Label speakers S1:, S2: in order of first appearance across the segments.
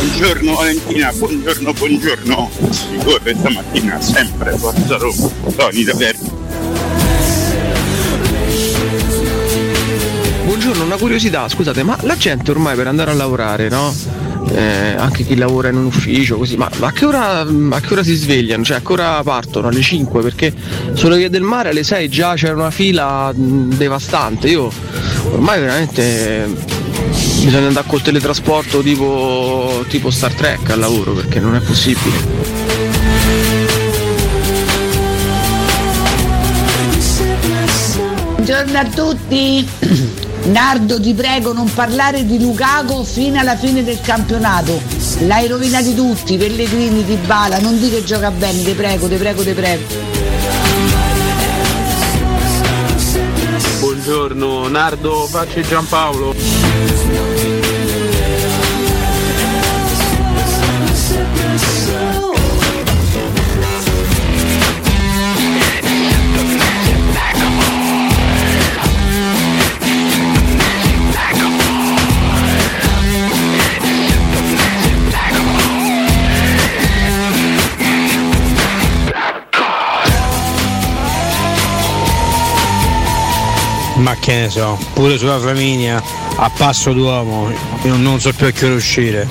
S1: Buongiorno Valentina, buongiorno, buongiorno. Si corre stamattina sempre, forza Roma. Tony da Verdi.
S2: Buongiorno, una curiosità, scusate, ma la gente ormai per andare a lavorare, no? Eh, anche chi lavora in un ufficio, così, ma, ma a, che ora, a che ora si svegliano? Cioè, a che ora partono? Alle 5? Perché sulle vie del mare alle 6 già c'era una fila mh, devastante. Io ormai veramente eh, bisogna andare col teletrasporto tipo, tipo Star Trek al lavoro perché non è possibile.
S3: Buongiorno a tutti. Nardo, ti prego, non parlare di Lukaku fino alla fine del campionato. L'hai rovinati tutti, Pellegrini, Di Bala, non dite che gioca bene, ti prego, ti prego, ti prego.
S4: Buongiorno Nardo, faccio il Giampaolo.
S5: Ma che ne so, pure sulla Flaminia, a passo d'uomo, io non so più a che ora uscire.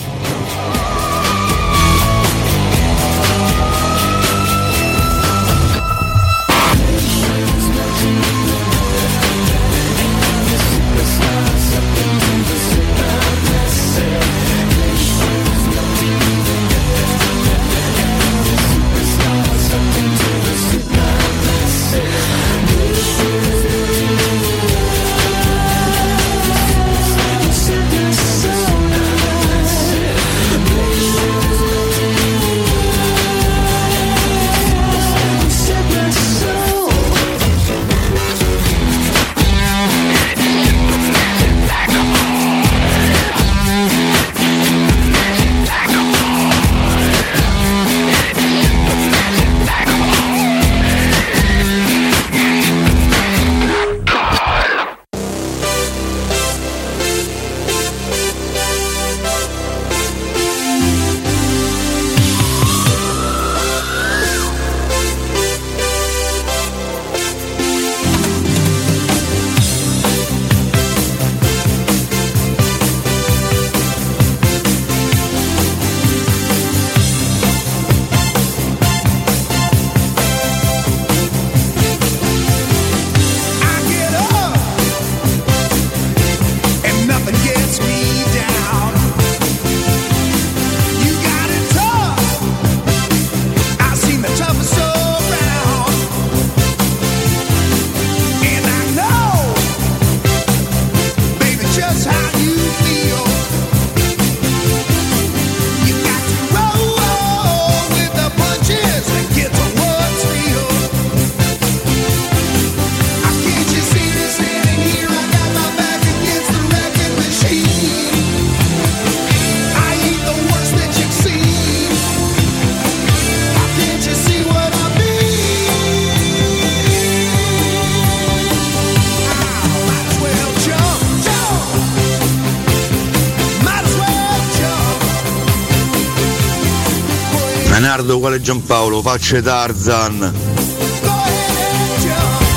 S6: Leonardo quale Giampaolo, facce Tarzan.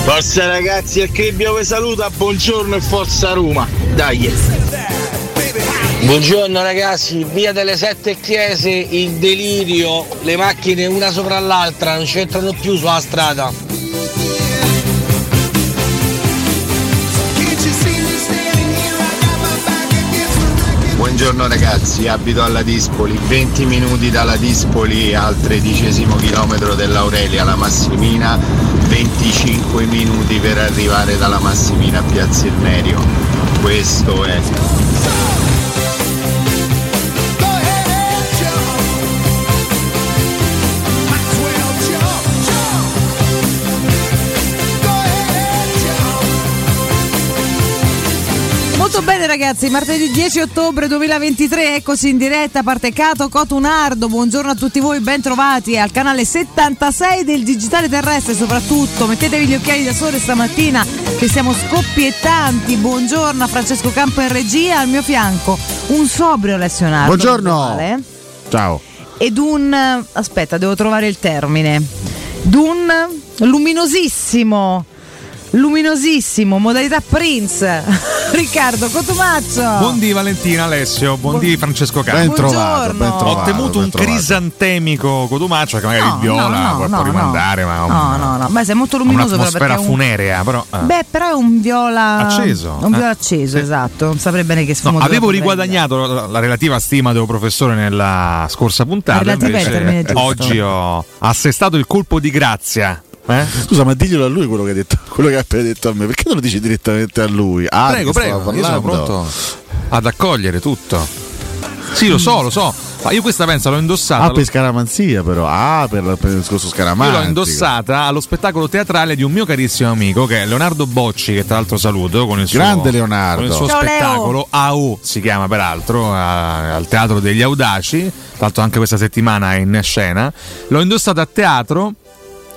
S7: Forza ragazzi, il Cribbio vi saluta, buongiorno e forza Roma. Dai.
S8: Buongiorno ragazzi, via delle sette chiese, il delirio, le macchine una sopra l'altra, non c'entrano più sulla strada.
S9: Buongiorno ragazzi, abito alla Dispoli, 20 minuti dalla Dispoli al tredicesimo chilometro dell'Aurelia, la Massimina, 25 minuti per arrivare dalla Massimina a Piazza Irnerio. Questo è.
S10: Molto bene ragazzi, martedì 10 ottobre 2023, eccoci in diretta, parte Cato Cotunardo, buongiorno a tutti voi, bentrovati al canale 76 del Digitale Terrestre soprattutto, mettetevi gli occhiali da sole stamattina che siamo scoppiettanti, buongiorno a Francesco Campo in regia, al mio fianco un sobrio lezionario.
S11: Buongiorno.
S1: Ciao.
S10: ed un aspetta, devo trovare il termine. D'un luminosissimo luminosissimo modalità Prince Riccardo Cotumaccio.
S12: Buondì Valentina Alessio, buondì Francesco Caro.
S10: Ah. Ben trovato, Buongiorno. ben trovato,
S12: Ho temuto
S10: ben
S12: un
S10: trovato.
S12: crisantemico Codumaccio che magari
S10: No,
S12: il
S10: no,
S12: viola
S10: no,
S12: può,
S10: no,
S12: può
S10: no.
S12: rimandare, ma ha un-
S10: No, no, no, ma sei molto
S12: ha
S10: luminoso però perché
S12: un'atmosfera
S10: è un-
S12: funerea, però eh.
S10: Beh, però è un viola
S12: Acceso,
S10: Un viola
S12: eh.
S10: acceso,
S12: Sì.
S10: esatto. Non saprei bene che
S12: No,
S10: sfumatura.
S12: avevo
S10: potrebbe-
S12: riguadagnato la, la relativa stima del professore nella scorsa puntata.
S10: Relativa è il termine
S12: Invece,
S10: giusto.
S12: oggi ho assestato il colpo di grazia. Eh?
S1: Scusa, ma diglielo a lui quello che ha detto, quello che ha appena detto a me. Perché non lo dici direttamente a lui? Ah,
S12: prego,
S1: perché stava
S12: prego, io sono
S1: parlando.
S12: pronto ad accogliere tutto. Sì, lo so, lo so, ma io questa pensa l'ho indossata.
S1: Ah, per scaramanzia, però. Ah, per, per il discorso
S12: Io
S1: scaramanzia.
S12: l'ho indossata allo spettacolo teatrale di un mio carissimo amico che è Leonardo Bocci, che tra l'altro saluto con il suo,
S1: Grande Leonardo.
S12: con il suo
S1: Ciao, Leo.
S12: spettacolo AO si chiama peraltro a- al Teatro degli Audaci, tra l'altro anche questa settimana è in scena. L'ho indossata a teatro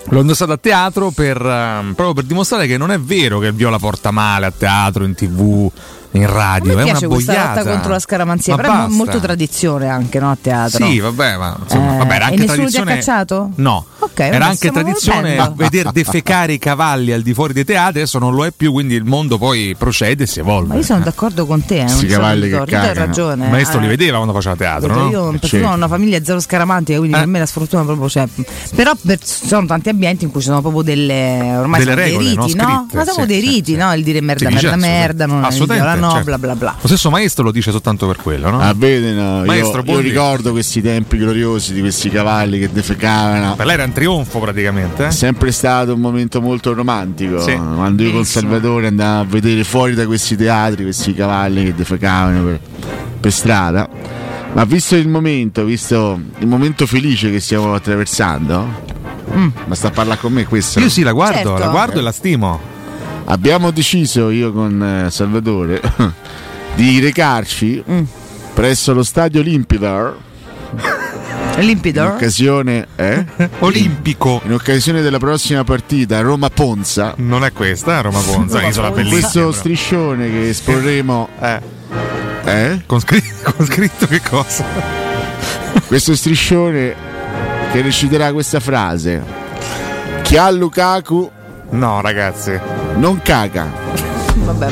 S12: L'ho indossata a teatro per, ehm, proprio per dimostrare che non è vero che il viola porta male a teatro, in tv, in radio.
S10: Mi
S12: è
S10: piace
S12: una
S10: questa
S12: boiata.
S10: lotta contro la scaramanzia,
S12: Ma
S10: però è mo-
S12: basta.
S10: molto tradizione anche, no, a teatro.
S12: Sì, vabbè, ma insomma,
S10: Eh,
S12: vabbè, era
S10: e
S12: anche
S10: nessuno ti ha
S12: tradizione.
S10: cacciato?
S12: No,
S10: Ok, vabbè,
S12: era anche
S10: stiamo
S12: tradizione
S10: volendo.
S12: vedere defecare i cavalli al di fuori dei teatri, adesso non lo è più, quindi il mondo poi procede e si evolve.
S10: Ma io sono d'accordo con te, eh, non
S12: Questi
S10: sono d'accordo. Tu hai ragione.
S12: Il maestro
S10: eh.
S12: li vedeva quando faceva teatro,
S10: Guarda,
S12: no? Eh,
S10: Io per
S12: Sì. Eh.
S10: fortuna ho una famiglia zero scaramantica, quindi per me la sfortuna proprio c'è. Però per- ci sono tanti ambienti in cui ci sono proprio delle ormai
S12: Delle
S10: sono
S12: regole,
S10: dei
S12: no?
S10: riti, no?
S12: Scritte,
S10: Ma sono
S12: sì,
S10: dei riti, no? Il dire merda,
S12: Sì,
S10: merda,
S12: certo,
S10: merda,
S12: sì.
S10: non è
S12: Assolutamente,
S10: viola, no,
S12: certo.
S10: bla bla bla.
S12: Lo stesso maestro lo dice soltanto per quello, no?
S1: Ah, vedi, no,
S12: Maestro
S1: io, io
S12: Bondi.
S1: ricordo questi tempi gloriosi di questi cavalli che defecavano.
S12: Per lei era un trionfo praticamente.
S1: È
S12: eh?
S1: sempre stato un momento molto romantico.
S12: Sì.
S1: Quando io con Salvatore andavo a vedere fuori da questi teatri questi cavalli che defecavano per, per strada. Ma visto il momento, visto il momento felice che stiamo attraversando, ma sta a parlare con me questo?
S12: Mm. Io sì, la guardo, Certo. la guardo e la stimo.
S1: Abbiamo deciso io con eh, Salvatore di recarci presso lo stadio Limpidar. In
S10: Limpido.
S1: occasione eh?
S12: olimpico.
S1: In occasione della prossima partita Roma Ponza.
S12: Non è questa, Roma Ponza,
S1: Roma
S12: isola
S1: Ponza.
S12: bellissima.
S1: Questo
S12: però.
S1: striscione che esporremo. Eh?
S12: Con, scritto che cosa?
S1: Questo striscione che reciterà questa frase. Chi ha Lukaku
S12: No, ragazzi.
S1: Non caga.
S10: Vabbè.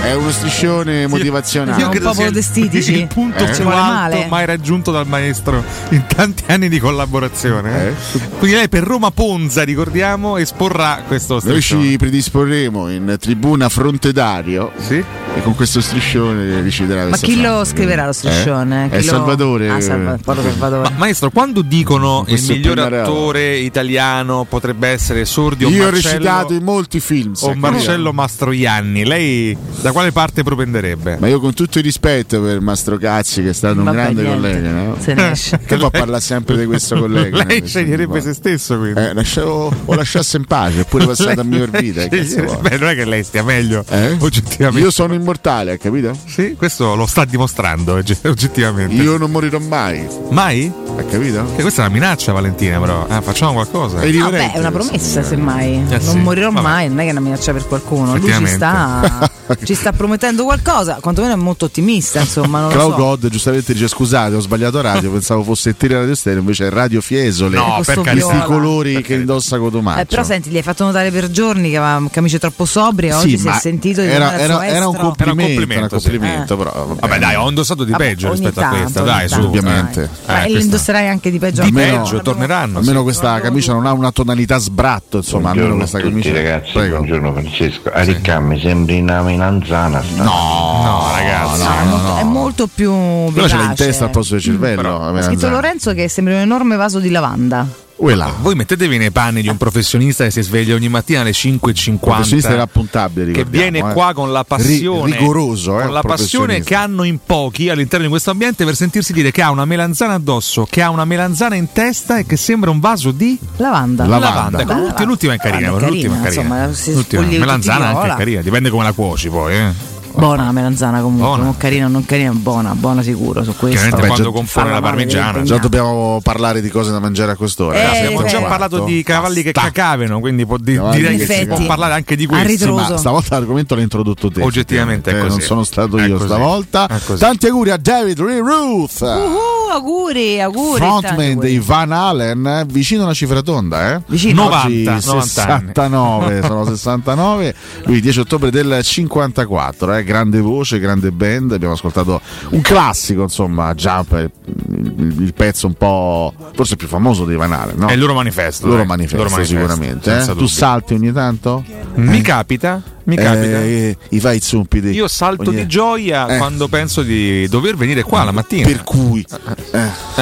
S1: È uno striscione Eh, motivazionale.
S12: Io credo sia il- Il punto
S1: Eh?
S12: più alto mai raggiunto dal maestro in tanti anni di collaborazione. eh. Quindi lei per Roma Ponza, ricordiamo, esporrà questo
S1: Noi
S12: striscione.
S1: ci predisporremo in tribuna fronte Dario e con questo striscione reciterà
S10: Ma
S1: questa
S10: chi lo
S1: frase.
S10: scriverà lo striscione?
S1: Eh?
S10: Chi
S1: È
S10: lo-
S1: Salvatore.
S10: Ah, Salva- Paolo Salvatore.
S12: Ma- maestro, quando dicono il
S1: Questo è
S12: miglior
S1: Pignarello.
S12: attore italiano potrebbe essere Sordi o
S1: Io ho
S12: Marcello-
S1: recitato in molti film.
S12: o
S1: sai,
S12: Marcello Mastroianni, lei da quale parte propenderebbe?
S1: Ma io con tutto il rispetto per Mastro Cazzi che è stato un
S12: Vabbè,
S1: grande
S12: niente.
S1: collega, no?
S12: Se ne esce.
S1: Che poi parla sempre di questo collega.
S12: Lei
S1: no?
S12: sceglierebbe se stesso quindi.
S1: Eh, lasciavo- o lasciasse in pace, oppure passata a miglior vita. eh, che cazzo vuoi?
S12: Beh, non è che lei stia meglio,
S1: Eh?
S12: oggettivamente.
S1: Io sono immortale, hai capito?
S12: Sì, questo lo sta dimostrando oggi- oggettivamente.
S1: Io non morirò mai.
S12: Mai?
S1: Hai capito?
S12: Che questa è una minaccia, Valentina, però. Ah, facciamo qualcosa.
S10: Vabbè, è una promessa semmai.
S12: Eh,
S10: non
S12: sì.
S10: morirò
S12: Vabbè.
S10: mai, non è che è una minaccia per qualcuno. Lui ci sta,
S1: Effettivamente.
S10: ci sta promettendo qualcosa, quantomeno è molto ottimista, insomma, non lo
S1: Clau
S10: so. Eh,
S1: God giustamente dice scusate ho sbagliato radio, pensavo fosse Tele Radio Stereo, invece è Radio Fiesole.
S12: No, per
S1: questi
S12: carità.
S1: questi colori che indossa Cotomaccio.
S10: Eh, però senti, gli hai fatto notare per giorni che aveva camicie troppo sobrie, oggi si è sentito di
S1: era,
S10: tornare al
S1: era-
S10: suo
S1: era un
S10: estro.
S1: complimento,
S12: Era un
S1: era
S12: complimento,
S1: un
S12: sì.
S1: complimento, però, vabbè.
S12: Vabbè, dai, ho indossato di
S10: Vabbè,
S12: peggio
S10: ogni
S12: rispetto
S10: tanto,
S12: a questa,
S10: ogni
S12: dai, su. Eh,
S10: tanto.
S1: Ovviamente.
S10: Ma e li indosserai anche di peggio
S12: Di
S10: ancora.
S12: peggio, torneranno.
S1: Almeno questa camicia non ha una tonalità sbratto, insomma, almeno
S13: Buongiorno
S1: questa
S13: a tutti
S1: camicia.
S13: ragazzi, buongiorno Francesco. A Ricca mi sembri una melanzana sta.
S1: No,
S13: ragazzi.
S10: No, è, molto, è molto più
S1: Però ce l'ha in
S10: vivace.
S1: testa al posto del cervello.
S10: Ha scritto Lorenzo che sembra un enorme vaso di lavanda.
S12: Voi mettetevi nei panni di un professionista che si sveglia ogni mattina alle 5.50.
S1: Professionista irrapuntabile,
S12: Che
S1: ricordiamo,
S12: viene
S1: eh.
S12: qua con la passione.
S1: Ri- rigoroso, eh,
S12: Con la passione
S1: professionista.
S12: che hanno in pochi all'interno di questo ambiente per sentirsi dire che ha una melanzana addosso, che ha una melanzana in testa e che sembra un vaso di.
S10: Lavanda.
S12: Lavanda, ecco, l'ultima, l'ultima è carina,
S10: Lavanda è
S12: l'ultima è
S10: carina,
S12: carina.
S10: insomma, si
S12: L'ultima.
S10: spoglia tutti
S12: melanzana
S10: di
S12: anche
S10: viola.
S12: è carina, dipende come la cuoci poi, eh.
S10: Buona la melanzana comunque,
S12: Buona.
S10: non carina o non carina, buona, buona sicuro su questo.
S12: Chiaramente quando compone
S10: Alla
S12: la
S10: mano
S12: parmigiana.
S10: del
S1: Già dobbiamo parlare di cose da mangiare a quest'ora.
S10: Eh,
S1: ragazzi,
S12: Abbiamo
S1: abbiamo
S12: già
S1: fatto.
S12: parlato di cavalli che cacavano, quindi può di-
S1: Esatto. Cavalli che
S12: direi che si può
S1: cacavano.
S12: parlare anche di
S1: Sì,
S12: questo.
S1: ma stavolta l'argomento l'hai introdotto te.
S12: Oggettivamente è
S1: Eh,
S12: così.
S1: Non sono stato
S12: È
S1: io
S12: così.
S1: stavolta. Tanti auguri a David Lee Ruth.
S10: Oh, auguri, auguri.
S1: Frontman
S10: intanto.
S1: dei Van Halen, eh, vicino alla cifra tonda, eh?
S10: Vicino.
S12: 90,
S1: Oggi
S12: 90 anni.
S1: 69, sono 69, lui 10 ottobre del 54, eh? grande voce, grande band, abbiamo ascoltato un classico, insomma, Jump, eh, il, il pezzo un po' forse più famoso dei Van Halen, no?
S12: È il loro manifesto,
S1: Loro
S12: eh.
S1: manifesto,
S12: Loro manifesto,
S1: sicuramente,
S12: senza
S1: eh? Tu
S12: dubbio.
S1: salti ogni tanto?
S12: Mi capita, mi capita.
S1: I fai i zumpidi.
S12: Io salto
S1: Eh, Ogni-
S12: di gioia
S1: Eh.
S12: quando penso di dover venire qua la mattina. Per
S1: cui.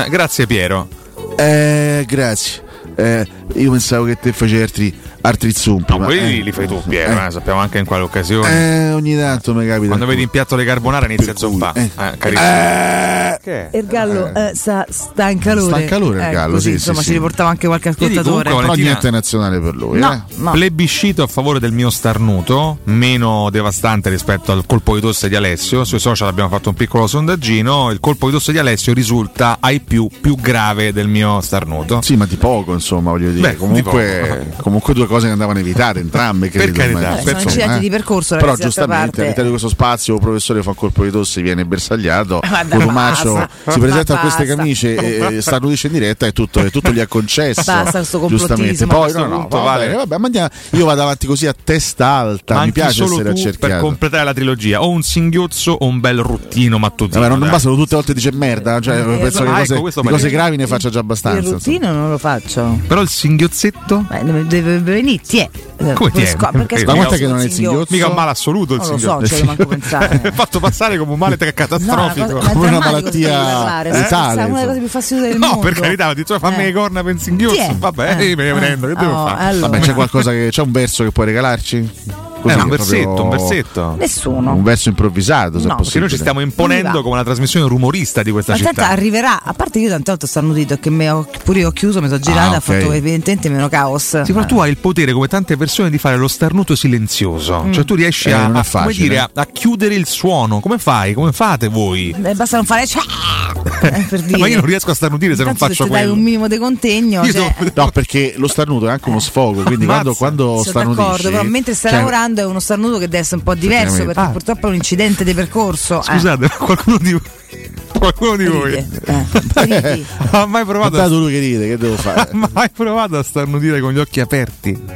S12: grazie Piero.
S1: Eh, grazie. Eh, io pensavo che te facevi altri, altri zumpi.
S12: No,
S1: ma-
S12: quelli
S1: eh.
S12: li fai tu Piero, eh, sappiamo anche in quale occasione.
S1: Eh, ogni tanto mi capita.
S12: Quando vedi in piatto le carbonara inizia a zompare. Eh, carissimo.
S10: E il gallo eh, sa- sta in calore.
S1: Sta in calore il
S10: Eh,
S1: gallo,
S10: così,
S1: sì,
S10: Insomma,
S1: sì,
S10: ci
S1: sì.
S10: riportava anche qualche ascoltatore.
S1: Però niente nazionale per lui.
S10: No,
S1: eh.
S10: no.
S12: Plebiscito a favore del mio starnuto, meno devastante rispetto al colpo di tosse di Alessio. Sui social abbiamo fatto un piccolo sondaggino. Il colpo di tosse di Alessio risulta ai più più grave del mio starnuto.
S1: Sì, ma di poco, insomma, voglio dire.
S12: Beh, di
S1: comunque, eh, comunque due cose che andavano evitate, entrambe.
S12: Per
S1: Credo,
S12: carità,
S1: ormai,
S12: per
S10: Sono
S1: insomma,
S10: incidenti
S1: eh.
S10: di percorso,
S1: Però
S10: ragazzi, d'altra
S1: giustamente
S10: parte.
S1: all'interno di questo spazio il professore fa un colpo di tosse, viene bersagliato,
S10: Ma dai,
S1: Cotumaccio
S10: basta.
S1: si presenta
S10: Ma
S1: a queste
S10: basta.
S1: camicie e, e starnutisce in diretta e tutto, e tutto gli ha concesso.
S10: Basta questo
S1: giustamente.
S10: complottismo. A
S1: Poi
S10: questo
S1: no, no,
S10: punto,
S1: va
S10: vale.
S1: bene, vabbè, ma andiamo- io vado avanti così a testa alta,
S12: Ma
S1: mi
S12: anche
S1: piace
S12: solo
S1: essere
S12: tu per
S1: accerchiato.
S12: completare la trilogia, o un singhiozzo o un bel ruttino mattutino.
S1: Vabbè, non, non
S12: dai.
S1: bastano tutte le volte dice merda, cioè,
S12: Eh,
S1: penso
S12: ah,
S1: che
S12: ecco,
S1: cose,
S12: questo
S1: di
S12: vale.
S1: cose gravi ne faccia già abbastanza.
S10: Il routine non lo faccio.
S12: Però il singhiozzetto?
S10: Beh, deve venire, ti è.
S12: Come ti è?
S10: Perché
S12: Ma
S1: guarda che non è il singhiozzo.
S12: Mica un male assoluto il
S10: Non lo so,
S12: singhiozzo.
S10: ci devo manco pensare.
S12: È fatto passare come un male tra- catastrofico.
S10: No, ma è
S1: Come
S10: drammatico
S1: una malattia
S10: sentire parlare,
S12: letale,
S10: scherzo, È Eh, una
S12: insomma.
S10: delle cose più fastidiose del
S12: esatto. No,
S10: mondo.
S12: per carità, ti cioè, fammi
S10: Eh.
S12: le corna per il
S10: Chi
S12: singhiozzo.
S10: è?
S12: Vabbè,
S10: Eh.
S12: io me ne
S10: Eh.
S12: prendo, che devo
S10: Oh,
S12: fare?
S10: allora.
S1: Vabbè, c'è qualcosa che c'è un verso che puoi regalarci?
S12: Eh, un
S1: proprio-
S12: versetto, un versetto.
S10: Nessuno.
S1: Un verso improvvisato, se
S10: No,
S1: è
S12: Perché
S1: possibile.
S12: noi ci stiamo
S10: Non mi
S12: imponendo
S10: va.
S12: come la trasmissione rumorista di questa
S10: Ma tanto
S12: città.
S10: arriverà, a parte io tanto sto annudito che me ho- pure io ho chiuso, mi sono girata,
S12: Ah,
S10: ho fatto
S12: ok.
S10: evidentemente meno caos.
S12: Sì, però tu hai il potere, come tante persone, di fare lo starnuto silenzioso.
S10: Mm.
S12: Cioè, tu riesci
S1: Eh,
S12: a,
S1: non è
S12: a- come
S1: facile.
S12: dire, a- a chiudere il suono. Come fai? Come fate voi?
S10: Eh, basta non fare. eh, per dire.
S12: Ma io non riesco a starnutire se non
S10: Tanto
S12: faccio
S10: se ti dai
S12: quello.
S10: un minimo di contegno. cioè, Eh.
S1: No, perché lo starnuto è anche uno sfogo, quindi quando,
S10: sono
S1: quando
S10: d'accordo,
S1: starnutisci...
S10: però mentre stai
S1: cioè,
S10: lavorando è uno starnuto che deve essere un po' diverso
S1: Effettivamente.
S10: perché
S1: Ah.
S10: purtroppo è un incidente di percorso. eh.
S12: Scusate, ma qualcuno di voi. Qualcuno di voi
S10: eh,
S12: ha mai provato a
S1: Tanto lui che ride, che devo fare?
S12: Ma hai provato a starnutire con gli occhi aperti?
S10: Ma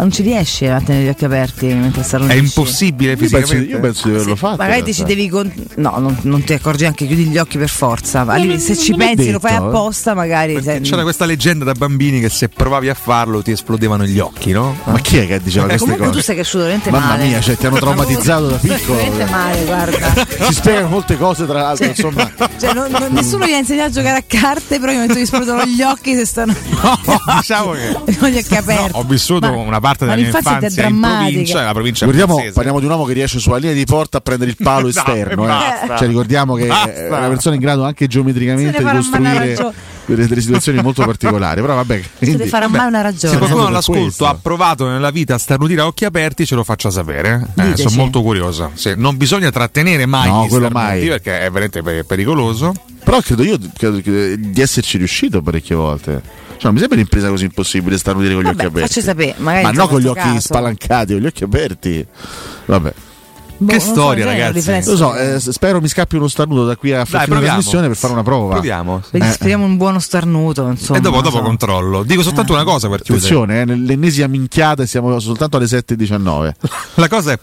S10: non ci riesci a tenere gli occhi aperti mentre
S12: È
S10: starnutisci.
S12: impossibile
S1: Io penso,
S12: fisicamente.
S1: io penso di averlo fatto.
S10: Magari
S1: in
S10: ti ci
S1: realtà.
S10: devi. con- No, non, non ti accorgi anche, chiudi gli occhi per forza. Ma lì, se ci
S1: non l'ho
S10: pensi, lo
S1: detto,
S10: fai
S1: eh.
S10: apposta, magari. sai-
S1: mm.
S12: C'era questa leggenda da bambini che se provavi a farlo ti esplodevano gli occhi, no?
S1: Ma chi è che diceva queste
S10: Eh, Comunque tu
S1: cose?
S10: sei cresciuto veramente
S1: Mamma
S10: male.
S1: mia, cioè, ti hanno traumatizzato da piccolo.
S10: Veramente male, guarda.
S1: Si spiegano molte cose, tra l'altro, insomma...
S10: Cioè, non- non- nessuno gli ha insegnato a giocare a carte, però io metto gli esplodano gli occhi se stanno
S12: diciamo che
S10: con gli occhi aperti.
S12: ho vissuto una parte
S10: ma
S12: della mia
S10: l'infanzia ti è
S12: infanzia in
S10: drammatica.
S12: provincia, la provincia
S1: Guardiamo-
S12: abruzzese.
S1: parliamo di un uomo che riesce sulla linea di porta a prendere il palo
S12: No,
S1: esterno.
S12: e
S1: eh.
S12: basta.
S1: Cioè, ricordiamo che
S12: Basta.
S1: è una persona in grado anche geometricamente
S10: Se
S1: di
S10: ne farà mannare
S1: costruire
S10: ragione.
S1: delle, delle situazioni molto particolari. Però vabbè,
S10: Non
S1: quindi-
S10: ti farà
S1: vabbè,
S10: mai una
S12: Se
S10: ragione.
S12: qualcuno
S1: per
S12: all'ascolto
S1: questo.
S12: ha provato nella vita a starnutire a occhi aperti, ce lo faccia sapere. Eh,
S1: Diteci.
S12: sono molto curioso. Sì, non bisogna trattenere mai
S1: No,
S12: gli
S1: quello
S12: starnuti
S1: mai.
S12: perché è veramente pe- pericoloso.
S1: Però credo io credo che- di esserci riuscito parecchie volte. Cioè, non mi sembra un'impresa così impossibile stare con gli occhi
S10: Vabbè,
S1: aperti.
S10: facci sapere, magari
S1: Ma
S10: Eh, in
S1: no con gli
S10: questo
S1: occhi
S10: caso.
S1: spalancati, con gli occhi aperti. Vabbè.
S10: Boh, non so,
S12: storia,
S10: cioè,
S12: ragazzi.
S10: riflessi.
S1: Lo so, eh, s- spero mi scappi uno starnuto da qui a fine della
S12: proviamo.
S1: trasmissione per fare una prova.
S12: Proviamo.
S10: Vedi,
S1: Eh,
S10: Speriamo un buono starnuto. Insomma,
S12: e dopo,
S10: non
S12: dopo
S10: so.
S12: controllo. Dico soltanto una cosa per chiudere.
S1: Ah. attenzione, eh, nell'ennesima minchiata siamo soltanto alle 7.19.
S12: La cosa è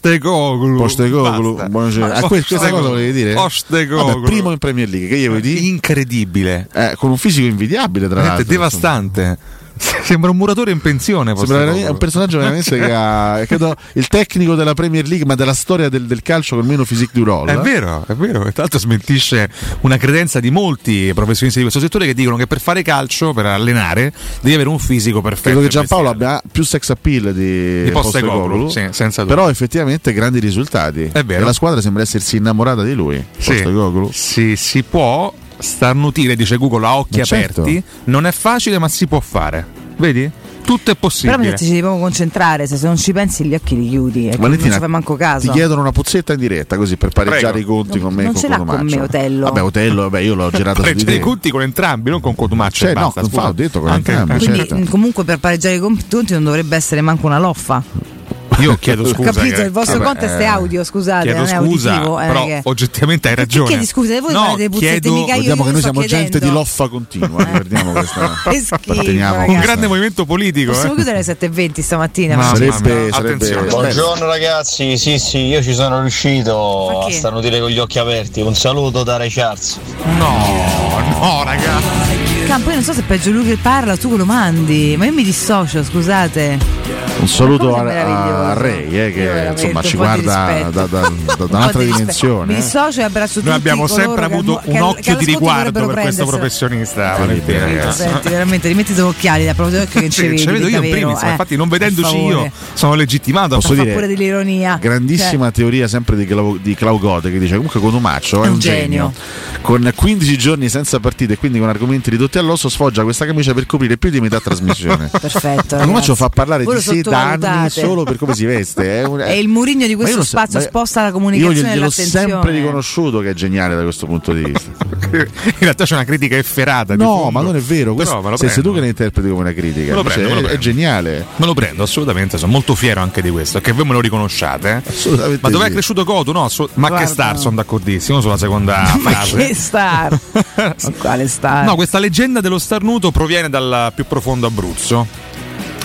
S12: Postegoglu.
S1: Postecoglou,
S12: Basta.
S1: buonasera. Ah, que- questa cosa volevi dire?
S12: Postecoglou.
S1: Vabbè, primo in Premier League, che gli vuoi dire?
S12: Eh, Incredibile.
S1: Eh, con un fisico invidiabile, tra
S12: Veramente
S1: l'altro.
S12: devastante. Sembra un muratore in pensione.
S1: insomma. Sembra veramente- è
S12: Postecoglou.
S1: un personaggio veramente che ha credo, il tecnico della Premier League, ma della storia del, del calcio con meno physique du roll.
S12: È vero, è vero, e tra l'altro smentisce una credenza di molti professionisti di questo settore che dicono che per fare calcio, per allenare, devi avere un fisico perfetto.
S1: Credo che Giampaolo abbia più sex appeal di,
S12: Di Postecoglou,
S1: Postecoglou,
S12: sì, senza dubbio.
S1: però effettivamente grandi risultati.
S12: È vero.
S1: E la squadra sembra essersi innamorata di lui. Postecoglou.
S12: Sì, si può starnutire, dice Google, a occhi
S1: Ma certo.
S12: aperti. Non è facile, ma si può fare. Vedi? Tutto è
S10: Però mi
S12: possibile.
S10: detto, ci devi concentrare. Se se non ci pensi, gli occhi li chiudi. e quindi Ecco, non ci fai manco caso.
S1: ti chiedono una puzzetta in diretta così per pareggiare
S12: Prego.
S1: i conti con me
S10: non
S1: e
S10: ce
S1: con
S10: l'ha con
S1: Cotumaccio.
S10: me, Otello.
S1: Vabbè, Otello, vabbè, io l'ho girata su di
S12: Pareggiare i
S1: te.
S12: conti con entrambi, non con Cotumaccio.
S1: Cioè,
S12: e
S1: no,
S12: basta,
S1: non fa,
S12: scusa.
S1: ho detto con
S12: Anche-
S1: entrambi,
S12: eh,
S10: Quindi
S12: certo.
S10: mh, comunque per pareggiare i conti non dovrebbe essere manco una loffa.
S12: Io chiedo scusa.
S10: Capito,
S12: che-
S10: il vostro
S12: vabbè,
S10: contest è
S12: eh,
S10: audio, scusate,
S12: Chiedo
S10: non è
S12: scusa,
S10: auditivo. eh,
S12: però
S10: che-
S12: oggettivamente hai ragione.
S10: chiedi scusa, e voi
S12: no,
S10: fate dei puzzetti,
S12: chiedo...
S10: mica io Guardiamo che vi noi sto siamo chiedendo. gente di loffa
S1: continua, ricordiamo questa-
S10: Che schifo,
S1: teniamo
S10: ragazzi.
S12: un grande movimento politico.
S10: Possiamo
S12: Eh.
S10: chiudere alle 7.20 stamattina?
S12: Mamma
S10: perché-
S12: mia, attenzione.
S14: Buongiorno ragazzi, sì sì, io ci sono riuscito
S10: Ma
S14: a
S10: che?
S14: starnutire con gli occhi aperti. Un saluto da Ray Charles.
S12: No, no ragazzi.
S10: Campo, io non so se è peggio lui che parla o tu che lo mandi, ma io mi dissocio, scusate.
S1: Un saluto a,
S10: meraviglioso.
S1: a Ray eh, che insomma
S10: un
S1: ci
S10: po' di
S1: guarda
S10: rispetto.
S1: da, da- da- da
S10: Un po'
S1: un'altra
S10: di rispe-
S1: dimensione.
S10: Mi
S1: eh.
S10: dissocio e abbraccio tutti
S12: Noi abbiamo
S10: coloro
S12: sempre
S10: che
S12: avuto
S10: al- che
S12: un
S10: al- che
S12: occhio di
S10: all'ascolto
S12: riguardo per
S10: dovrebbero
S12: questo
S10: prendersela.
S12: professionista. Valentina, ragazzi.
S10: Senti, veramente rimettiti gli occhiali da proprio occhio che
S12: Sì,
S10: ci vedi.
S12: ce vedo io in
S10: davvero,
S12: primis, ma
S10: eh.
S12: infatti non
S10: Per
S12: vedendoci
S10: favore.
S12: io sono legittimato.
S1: Posso
S10: Fa
S1: dire-
S10: pure dell'ironia.
S1: Grandissima
S10: certo.
S1: teoria sempre di, Clau- di Claugote che dice comunque Cotumaccio è un, genio. Con 15 giorni senza partite e quindi con argomenti ridotti all'osso sfoggia questa camicia per coprire più di metà trasmissione.
S10: Cioè, perfetto.
S1: Cotumaccio fa parlare
S10: Voi
S1: di
S10: lo
S1: sé da anni
S10: sottovalutate.
S1: solo per come si veste. È, un-
S10: E il murigno di
S1: Ma io
S10: questo
S1: lo so-
S10: spazio
S1: ma-
S10: sposta la
S1: Io
S10: comunicazione e
S1: gliel'ho
S10: l'attenzione.
S1: sempre riconosciuto che è geniale da questo punto di vista.
S12: In realtà c'è una critica efferata. di
S1: No,
S12: fondo.
S1: ma non è vero.
S12: Però
S1: Questo,
S12: me lo
S1: se sei
S12: prendo.
S1: tu che ne interpreti come una critica,
S12: Me lo
S1: invece
S12: prendo, me lo
S1: è- è
S12: prendo.
S1: geniale.
S12: Me lo prendo assolutamente, sono molto fiero anche di questo, che voi me lo riconosciate. eh.
S1: Assolutamente
S12: Ma dov'è
S1: sì.
S12: cresciuto Cotu? No, assolut- ma che star, sono d'accordissimo sulla seconda
S10: Ma che
S12: frase.
S10: star? Ma quale star?
S12: No, questa leggenda dello starnuto proviene dal più profondo Abruzzo.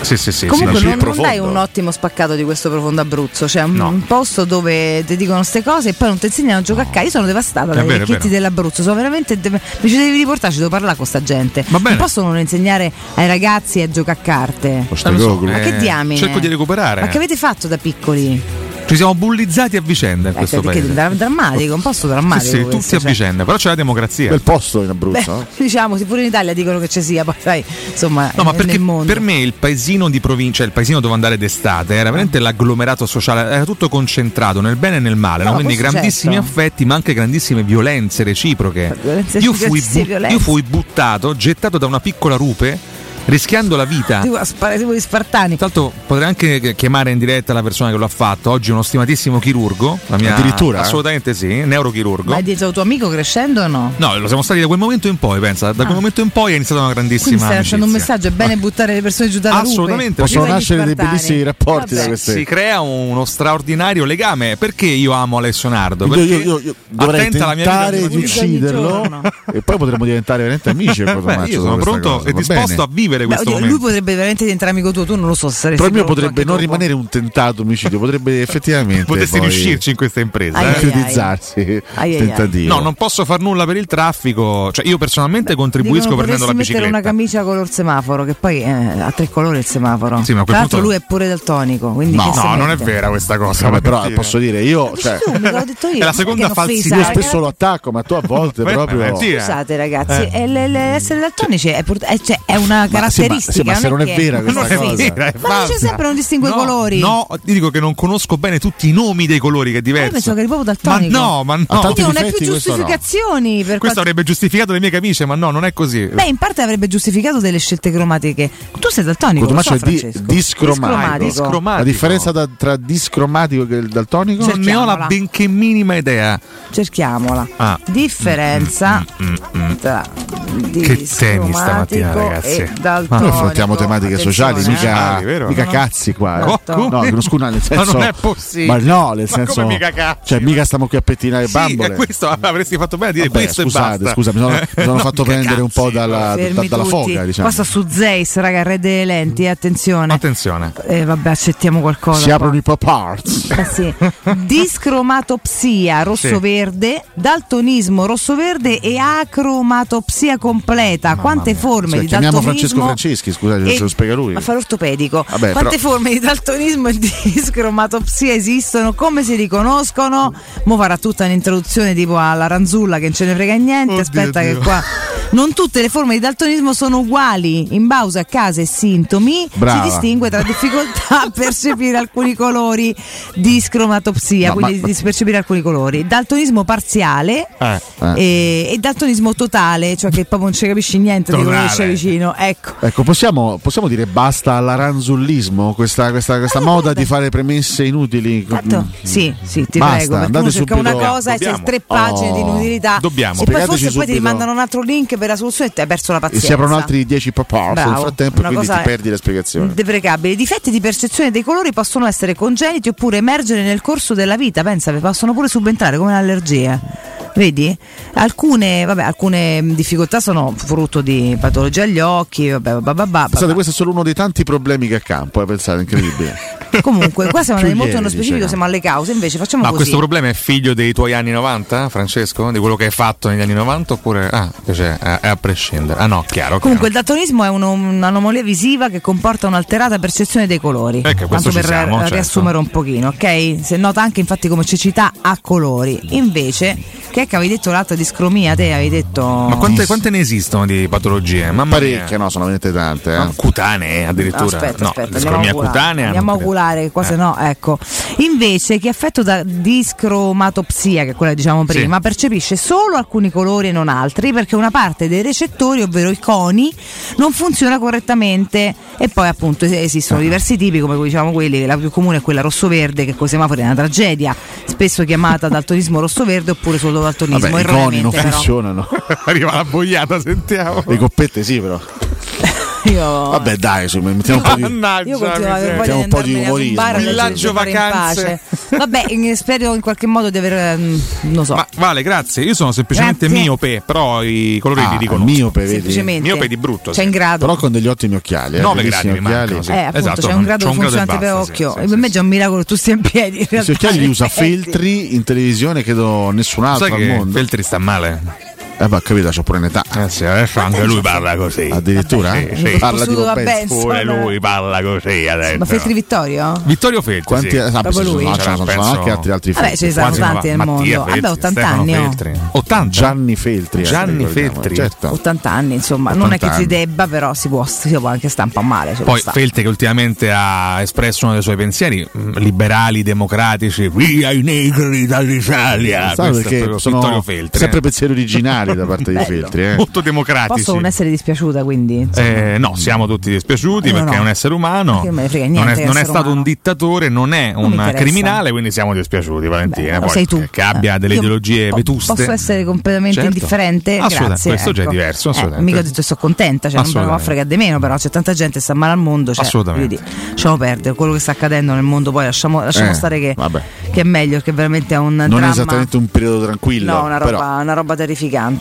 S12: Sì, sì, sì.
S10: Comunque
S12: sì,
S10: non, non dai un ottimo spaccato di questo profondo Abruzzo, cioè un,
S12: No.
S10: un posto dove ti dicono queste cose e poi non ti insegnano a giocare a calcio. Io sono devastata
S12: È
S10: dai
S12: vero, è
S10: vecchietti
S12: vero.
S10: dell'Abruzzo, sono veramente de- mi ci devi riportare, ci devo parlare con sta gente. Non possono non insegnare ai ragazzi a giocare a carte.
S12: Non lo so,
S10: Ma
S12: eh,
S10: che diamine?
S12: Cerco di recuperare.
S10: Ma che avete fatto da piccoli?
S12: Ci siamo bullizzati a vicenda in
S10: Eh,
S12: questo
S10: che- che
S12: paese.
S10: dra- drammatico, un posto drammatico.
S12: Sì, sì,
S10: questo,
S12: tutti a
S10: cioè.
S12: vicenda, però c'è la democrazia.
S1: Bel posto in
S10: Beh,
S1: Abruzzo.
S10: diciamo, sì, pure in Italia dicono che ci sia, poi sai, insomma,
S12: No, ma
S10: eh,
S12: perché
S10: nel mondo.
S12: per me il paesino di provincia, il paesino dove andare d'estate, era veramente l'agglomerato sociale, era tutto concentrato nel bene e nel male, no?
S10: No,
S12: quindi
S10: questo
S12: grandissimi
S10: certo.
S12: affetti, ma anche grandissime violenze reciproche.
S10: violenze-
S12: io, fui
S10: grandissime
S12: bu-
S10: violenze.
S12: io fui buttato, gettato da una piccola rupe, rischiando la vita.
S10: Tipo, a spara- tipo gli spartani.
S12: Tanto potrei anche chiamare in diretta la persona che lo ha fatto. Oggi uno stimatissimo chirurgo, la mia
S1: Addirittura?
S12: assolutamente sì, neurochirurgo.
S10: Ma è dietro tuo amico crescendo o no?
S12: No, lo siamo stati da quel momento in poi, pensa, da quel momento in poi è iniziata una grandissima
S10: Ah. Quindi stai lasciando un
S12: amicizia.
S10: messaggio, è bene buttare le persone giù dalla rupe?
S12: Assolutamente,
S1: Possono
S10: Viva gli
S1: nascere dei
S10: spartani.
S1: bellissimi rapporti
S10: Eh,
S1: da queste.
S12: si crea uno straordinario legame. Perché io amo Alessio Nardo?
S1: Io-
S12: Perché
S1: io- io- io dovrei
S12: attenta alla mia vita
S1: tentare di
S12: mattina.
S1: ucciderlo e poi potremmo diventare veramente amici.
S12: Beh, io sono pronto e disposto a vivere
S10: Beh,
S12: questo
S10: oddio, lui
S12: momento.
S10: potrebbe veramente diventare amico tuo, tu non lo so se saresti
S1: Però il mio
S10: pronto
S1: potrebbe
S10: anche
S1: non
S10: dopo.
S1: rimanere un tentato omicidio, potrebbe effettivamente
S12: Potresti
S1: poi
S12: riuscirci in questa impresa. eh?
S1: concretizzarsi il
S10: Ai, ai, ai.
S1: tentativo.
S12: No, non posso far nulla per il traffico. Cioè, io personalmente contribuisco
S10: Dicono,
S12: prendendo la
S10: potresti
S12: bicicletta.
S10: mettere una camicia color semaforo, che poi eh, ha tre colori il semaforo.
S12: Sì, ma a quel
S10: Tra l'altro
S12: punto-
S10: lui è pure daltonico, quindi
S12: No,
S10: chi se
S12: no, non è
S10: mette?
S12: vera questa cosa.
S1: Vabbè, però
S12: Valentina.
S1: posso dire io, cioè,
S10: Tu, me l'ho detto io.
S12: È la
S10: non
S12: seconda
S10: che è un'offesa,
S12: falsità.
S1: io
S10: ragazzi.
S1: spesso lo attacco, ma tu a volte
S12: Beh,
S1: proprio.
S12: eh, sì, eh.
S10: Scusate ragazzi,
S12: Eh.
S10: è l- l- essere daltonici è, pur- è- cioè, è una caratteristica.
S1: sì, ma se non è
S10: che-
S1: vera
S12: Ma non
S1: questa
S12: è
S1: cosa.
S12: vera, è
S10: Ma non c'è
S12: falsa.
S10: sempre, non distingue i
S12: No,
S10: colori.
S12: No, ti dico che non conosco bene tutti i nomi dei colori, che è
S10: Io
S12: diverso.
S10: penso che eri proprio
S12: ma
S10: daltonico.
S12: no, ma no.
S10: Quindi non è più giustificazioni per
S12: Questo
S10: quanto-
S12: avrebbe giustificato le mie camicie, ma no, non è così.
S10: Beh, in parte avrebbe giustificato delle scelte cromatiche. Tu sei daltonico, lo so,
S1: Cotumaccio è di-
S10: Francesco.
S1: discromatico. La differenza da- tra discromatico e daltonico?
S12: non ne ho la benché minima idea.
S10: Cerchiamola.
S12: Ah.
S10: Differenza
S12: Mm, mm.
S10: tra
S1: Che temi
S10: stamattina, ragazzi. e daltonico.
S1: Ma noi affrontiamo tematiche sociali,
S12: attenzione, eh.
S1: mica,
S12: Sociali, vero?
S1: mica
S12: No, no.
S1: cazzi qua. eh.
S12: Co-
S1: No,
S12: come?
S1: scusa, nel
S12: Ma non
S1: senso.
S12: è possibile.
S1: Ma no, nel
S12: Ma come
S1: senso.
S12: mica cazzi?
S1: Cioè, mica stiamo qui a pettinare
S12: Sì,
S1: bambole.
S12: è eh, questo avresti fatto bene a dire
S1: Vabbè,
S12: questo
S1: scusate,
S12: e basta. Eh,
S1: scusa, mi sono, mi sono fatto prendere un po' dalla,
S10: Fermi
S1: da- dalla
S10: tutti.
S1: foga, diciamo.
S10: Qua sta su Zeis, raga, il re delle lenti, eh, attenzione.
S12: Attenzione.
S10: Eh, vabbè, accettiamo qualcosa.
S1: Si
S10: qua.
S1: aprono i pop arts.
S10: Eh sì. Discromatopsia rosso-verde, daltonismo rosso-verde e acromatopsia completa. Quante forme
S1: Cioè,
S10: di
S1: chiamiamo
S10: daltonismo?
S1: Francesco Franceschi, scusate,
S10: e-
S1: se lo spiega lui.
S10: Ma fa l'ortopedico.
S1: Vabbè,
S10: Quante
S1: però-
S10: forme di daltonismo e di discromatopsia esistono? Come si riconoscono? Mo farà tutta un'introduzione tipo alla ranzulla che non ce ne frega niente. Aspetta che
S15: Dio.
S10: qua. Non tutte le forme di daltonismo sono uguali. In base a case e sintomi
S1: Brava.
S10: si distingue tra difficoltà a percepire alcuni colori, discromatopsia,
S1: No,
S10: quindi
S1: ma-
S10: di percepire alcuni colori, daltonismo parziale
S1: Eh, eh.
S10: e, e daltonismo totale, cioè che proprio non ci capisci niente di quello che c'è
S1: Totale.
S10: vicino. Ecco.
S1: Ecco, possiamo, possiamo dire basta all'aranzullismo, questa, questa, questa moda di fare premesse inutili. Mm.
S10: Tanto- sì, sì, ti
S1: Basta,
S10: prego, perché
S1: andate
S10: uno cerca
S1: subito-
S10: una cosa e c'è
S1: Dobbiamo.
S10: tre pagine
S1: Oh.
S10: di inutilità.
S1: Dobbiamo.
S10: E poi
S1: Spiegateci
S10: forse poi ti
S1: subito.
S10: rimandano un altro link per la soluzione e hai perso la
S1: E
S10: pazienza.
S1: si aprono altri 10 pop-up nel
S10: Bravo,
S1: frattempo,
S10: una
S1: quindi
S10: cosa-
S1: ti perdi la spiegazione.
S10: Deprecabile. I difetti di percezione dei colori possono essere congeniti oppure emergere nel corso della vita, pensa, possono pure subentrare come un'allergia. Vedi? Alcune, vabbè, alcune mh, difficoltà sono frutto di patologie agli occhi, vabbè, vabbè, vabbè, vabbè.
S1: Pensate, questo è solo uno dei tanti problemi che ha campo, eh, pensate, incredibile.
S10: Comunque, qua siamo andati
S1: Più
S10: molto nello
S1: ieri,
S10: specifico,
S1: cioè.
S10: siamo alle cause, invece facciamo
S12: Ma
S10: così.
S12: questo problema è figlio dei tuoi anni 90, Francesco? Di quello che hai fatto negli anni 90? Oppure ah, cioè, eh, è a prescindere? Ah no, chiaro. ok.
S10: Comunque il daltonismo è uno- un'anomalia visiva che comporta un'alterata percezione dei colori.
S12: Eh, che
S10: Tanto
S12: questo
S10: per
S12: ci siamo, certo.
S10: riassumere un pochino, ok? Si nota anche infatti come cecità a colori. Invece, che è che avevi detto l'altra discromia, te avevi detto...
S12: Ma quante, quante ne esistono di patologie? Mamma
S1: Parecchie, no, sono veramente tante. eh.
S12: Cutanee addirittura.
S10: Aspetta,
S12: no,
S10: aspetta, andiamo a
S12: discromia
S10: oculare,
S12: cutanea.
S10: andiamo a
S12: non credo.
S10: oculare, che qua
S1: Eh.
S10: se no, ecco. Invece chi è affetto da discromatopsia, che è quella che diciamo
S12: Sì.
S10: prima, percepisce solo alcuni colori e non altri, perché una parte dei recettori, ovvero i coni, non funziona correttamente. E poi appunto es- esistono
S1: Ah.
S10: diversi tipi, come diciamo quelli, la più comune è quella rosso-verde, che con i semafori è una tragedia, spesso chiamata daltonismo rosso-verde oppure solo daltonismo.
S1: Vabbè, i coni non
S10: erroneamente, però.
S1: funzionano.
S12: Arriva la boiata, sentiamo.
S1: Le coppette sì, però.
S10: Io...
S1: Vabbè, dai, su, mettiamo un po' di.
S10: Io continuavo a aver voglia
S1: Mettiamo
S10: di
S1: un po' di
S10: andarmene ad un bar
S1: umorismo.
S10: e leggere in pace. Vabbè, in- spero in qualche modo di aver. mm, non so.
S12: Vale, grazie. Io sono semplicemente
S10: Grazie.
S12: miope, però i colori li dicono.
S1: Ah, Miope, vedi?
S10: semplicemente.
S12: Miope di brutto.
S10: C'è in grado.
S1: Però con degli ottimi occhiali. Eh,
S12: Nove
S1: bellissimi
S12: gradi mi
S1: occhiali. Esatto,
S12: mancano, sì.
S10: Eh, appunto, c'è un grado funzionante per occhio. E per me è già un miracolo che tu stia in piedi. in
S1: Questi
S10: realtà.
S1: occhiali li usa
S10: Eh, sì.
S1: Feltri in televisione, credo nessun altro
S12: Sai
S1: al
S12: che
S1: mondo.
S12: Feltri sta male.
S1: Eh, ma capito, c'ho pure un'età.
S12: Eh sì, adesso anche lui parla così.
S1: Addirittura?
S12: Sì, sì.
S1: Sì, Parla di
S10: Possuto da
S1: Bob Benz.
S10: Benz.
S12: Pure lui parla così adesso.
S10: Ma Feltri Vittorio?
S12: Vittorio Feltri.
S1: Quanti-
S12: sì.
S1: ah, beh, Proprio sì, lui? no, ce ne sono anche altri- altri
S10: Vabbè, ce ne sono
S12: Quasi
S10: tanti nel
S12: Mattia
S10: mondo.
S12: Feltri,
S10: Vabbè, 80
S12: Stefano
S10: anni, oh.
S12: Feltri. 80?
S1: Gianni Feltri. eh,
S12: Gianni
S1: ricordiamo,
S12: Feltri.
S1: Certo.
S10: 80 anni, insomma, non è che
S12: 80
S10: si
S12: anni.
S10: debba, però si può, si può anche stampare male. cioè,
S12: Poi
S10: sta.
S12: Feltri che ultimamente ha espresso uno dei suoi pensieri mh, liberali, democratici, via i negri dall'Italia.
S1: Sai
S12: Questo è
S1: perché
S12: proprio
S1: sono
S12: Vittorio Feltri.
S1: sempre
S12: eh.
S1: pensieri originali da parte di Feltri. Eh.
S12: Molto democratici.
S10: Posso non essere dispiaciuta, quindi.
S12: Eh, no, siamo tutti dispiaciuti
S10: Io
S12: perché
S10: no.
S12: è un essere umano.
S10: Perché me ne frega
S12: non
S10: niente
S12: è,
S10: che
S12: non è
S10: essere
S12: stato
S10: umano.
S12: un dittatore, non è
S10: Non mi
S12: un
S10: interessa.
S12: criminale, quindi siamo dispiaciuti, Valentina.
S10: lo
S12: Poi,
S10: sei tu. Eh,
S12: Che abbia delle
S10: Io
S12: ideologie
S10: po-
S12: vetuste.
S10: Posso essere completamente
S12: Certo.
S10: indifferente?
S12: Assolutamente,
S10: Grazie.
S12: questo già è
S10: ecco.
S12: diverso,
S10: Eh,
S12: assolutamente.
S10: mica ho detto sto contenta, cioè non me ne va a
S12: Assolutamente.
S10: frega di meno, però c'è tanta gente che sta male al mondo. Cioè,
S12: Assolutamente.
S10: voglio dire, lasciamo perdere quello che sta accadendo nel mondo, poi lasciamo, lasciamo
S1: Eh,
S10: stare che,
S1: vabbè.
S10: che è meglio, che veramente è un
S1: Non è
S10: dramma.
S1: esattamente un periodo tranquillo.
S10: No, una roba,
S1: però.
S10: una roba terrificante.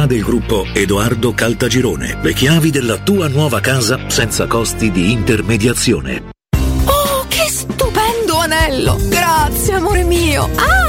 S16: del gruppo Edoardo Caltagirone. Le chiavi della tua nuova casa senza costi di intermediazione.
S17: Oh, che stupendo anello! Grazie, amore mio! Ah,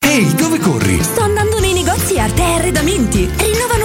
S16: Ehi, dove corri?
S18: Sto andando nei negozi Arte e Arredamenti. Rinnovano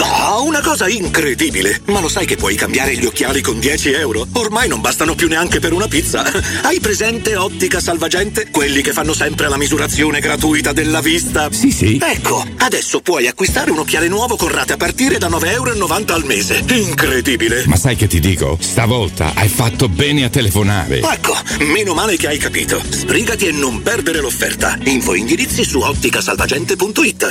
S19: Ah, una cosa incredibile! Ma lo sai che puoi cambiare gli occhiali con 10 euro? Ormai non bastano più neanche per una pizza. Hai presente Ottica Salvagente? Quelli che fanno sempre la misurazione gratuita della vista?
S16: Sì, sì.
S19: Ecco, adesso puoi acquistare un occhiale nuovo con rate a partire da 9,90 euro al mese. Incredibile!
S16: Ma sai che ti dico? Stavolta hai fatto bene a telefonare.
S19: Ecco, meno male che hai capito. Sbrigati e non perdere l'offerta. Info e indirizzi su otticasalvagente.it.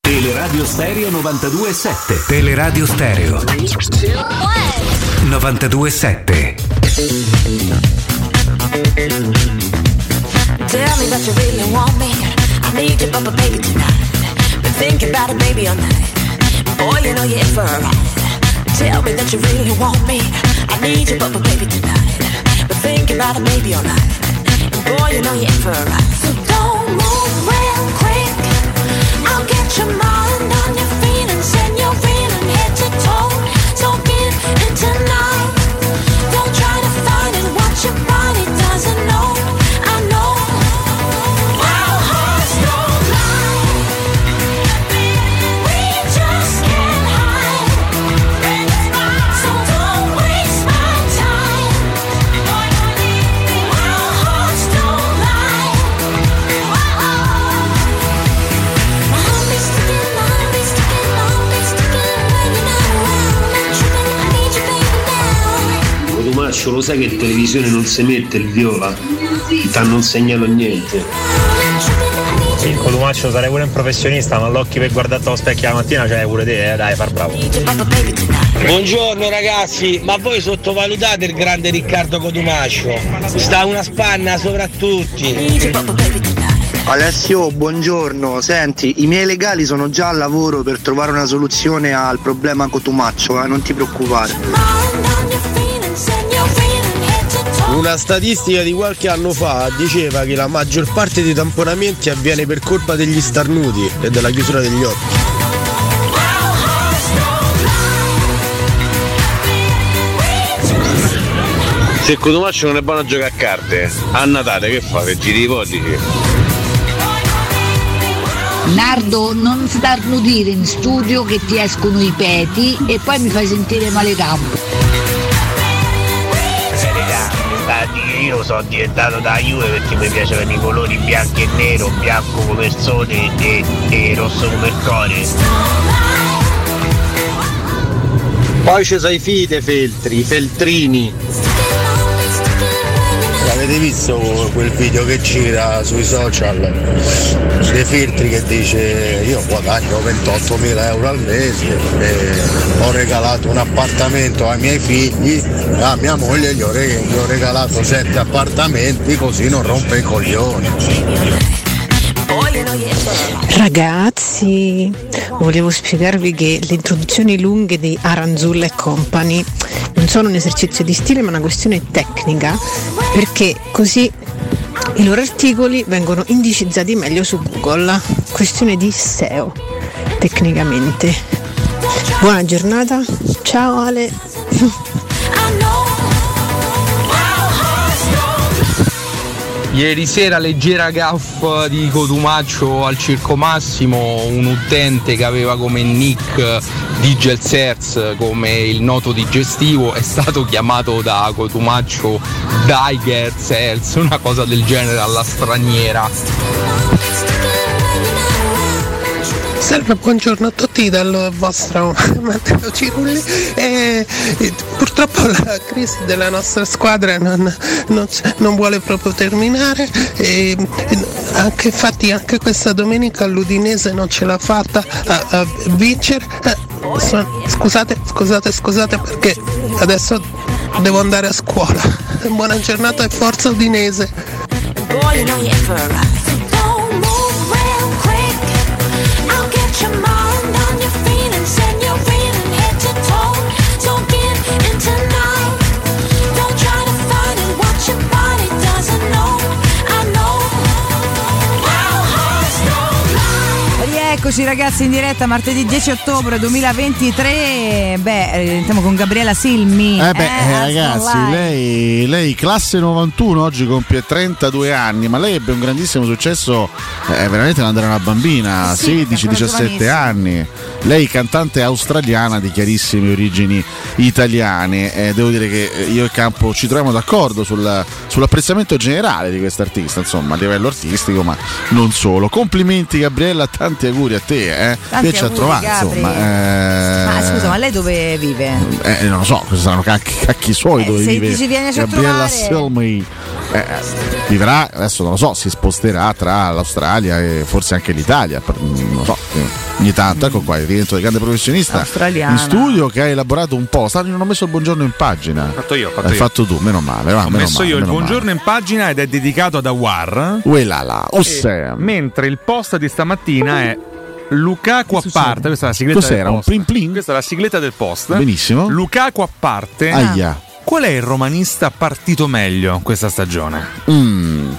S16: Teleradio Stereo 927. Teleradio Stereo 927.
S6: Tell me that you really want me. I need you, but baby tonight. Been thinking about it, baby, all night. Boy, you know you're in for a ride. Tell me that you really want me. I need you, but baby tonight. Been thinking about it, baby, all night. Boy, you know you're in for a ride. So don't move real quick.
S20: Ciccio, lo sai che in televisione non si mette il viola? Ti non segnalo niente.
S21: Sì, Codumaccio sarei pure un professionista, ma l'occhio per guardare lo specchio la mattina c'è pure te, eh, dai, far bravo.
S6: Buongiorno ragazzi, ma voi sottovalutate il grande Riccardo Codumascio? Sta una spanna sopra tutti.
S19: Alessio, buongiorno. Senti, i miei legali sono già al lavoro per trovare una soluzione al problema Cotumaccio, eh, non ti preoccupare.
S9: Una statistica di qualche anno fa diceva che la maggior parte dei tamponamenti avviene per colpa degli starnuti e della chiusura degli occhi.
S22: Se Cotumaccio non è buono a giocare a carte, a Natale che fa? Che giri i pollici?
S23: Nardo, non starnutire in studio che ti escono i peti e poi mi fai sentire male campo.
S21: Ah, Io sono diventato da Juve perché mi piacevano i colori bianco e nero, bianco come il sole e, e rosso come il cuore.
S9: Poi ci sono i fide feltri, i feltrini. L'avete visto quel video che gira sui social? Dei filtri che dice io guadagno 28.000 euro al mese e ho regalato un appartamento ai miei figli, a mia moglie gli ho, re- gli ho regalato 7 appartamenti così non rompe i coglioni.
S24: Ragazzi, volevo spiegarvi che le introduzioni lunghe di Aranzulla e Company non sono un esercizio di stile ma una questione tecnica perché così i loro articoli vengono indicizzati meglio su Google. Questione di SEO, tecnicamente. Buona giornata, ciao Ale.
S25: Ieri sera leggera gaff di Cotumaccio al Circo Massimo, un utente che aveva come nick Digelsers, come il noto digestivo, è stato chiamato da Cotumaccio Diger Sers, una cosa del genere alla straniera.
S26: Salve, buongiorno a tutti dal vostro Matteo Cirulli. E, e, purtroppo la crisi della nostra squadra non, non c- non vuole proprio terminare. E, e anche, infatti anche questa domenica l'Udinese non ce l'ha fatta a, a vincere. Eh, so- scusate, scusate, scusate perché adesso devo andare a scuola. Buona giornata e forza Udinese.
S10: Rieccoci ragazzi in diretta martedì 10 ottobre 2023. Beh, iniziamo con Gabriela Silmi.
S1: Eh beh, eh,
S10: Aston
S1: ragazzi,
S10: Line.
S1: lei, lei classe 91, oggi compie 32 anni, ma lei ebbe un grandissimo successo eh, veramente quando era una bambina,
S10: Sì, era ancora
S1: 16-17 anni. Lei cantante australiana di chiarissime origini italiane. Eh, devo dire che eh, io e Campo ci troviamo d'accordo sul- sull'apprezzamento generale di quest'artista, insomma, a livello artistico, ma non solo. Complimenti Gabriella, tanti auguri a te, eh.
S10: Tanti
S1: Piace a
S10: auguri,
S1: trovare,
S10: Gabri.
S1: insomma. eh.
S10: Ma scusa, ma lei dove vive?
S1: Eh, non lo so, questi saranno cacchi, cacchi suoi
S10: Eh,
S1: dove
S10: se
S1: vive
S10: dici vienici a trovare.
S1: Gabriella Selmy. Eh, vivrà, adesso non lo so, si sposterà tra l'Australia e forse anche l'Italia, per- non lo so. eh, Ogni tanto, ecco qua, il rientro del grande professionista
S10: Australiana.
S1: in studio che ha elaborato un po'. Stanno, non ho messo il buongiorno in pagina. L'hai
S12: Fatto io, ho fatto
S1: Hai
S12: io.
S1: fatto tu, meno male. Va,
S12: Ho
S1: meno
S12: messo
S1: male,
S12: io il
S1: meno male.
S12: buongiorno in pagina ed è dedicato ad Awar.
S1: Uelala,
S12: E-
S1: Ossea.
S12: Mentre il post di stamattina è Lukaku a parte. Questa è la sigletta
S1: Cos'era,
S12: del
S1: un
S12: post. Questa è la sigletta del post.
S1: Benissimo.
S12: Lukaku a parte.
S1: Aia.
S12: Qual è il romanista partito meglio questa stagione?
S1: Mm.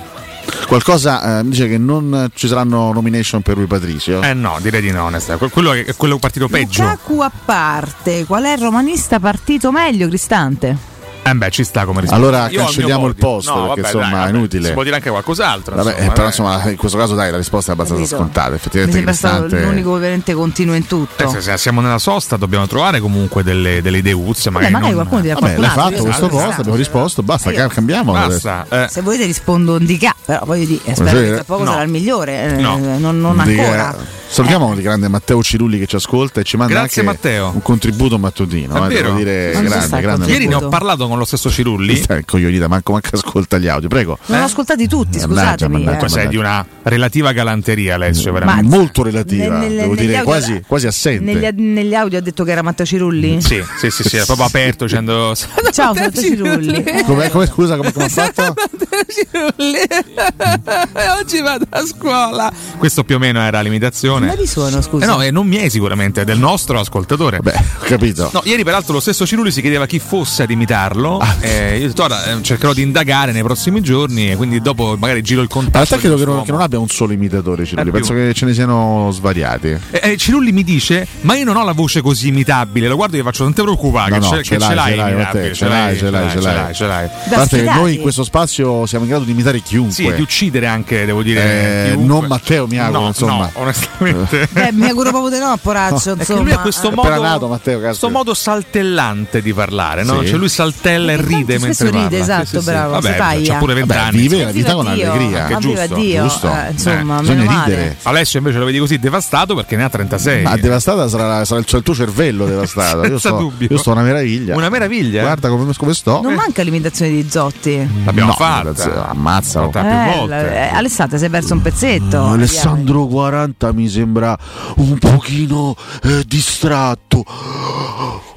S1: Qualcosa eh, mi dice che non ci saranno nomination per lui Patrizio.
S12: Eh no, direi di no, onesta. Que- Quello è quello partito peggio.
S10: Cacu a parte, qual è il romanista partito meglio, Cristante?
S12: Eh beh, ci sta come risposta.
S1: Allora
S12: Io ho mio
S1: cancelliamo il
S12: modo.
S1: posto,
S12: No,
S1: perché
S12: vabbè,
S1: insomma
S12: dai,
S1: è
S12: vabbè,
S1: inutile.
S12: Si può dire anche qualcos'altro.
S1: Vabbè, eh,
S12: insomma,
S1: però
S12: dai.
S1: insomma in questo caso dai la risposta è abbastanza
S10: Capito.
S1: scontata
S10: Mi
S1: effettivamente
S10: sembra stato
S1: Cristante-
S10: l'unico veramente continuo in tutto.
S12: Eh, se- se siamo nella sosta dobbiamo trovare comunque delle, delle idee uzze, magari,
S10: magari
S12: non-
S10: qualcuno ti ha
S1: Vabbè, l'hai
S10: calcolato,
S1: fatto
S10: io
S1: questo
S10: sono
S1: posto,
S10: stato.
S1: abbiamo risposto, basta, ca- Eh, cambiamo.
S12: Basta.
S10: Se volete rispondo un di ca, però voglio dire, eh, spero
S1: Sì,
S10: che
S1: eh.
S10: tra poco
S1: No.
S10: sarà il migliore, eh,
S1: No.
S10: non, non
S1: Di-
S10: ancora.
S1: Salutiamo il grande Matteo Cirulli che ci ascolta e ci manda
S12: Grazie,
S1: anche
S12: Matteo.
S1: un contributo mattutino.
S12: È
S1: eh,
S12: vero.
S1: devo dire,
S12: Ma non so
S1: grande,
S12: sta
S1: grande
S12: Ieri ne ho
S1: Matteo.
S12: parlato con lo stesso Cirulli.
S1: Questa è coglionita, manco, manco ascolta gli audio, prego.
S10: Non ho ascoltati tutti,
S1: Mannaggia,
S10: scusatemi.
S1: mannaggia,
S10: eh.
S12: Sei Cioè, di una relativa galanteria, Alessio, veramente.
S10: Ma-
S1: Molto relativa,
S10: Nel- nel-
S1: devo
S10: negli
S1: dire,
S10: audio-
S1: quasi, quasi assente.
S10: Negli, negli audio ha detto che era Matteo Cirulli?
S12: Mm, Sì, sì, sì, sì, era proprio aperto dicendo.
S10: Ciao, Matteo Cirulli.
S1: Come, come- scusa, come, come ha fatto?
S9: Oggi vado a scuola.
S12: Questo più o meno era l'imitazione.
S9: Ma di
S10: suono, scusa?
S12: Eh no, eh, non miei sicuramente, è del nostro ascoltatore. Beh,
S1: ho capito.
S12: No, ieri peraltro lo stesso Cirulli si chiedeva chi fosse ad imitarlo.
S1: Ah.
S12: Eh, io ho detto, "Guarda, eh, cercherò di indagare nei prossimi giorni e quindi dopo magari giro il
S1: In realtà
S12: contatto.
S1: credo che non, che non abbia un solo imitatore, Cirulli,
S12: Eh,
S1: penso che ce ne siano svariati.
S12: Eh, eh, Cirulli mi dice, ma io non ho la voce così imitabile. Lo guardo e gli faccio, non ti preoccupare,
S1: No,
S12: Ah, che,
S1: no,
S12: ce, che ce l'hai,
S1: Matteo,
S12: imitabile,
S1: ce l'hai, ce l'hai, ce l'hai,
S12: ce l'hai.
S1: A parte che noi in questo spazio siamo in grado di imitare chiunque.
S12: Sì, e di uccidere anche, devo dire.
S1: Eh,
S12: chiunque.
S1: non Matteo, mi auguro,
S12: No,
S1: insomma.
S12: no, onestamente.
S10: Beh, Eh, mi auguro proprio di no, poraccio.
S12: No, è che
S10: insomma.
S12: lui ha questo
S1: È
S12: modo,
S1: pranato, Matteo, caspita.
S12: questo modo saltellante di parlare, no?
S1: Sì.
S12: Cioè lui saltella e ride
S10: spesso
S12: mentre parla.
S10: ride, esatto, bravo, si
S12: Vabbè,
S10: taglia.
S12: c'ha pure
S1: Vabbè,
S12: vent'anni.
S1: vive la vita con
S10: Dio.
S1: allegria.
S10: Ah,
S1: Che
S10: viva
S1: giusto,
S10: Dio.
S1: giusto.
S10: Eh, insomma,
S1: bisogna
S10: meno male.
S1: ridere.
S12: Alessio invece lo vedi così devastato perché ne ha 36.
S1: Ma devastata sarà, sarà il, sarà il tuo cervello devastato. Io
S12: Senza
S1: sto,
S12: dubbio.
S1: io sto una meraviglia.
S12: Una meraviglia? eh?
S1: Guarda come, come sto.
S10: Non manca l'imitazione di Zotti.
S12: L'abbiamo
S1: No,
S12: fatta.
S1: Ammazzalo.
S10: Eh, la- eh, Alessandro, sei perso un pezzetto.
S1: Alessandro 40 mi sembra un pochino eh, distratto.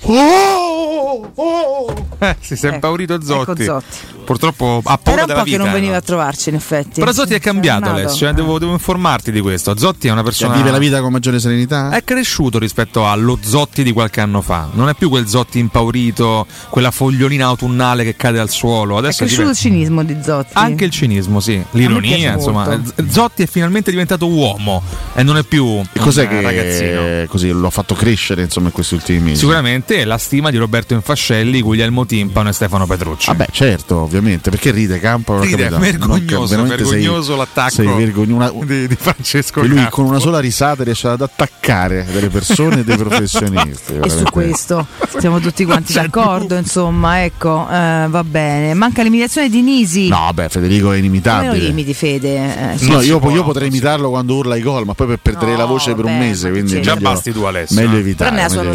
S10: Oh, oh.
S12: Eh, si è impaurito Zotti.
S10: ecco
S12: Purtroppo ha
S10: Era
S12: paura
S10: un
S12: della
S10: po' che
S12: vita. eh,
S10: non
S12: no?
S10: veniva a trovarci, in effetti.
S12: Però Zotti è cambiato
S10: Tornato.
S12: Alessio, eh, devo, devo informarti di questo. Zotti è una persona
S1: Cioè, vive la vita con maggiore serenità.
S12: è cresciuto rispetto allo Zotti di qualche anno fa. Non è più quel Zotti impaurito, quella fogliolina autunnale che cade al suolo.
S10: È
S12: Adesso
S10: cresciuto il
S12: diventa-
S10: cinismo di Zotti.
S12: Anche il cinismo, sì.
S10: A me
S12: L'ironia,
S10: piace
S12: insomma. eh,
S10: molto.
S12: Z- Zotti è finalmente diventato uomo e non è più un
S1: E cos'è
S12: eh,
S1: che
S12: ragazzino.
S1: così lo ha fatto crescere insomma in questi ultimi mesi?
S12: Sicuramente la stima di Roberto Infascelli, Guglielmo Timpano e Stefano Petrucci.
S1: Vabbè, certo, ovviamente, perché ride Campo? Non ho
S12: Ride, è
S1: capito. Non ho
S12: vergognoso,
S1: cap- veramente sei-
S12: vergognoso l'attacco
S1: sei vergogno- una-
S12: di, di Francesco
S1: che lui
S12: Campo.
S1: con una sola risata riesce ad attaccare delle persone e dei professionisti.
S10: E su
S1: veramente.
S10: questo siamo tutti quanti
S12: Cioè,
S10: d'accordo, insomma, ecco, eh, va bene. Manca l'imitazione di Nisi.
S1: No, beh, Federico è
S10: Come lo
S1: inimitabile.
S10: limiti, Fede? Eh,
S1: No,
S10: sì.
S1: io, po- io potrei imitarlo quando urla i gol, ma poi per perdere la voce per un mese. Quindi
S12: c'è? Già
S1: meglio-
S12: basti tu, Alessio,
S1: Meglio
S12: eh.
S1: evitare.
S10: Però nella sua
S1: meglio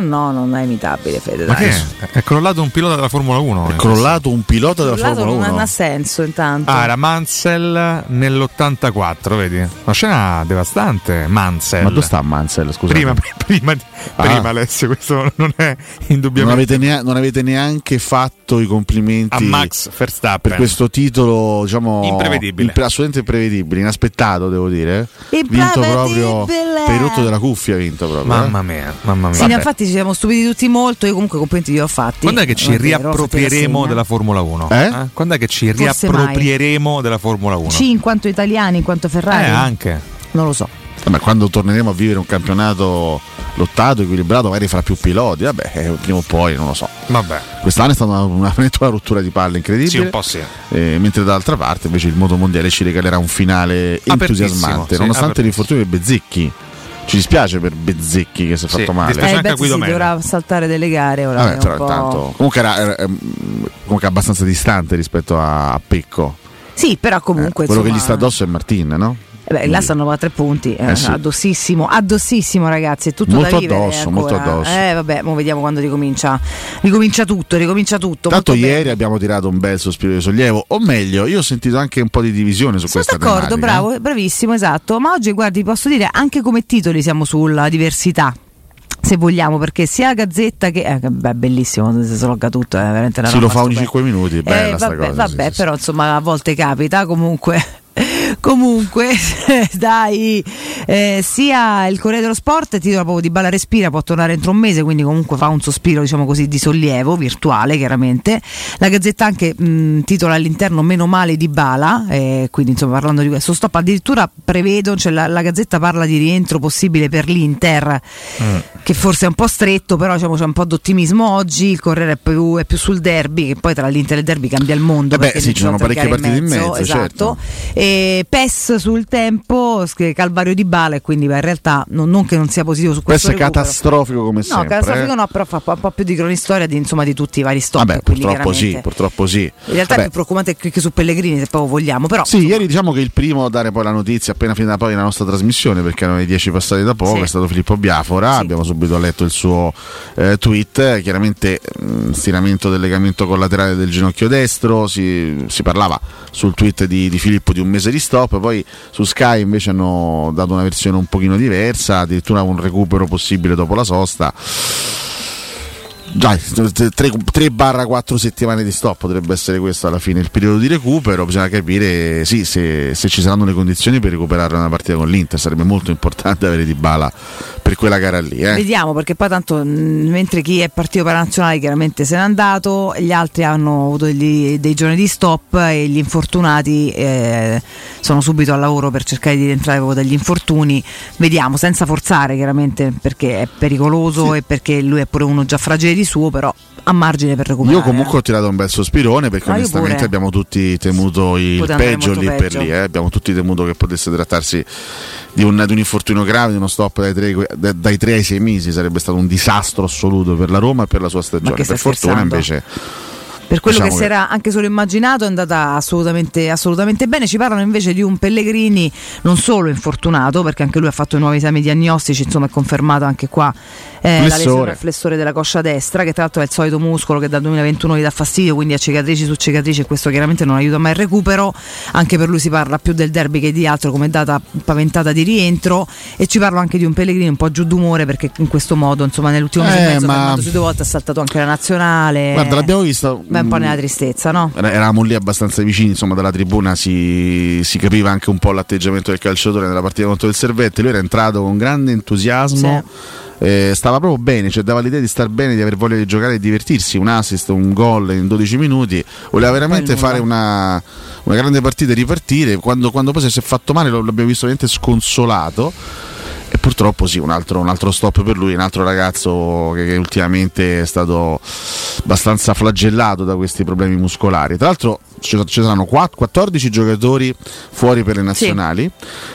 S10: normalità no, non è imitabile, Fede.
S12: Ma
S10: dai.
S12: che è? È crollato un pilota della Formula eh, 1.
S1: Eh, È crollato un pilota della
S10: Urlato
S1: Formula
S10: non
S1: 1.
S10: ha senso intanto.
S12: Ah, era Mansell nell'84, vedi? Una scena devastante, Mansell.
S1: Ma dove sta Mansell? Scusa.
S12: Prima, prima, prima, Alessio, questo non è
S1: Ah. Non
S12: indubbiamente...
S1: avete, nea- non avete neanche fatto i complimenti
S12: A Max Verstappen.
S1: per questo titolo, diciamo,
S12: Imprevedibile.
S1: impre- assolutamente imprevedibile, inaspettato, devo dire. Vinto proprio per il rotto della cuffia, vinto proprio. eh.
S12: Mamma mia, mamma mia.
S10: Sì, no, infatti ci siamo stupiti tutti molto. Io comunque complimenti li ho fatti.
S12: Quando è che ci
S10: Non vero,
S12: riapproprieremo
S10: fate la
S12: della Formula 1?
S1: Eh?
S12: Quando è che ci
S10: Forse
S12: riapproprieremo della Formula 1?
S10: segna. Sì, in quanto italiani, in quanto
S12: Eh,
S10: Ferrari.
S12: anche.
S10: Non lo so.
S1: Vabbè, quando torneremo a vivere un campionato lottato, equilibrato, magari fra più piloti, vabbè, eh, prima o poi, non lo so.
S12: Vabbè.
S1: Quest'anno è stata una, una, veramente una rottura di palle incredibile.
S12: Sì, un po' sì.
S1: Eh, mentre dall'altra parte invece il moto mondiale ci regalerà un finale
S12: Apertissimo,
S1: entusiasmante,
S12: sì,
S1: nonostante
S12: apertissimo.
S1: l'infortunio di Bezzecchi. Ci dispiace per Bezzecchi che si è
S12: Sì,
S1: fatto male.
S10: Eh, beh, sì, dovrà saltare delle gare ora.
S1: Vabbè,
S10: è un
S1: però
S10: po'-
S1: intanto- comunque era, era, ehm, comunque abbastanza distante rispetto a, a Pecco.
S10: Sì, però comunque.
S1: Eh, Quello che
S10: insomma,
S1: gli sta addosso è Martin, no?
S10: eh beh, là stanno a tre punti. eh,
S1: Eh sì.
S10: Addossissimo, addossissimo, ragazzi. È tutto
S1: Molto
S10: da vivere.
S1: addosso,
S10: ancora.
S1: molto addosso.
S10: Eh, vabbè, mo vediamo quando ricomincia. Ricomincia tutto, ricomincia tutto. molto
S1: Tanto
S10: bene.
S1: ieri abbiamo tirato un bel sospiro di sollievo, o meglio, io ho sentito anche un po' di divisione su questa
S10: D'accordo,
S1: tematica. eh.
S10: bravo, bravissimo, esatto. Ma oggi, guardi, posso dire anche come titoli siamo sulla diversità. Se vogliamo, perché sia la Gazzetta che. eh, che beh, bellissimo quando si slogga tutto, è veramente una
S1: Si lo
S10: roba
S1: fa ogni
S10: stupenda.
S1: 5 minuti, bella
S10: Eh,
S1: sta
S10: vabbè,
S1: cosa. sì,
S10: vabbè, però insomma a volte capita comunque. Comunque, dai, eh, sia il Corriere dello Sport, titola proprio di Bala Respira, può tornare entro un mese, quindi comunque fa un sospiro diciamo così di sollievo, virtuale chiaramente. La Gazzetta anche mh, titola all'interno Meno male di Bala, eh, quindi insomma parlando di questo stop, addirittura prevedo, cioè la, la Gazzetta parla di rientro possibile per l'Inter,
S1: Mm.
S10: che forse è un po' stretto, però diciamo, c'è un po' d'ottimismo oggi, il Corriere è più, è più sul derby, che poi tra l'Inter e il derby cambia il mondo.
S1: Eh beh,
S10: perché
S1: sì, ci sono
S10: giocano tre
S1: parecchie
S10: gare
S1: partite in mezzo,
S10: esatto.
S1: certo.
S10: E PES sul tempo, scrive Calvario di Bala e quindi beh, in realtà non, non che non sia positivo su questo.
S1: Questo è
S10: recupero.
S1: catastrofico come
S10: No,
S1: sempre.
S10: catastrofico
S1: eh.
S10: no, però fa un po' più di cronistoria di, insomma, di tutti i vari stop.
S1: Vabbè,
S10: quindi
S1: purtroppo sì,
S10: veramente-
S1: purtroppo sì.
S10: In realtà è
S1: Vabbè,
S10: più preoccupante che che su Pellegrini, se proprio vogliamo, però
S1: Sì, ieri diciamo che il primo a dare poi la notizia appena finita poi la nostra trasmissione, perché erano le 10 passate da poco,
S10: Sì.
S1: è stato Filippo Biafora, abbiamo subito letto il suo eh, tweet, eh, chiaramente mh, stiramento del legamento collaterale del ginocchio destro, si, si parlava sul tweet di, di Filippo di un mese di stop, poi su Sky invece hanno dato una versione un pochino diversa, addirittura un recupero possibile dopo la sosta. Già, 3-4 settimane di stop potrebbe essere questo alla fine il periodo di recupero. Bisogna capire sì, se, se ci saranno le condizioni per recuperare una partita con l'Inter. Sarebbe molto importante avere Di Bala per quella gara lì. eh.
S10: Vediamo perché poi tanto mh, mentre chi è partito per la nazionale chiaramente se n'è andato, gli altri hanno avuto degli- dei giorni di stop e gli infortunati eh, sono subito al lavoro per cercare di rientrare proprio dagli infortuni. Vediamo, senza forzare chiaramente perché è pericoloso e perché lui è pure uno già fragile di suo, però a margine per recuperare.
S1: Io comunque ho tirato un bel sospirone perché
S10: Ma io
S1: onestamente
S10: pure.
S1: abbiamo tutti temuto il
S10: Poteva andare
S1: peggio
S10: molto
S1: lì
S10: peggio.
S1: per lì, eh. abbiamo tutti temuto che potesse trattarsi di un, di un infortunio grave, di uno stop dai 3, ai 6 mesi, sarebbe stato un disastro assoluto per la Roma e per la sua stagione.
S10: che
S1: per
S10: stai
S1: fortuna
S10: scherzando?
S1: invece...
S10: Per quello
S1: diciamo
S10: che si era anche solo immaginato è andata assolutamente, assolutamente bene. Ci parlano invece di un Pellegrini non solo infortunato, perché anche lui ha fatto i nuovi esami diagnostici, insomma è confermato anche qua eh, la lesione
S6: Flessore.
S10: al flessore della coscia destra, che tra l'altro è il solito muscolo che dal 2021 gli dà fastidio, quindi ha cicatrici su cicatrici e questo chiaramente non aiuta mai il recupero. Anche per lui si parla più del derby che di altro come data paventata di rientro e ci parlo anche di un Pellegrini un po' giù d'umore perché in questo modo, insomma, nell'ultimo mese
S1: Eh,
S10: e mezzo
S1: ma-
S10: ha fermatosi due volte, ha saltato anche la nazionale.
S1: Guarda, l'abbiamo visto.
S10: Eh. Beh, un po' nella tristezza, no?
S1: Era- Eravamo lì abbastanza vicini, insomma, dalla tribuna si, si capiva anche un po' l'atteggiamento del calciatore nella partita contro il Servette. Lui era entrato con grande entusiasmo. eh, stava proprio bene, cioè dava l'idea di star bene, di aver voglia di giocare e divertirsi. Un assist, un gol in 12 minuti. Voleva
S26: Poi
S1: veramente
S26: nulla.
S1: fare una, una grande partita e ripartire. Quando, quando poi si è fatto male, lo- l'abbiamo visto veramente sconsolato. E purtroppo sì, un altro, un altro stop per lui, un altro ragazzo che, che ultimamente è stato abbastanza flagellato da questi problemi muscolari. Tra l'altro ci, ci saranno quatt- 14 giocatori fuori per le nazionali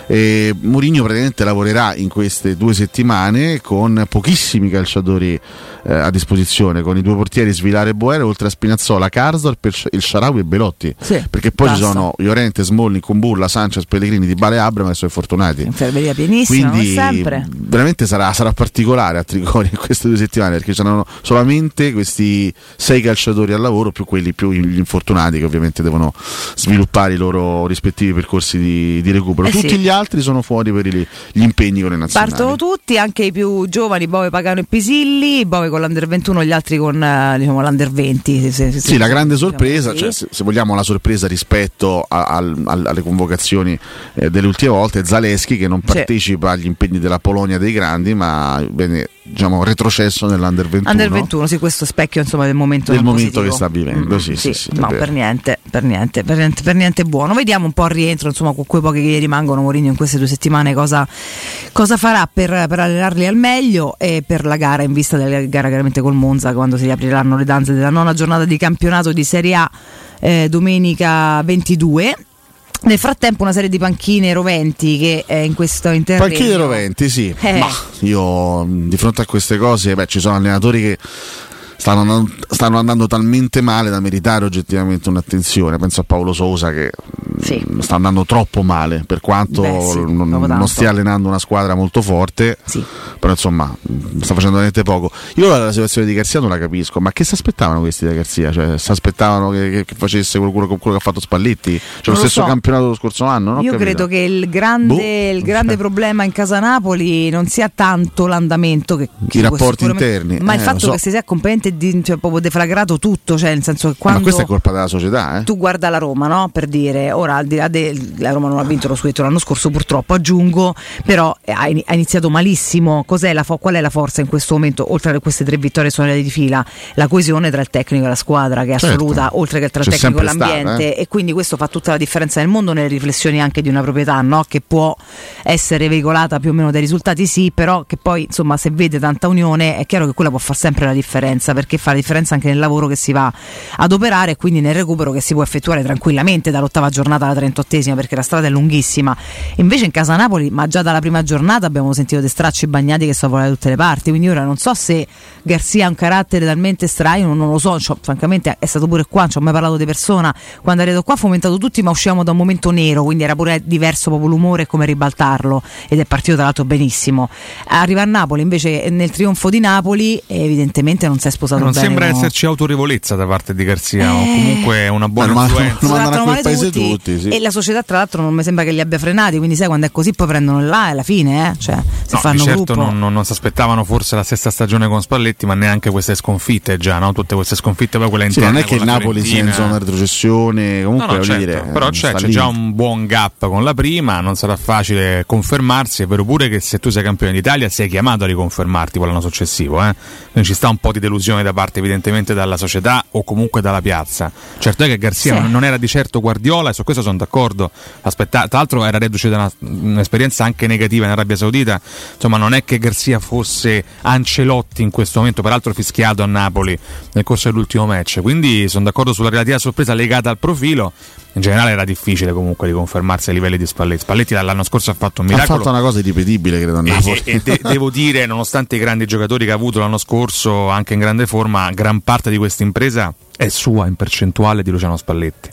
S1: e Mourinho praticamente lavorerà in queste due settimane con pochissimi calciatori eh, a disposizione, con i due portieri Svilare e Boer, oltre a Spinazzola, Karsdorp, il Sh- il Sharawi e Belotti.
S10: Sì,
S1: perché poi
S10: basta.
S1: ci sono Llorente, Smolli, Kumbulla, Sanchez, Pellegrini, Di Bale e Abram e sono fortunati.
S10: Infermeria pienissima,
S1: Quindi,
S10: come sempre.
S1: Veramente sarà, sarà particolare a Triconi in queste due settimane perché c'erano solamente questi sei calciatori al lavoro più quelli più gli infortunati che ovviamente devono sviluppare i loro rispettivi percorsi di, di recupero.
S10: Eh
S1: Tutti
S10: sì.
S1: gli altri sono fuori per i- gli impegni con le nazionali.
S10: Partono tutti, anche i più giovani, Bove Pagano e Pisilli, Bove con l'Under 21, gli altri con eh, diciamo, l'Under 20. se- se- se-
S1: Sì, la grande
S10: diciamo
S1: sorpresa,
S10: così.
S1: cioè, se, se vogliamo la sorpresa rispetto a- al- al- alle convocazioni eh, delle ultime volte, è Zaleschi che non
S10: Sì.
S1: partecipa agli impegni della Polonia dei grandi, ma viene diciamo, retrocesso nell'Under 21.
S10: Under 21, sì, questo specchio insomma, del momento,
S1: del
S10: non
S1: momento che
S10: positivo.
S1: sta vivendo, sì, sì, sì, è
S10: No,
S1: vero.
S10: per niente, per niente, per niente, per niente buono. Vediamo un po' al rientro, insomma, con quei pochi che gli rimangono Mourinho in queste due settimane cosa, cosa farà per, per allenarli al meglio e per la gara in vista della gara chiaramente col Monza quando si riapriranno le danze della nona giornata di campionato di Serie A eh, domenica 22. Nel frattempo una serie di panchine roventi che eh, in questo intervento
S1: Panchine roventi, sì.
S10: Eh.
S1: Ma io mh, di fronte a queste cose, beh, ci sono allenatori che stanno andando, stanno andando talmente male da meritare oggettivamente un'attenzione. Penso a Paolo Sosa che mh, sta andando troppo male, per quanto
S26: Beh, sì,
S1: non-
S26: proprio
S1: non,
S26: tanto.
S1: stia allenando una squadra molto forte, però insomma mh, sta facendo veramente poco. Io la, la situazione di Garzia non la capisco, ma che si aspettavano questi da Garzia? Cioè, si aspettavano che, che- che facesse qualcuno con quello che ha fatto Spalletti? Cioè,
S10: Non
S1: lo
S10: lo
S1: stesso
S10: so.
S1: campionato dello scorso anno? Non ho
S10: Io
S1: capito.
S10: credo
S1: Boh.
S10: che il grande, il grande problema in casa Napoli non sia tanto l'andamento che che
S1: I
S10: può
S1: rapporti
S10: sicuramente-
S1: interni,
S10: ma il
S1: eh,
S10: fatto
S1: lo so.
S10: che si sia completamente di- cioè, proprio deflagrato tutto, cioè nel senso che quando
S1: Ma questa è colpa della società, eh?
S10: tu guarda la Roma, no? Per dire, ora al di là del la Roma non ha vinto lo scudetto l'anno scorso, purtroppo aggiungo, però ha in- ha iniziato malissimo, cos'è la fo- qual è la forza in questo momento, oltre a queste tre vittorie sonore di fila, la coesione tra il tecnico e la squadra che è
S6: Certo.
S10: assoluta, oltre che tra il
S6: C'è
S10: tecnico e
S6: sempre stata,
S10: l'ambiente.
S6: eh.
S10: E quindi questo fa tutta la differenza nel mondo nelle riflessioni anche di una proprietà, no? che può essere veicolata più o meno dai risultati, sì, però che poi insomma se vede tanta unione è chiaro che quella può far sempre la differenza, perché fa la differenza anche nel lavoro che si va ad operare e quindi nel recupero che si può effettuare tranquillamente dall'ottava giornata alla trentottesima, perché la strada è lunghissima. Invece in casa Napoli, ma già dalla prima giornata abbiamo sentito dei stracci bagnati che sono da tutte le parti, quindi ora non so se Garzia ha un carattere talmente strano, non lo so, cioè, francamente è stato pure qua, non ci ho mai parlato di persona, quando è arrivato qua ha fomentato tutti ma uscivamo da un momento nero, quindi era pure diverso proprio l'umore e come ribaltarlo ed è partito tra l'altro benissimo. Arriva a Napoli invece eh, nel trionfo di Napoli eh, evidentemente non si è sposato
S12: Non
S10: bene. Eh.
S12: sembra
S10: con-
S12: esserci autorevolezza da parte di Garzia, o comunque una
S1: Ma
S12: buona
S1: lo mandano-
S12: influenza.
S1: lo mandano
S10: Trattano male E la società, tra l'altro, non mi sembra che li abbia frenati. Quindi, sai, quando è così, poi prendono là e alla fine, eh? Cioè, se
S12: No, di
S10: fanno
S12: certo
S10: gruppo.
S12: non, non- non si aspettavano forse la stessa stagione con Spalletti, ma neanche queste sconfitte già, no? tutte queste sconfitte, poi quelle
S1: Sì,
S12: interne.
S1: non è che il
S12: con la
S1: Napoli sia in
S12: Fiorentina.
S1: zona retrocessione, comunque
S12: No, no,
S1: voglio
S12: certo,
S1: dire,
S12: però
S1: eh,
S12: c'è,
S1: sta
S12: c'è
S1: lì.
S12: già un buon gap con la prima, non sarà facile confermarsi, è vero pure che se tu sei campione d'Italia sei chiamato a riconfermarti poi l'anno successivo, eh? quindi ci sta un po' di delusione da parte evidentemente dalla società o comunque dalla piazza. Certo è che Garzia
S14: Sì.
S12: non era di certo Guardiola e su questo sono d'accordo, Aspetta- tra l'altro era reduce da una- un'esperienza anche negativa in Arabia Saudita, insomma non è che Garzia fosse Ancelotti in questo momento, peraltro fischiato a Napoli nel corso dell'ultimo match, quindi sono d'accordo sulla relativa sorpresa legata al profilo. In generale era difficile comunque riconfermarsi ai livelli di Spalletti. Spalletti dall'anno scorso ha fatto un
S1: Ha
S12: miracolo.
S1: fatto una cosa irripetibile, credo, a Napoli.
S12: E, e- e de- devo dire, nonostante i grandi giocatori che ha avuto l'anno scorso, anche in grande forma, gran parte di questa impresa è sua in percentuale di Luciano Spalletti.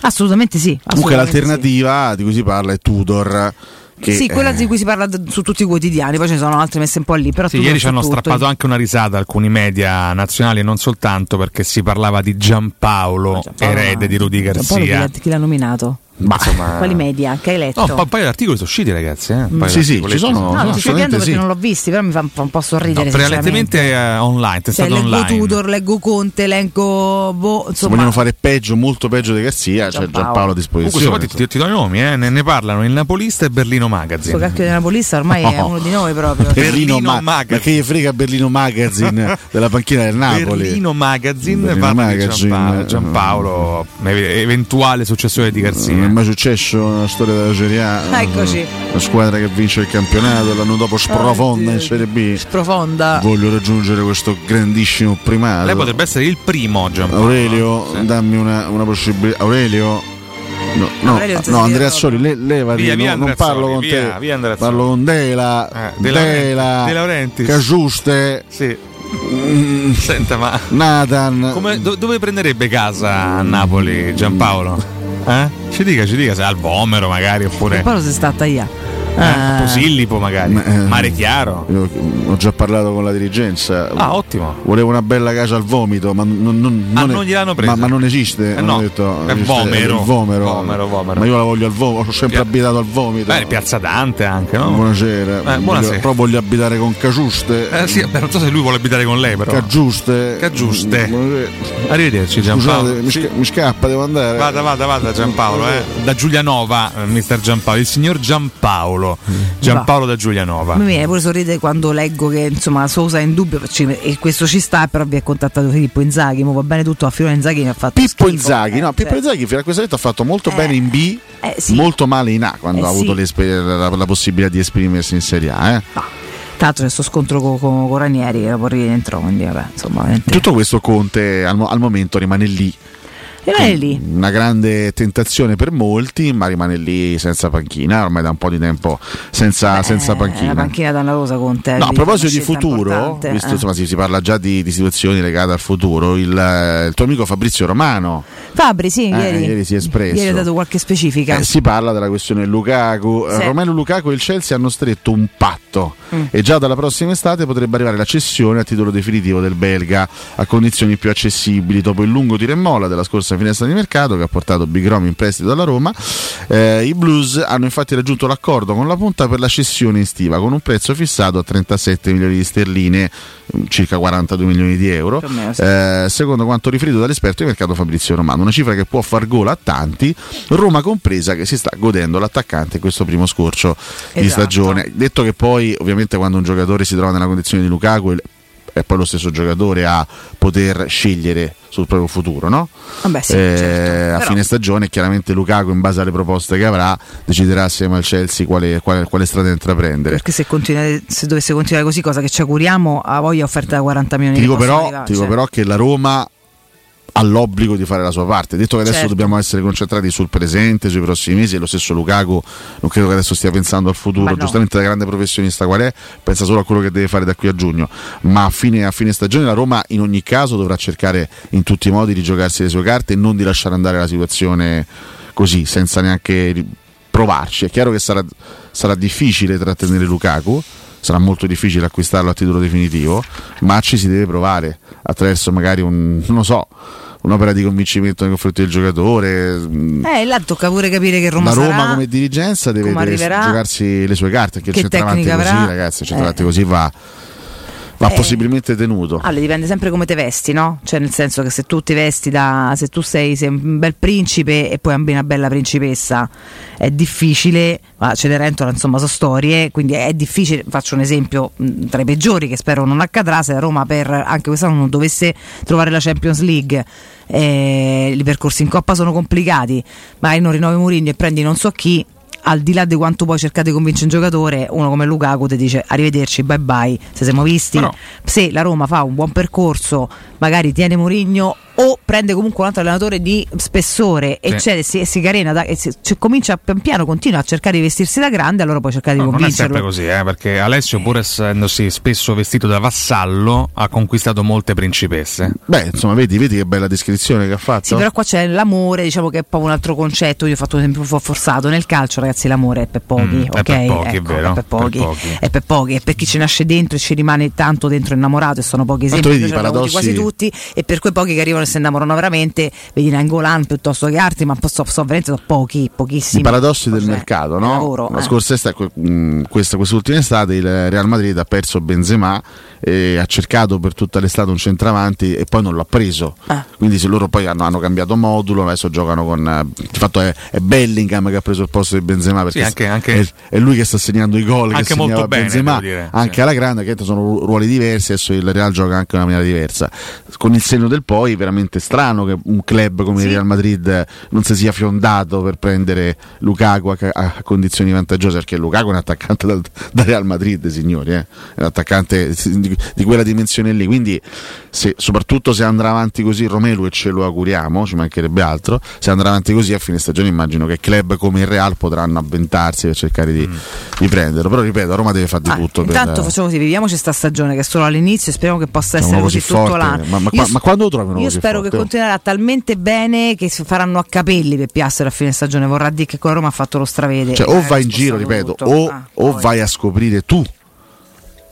S10: Assolutamente sì.
S1: Comunque
S10: assolutamente
S1: l'alternativa di cui si parla è Tudor. Che, eh,
S10: Sì, quella di cui si parla d- su tutti i quotidiani, poi ce ne sono altre messe un po' lì. Però
S12: Sì,
S10: tu
S12: ieri
S10: non
S12: ci
S10: su
S12: hanno
S10: tutto.
S12: strappato anche una risata alcuni media nazionali e non soltanto perché si parlava di Giampaolo, erede di Rudy
S10: Paolo, chi l'ha-
S12: Garzia.
S10: chi l'ha nominato?
S12: Ma
S1: Ah.
S12: insomma,
S10: Quali media? Che hai letto?
S12: No, pa- Oh, un paio di articoli sono usciti, ragazzi. Eh? un paio di
S1: Sì, sì,
S12: articoletti.
S1: ci sono,
S10: No, ti sto chiedendo perché non l'ho visti, però mi fa un po', un po' sorridere.
S12: Prevalentemente eh, online,
S10: sinceramente.
S12: testato
S10: Cioè, leggo
S12: online.
S10: Tudor, leggo Conte, leggo. Boh,
S1: Se
S10: insomma,
S1: vogliono fare peggio, molto peggio di Garzia, c'è Giampaolo a disposizione.
S12: Comunque, se poi ti, ti- ti do i nomi, eh, ne, ne parlano il Napolista e Berlino
S10: questo
S12: Magazine.
S10: cacchio di Napolista ormai è
S1: No.
S10: uno di noi proprio.
S1: Berlino, Ma- Ma che gli frega Berlino Magazine della panchina del Napoli?
S12: Berlino Magazine
S1: Berlino
S12: parla
S1: Magazine,
S12: di Giampaolo, Giampaolo, ev- eventuale successore di Garzia. Ah, ecco,
S1: Non è mai successo una storia della Serie A.
S10: Eccoci.
S1: La squadra che vince il campionato, l'anno dopo sprofonda in Serie B.
S10: Profonda.
S1: Voglio raggiungere questo grandissimo primato.
S12: Lei potrebbe essere il primo Giampaolo.
S1: Aurelio, dammi una, una possibilità. Aurelio. No, no,
S12: Aurelio non si
S1: no,
S12: sente
S1: Andrea Soli, le, levati,
S12: Via, via
S1: non- non,
S12: Andrea
S1: parlo
S12: Azzoli,
S1: con
S12: via,
S1: te.
S12: via Andrea Eh,
S1: parlo con Dela,
S12: De Laurenti-
S1: Dela,
S12: De Laurentiis.
S1: Casuste,
S12: Sì. Senta, ma
S1: Mm. Nathan.
S12: come- do- dove prenderebbe casa a Napoli Giampaolo? Eh? Ci dica, ci dica se al Vomero magari oppure
S10: Poi lo si sta a tagliare.
S12: eh, Posillipo magari, Mare Chiaro.
S1: Io ho già parlato con la dirigenza.
S12: Ah, ottimo.
S1: Volevo una bella casa al vomito, ma non, non,
S12: Ah,
S1: è-
S12: non gliel'hanno presa?
S1: ma, ma non esiste.
S12: Eh,
S1: non
S12: no,
S1: ho detto,
S12: è
S1: esiste-
S12: Vomero.
S1: il Vomero.
S12: Vomero, Vomero.
S1: Ma io la voglio al vomito, ho sempre abitato al vomito.
S12: Beh, Piazza Dante anche, no?
S1: Buonasera.
S12: Eh, buonasera.
S1: Voglio- Però voglio abitare con Caciuste.
S12: Eh, sì, beh, non so se lui vuole abitare con lei, però.
S1: Cagiuste.
S12: Cagiuste. Arrivederci, Giampaolo.
S1: Scusate, mi, sca- mi scappa, devo andare.
S12: Vada, vada, vada Giampaolo, eh. Da Giulianova, eh, mister Giampaolo, il signor Giampaolo. Giampaolo da Giulianova.
S10: Mi viene pure sorridere quando leggo che insomma Sosa è in dubbio ci- e questo ci sta, però vi ha contattato Filippo Inzaghi, mo va bene tutto, a Fiorella Inzaghi mi ha fatto
S1: Pippo
S10: schifo.
S1: Inzaghi, no, Pippo
S10: cioè.
S1: Inzaghi fino a questo momento ha fatto molto bene in B, molto male in A quando
S10: Eh,
S1: ha avuto
S10: sì.
S1: l'esper- la, la possibilità di esprimersi in Serie A. eh.
S10: Tra l'altro c'è sto scontro con, con, con Ranieri che poi rientrò, quindi vabbè, insomma, veramente.
S1: Tutto questo Conte al, mo- al momento rimane lì.
S10: Rimane lì.
S1: Una grande tentazione per molti, ma rimane lì senza panchina, ormai da un po' di tempo senza, senza
S10: Eh, La
S1: panchina.
S10: panchina danna rosa con te.
S1: No, a
S10: lì,
S1: proposito
S10: una
S1: di
S10: scelta
S1: futuro,
S10: importante,
S1: visto
S10: eh.
S1: insomma, si, si parla già di, di situazioni legate al futuro, il, eh, il tuo amico Fabrizio Romano
S10: Fabri, sì,
S1: eh,
S10: ieri,
S1: ieri si è espresso.
S10: ieri ha dato qualche specifica.
S1: Eh, si parla della questione Lukaku. Eh,
S10: Sì. Mm.
S1: Romelu Lukaku e il Chelsea hanno stretto un patto e già dalla prossima estate potrebbe arrivare la cessione a titolo definitivo del belga a condizioni più accessibili dopo il lungo tiro e molla della scorsa scorsa finestra di mercato che ha portato Big Rom in prestito alla Roma. Eh, I Blues hanno infatti raggiunto l'accordo con la punta per la cessione estiva con un prezzo fissato a 37 milioni di sterline, mm, circa 42 milioni di euro,
S10: Per me, sì.
S1: eh, secondo quanto riferito dall'esperto di mercato Fabrizio Romano. Una cifra che può far gola a tanti, Roma compresa, che si sta godendo l'attaccante in questo primo scorcio di
S27: Esatto.
S1: stagione. Detto che poi, ovviamente, quando un giocatore si trova nella condizione di Lukaku, il- è poi lo stesso giocatore a poter scegliere sul proprio futuro, no?
S10: Vabbè, sì,
S1: Eh,
S10: certo.
S1: A
S10: Però-
S1: fine stagione, chiaramente Lukaku, in base alle proposte che avrà, deciderà assieme al Chelsea quale, quale- quale strada intraprendere.
S10: Perché se, continua- se dovesse continuare così, cosa che ci auguriamo, ha voglia offerta da 40 milioni
S1: Ti
S10: che
S1: dico,
S10: possono
S1: però,
S10: arrivare,
S1: ti dico
S10: cioè.
S1: però che la Roma ha l'obbligo di fare la sua parte. Detto che adesso
S10: Certo.
S1: dobbiamo essere concentrati sul presente, sui prossimi mesi, e lo stesso Lukaku non credo che adesso stia pensando al futuro.
S10: Ma no.
S1: Giustamente da grande professionista qual è, pensa solo a quello che deve fare da qui a giugno. Ma a fine, a fine stagione la Roma in ogni caso dovrà cercare in tutti i modi di giocarsi le sue carte e non di lasciare andare la situazione così, senza neanche ri- provarci. È chiaro che sarà, sarà difficile trattenere Lukaku. Sarà molto difficile acquistarlo a titolo definitivo, ma ci si deve provare attraverso magari un, non lo so, un'opera di convincimento nei confronti del giocatore. mh,
S10: Eh, là tocca pure capire che Roma,
S1: la Roma
S10: sarà.
S1: come dirigenza deve,
S10: come
S1: deve
S10: arriverà,
S1: giocarsi le sue carte perché
S10: che
S1: il centravanti
S10: tecnica
S1: così
S10: avrà.
S1: ragazzi il centravanti così va, va
S10: Eh.
S1: possibilmente tenuto
S10: Ale, dipende sempre come te vesti, no? Cioè, nel senso che se tu ti vesti da. se tu sei, sei un bel principe e poi anche una bella principessa, è difficile. Ma Cenerentola, insomma, sono storie, quindi è difficile. Faccio un esempio mh, tra i peggiori che spero non accadrà se la Roma per anche quest'anno non dovesse trovare la Champions League. eh, I percorsi in coppa sono complicati, magari non rinnovi Mourinho e prendi non so chi al di là di quanto poi cercate di convincere un giocatore, uno come Lukaku ti dice arrivederci, bye bye, se siamo visti. Se la Roma fa un buon percorso, magari tiene Mourinho o prende comunque un altro allenatore di spessore
S12: Sì.
S10: e, c'è- si, e si carena da- e si- cioè, comincia pian piano, continua a cercare di vestirsi da grande, allora puoi cercare di
S12: No, non è sempre
S10: convincerlo.
S12: così, eh, perché Alessio, pur essendosi spesso vestito da vassallo, ha conquistato molte principesse.
S1: beh insomma vedi, vedi che bella descrizione che ha fatto
S12: Esatto.
S10: Sì, però qua c'è l'amore, diciamo che è proprio un altro concetto. Io ho fatto un esempio un po' forzato. Nel calcio, ragazzi, l'amore è per pochi,
S12: Mm,
S10: ok?
S12: è per pochi, è
S10: Ecco,
S12: vero,
S10: È per
S12: per
S10: pochi,
S12: pochi.
S10: è per pochi, è per chi ci nasce dentro e ci rimane tanto dentro innamorato. E sono pochi
S1: Tanto
S10: esempi,
S1: vedi,
S10: noi ce
S1: i
S10: li abbiamo avuti quasi
S1: paradossi-
S10: tutti. E per quei pochi che arrivano e si innamorano veramente, vedi Nangolan piuttosto che altri, ma so, so, veramente sono pochi, pochissimi.
S1: I paradossi del mercato, no?
S10: lavoro,
S1: La
S10: eh.
S1: scorsa estate, que- mh, questa, quest'ultima estate, il Real Madrid ha perso Benzema, eh, ha cercato per tutta l'estate un centravanti e poi non l'ha preso.
S10: Ah.
S1: Quindi se loro poi hanno, hanno cambiato modulo, adesso giocano con. eh, Di fatto è, è Bellingham che ha preso il posto di Benzema perché
S12: Sì, anche-
S1: s-
S12: anche-
S1: è, è lui che sta segnando i gol che
S12: Anche molto
S1: segnava
S12: bene,
S1: Benzema,
S12: devo dire,
S1: anche alla grande, che sono ru- ruoli diversi, adesso il Real gioca anche in una maniera diversa. Con il segno del poi, veramente strano che un club come il Real Madrid eh, non si sia fiondato per prendere Lukaku a, ca- a condizioni vantaggiose, perché Lukaku è un attaccante dal- da Real Madrid, signori, eh. è un attaccante di, di quella dimensione lì, quindi se- soprattutto se andrà avanti così Romelu e ce lo auguriamo, ci mancherebbe altro, se andrà avanti così a fine stagione immagino che club come il Real potranno avventarsi per cercare di, di prenderlo, però ripeto, a Roma deve fare di tutto. per-
S10: Intanto facciamo così, viviamoci sta stagione che è solo all'inizio e speriamo che possa essere
S1: Diciamo
S10: così, tutto
S1: forte.
S10: l'anno.
S1: Ma,
S10: Io
S1: ma qua- ma quando lo trovi uno
S10: Io
S1: così
S10: spero che
S1: forte?
S10: continuerà talmente bene che si faranno a capelli per Piastri a fine stagione. Vorrà dire che con la Roma ha fatto lo stravede.
S1: Cioè,
S10: Eh, ah,
S1: o vai in giro, ripeto, o, o vai a scoprire tu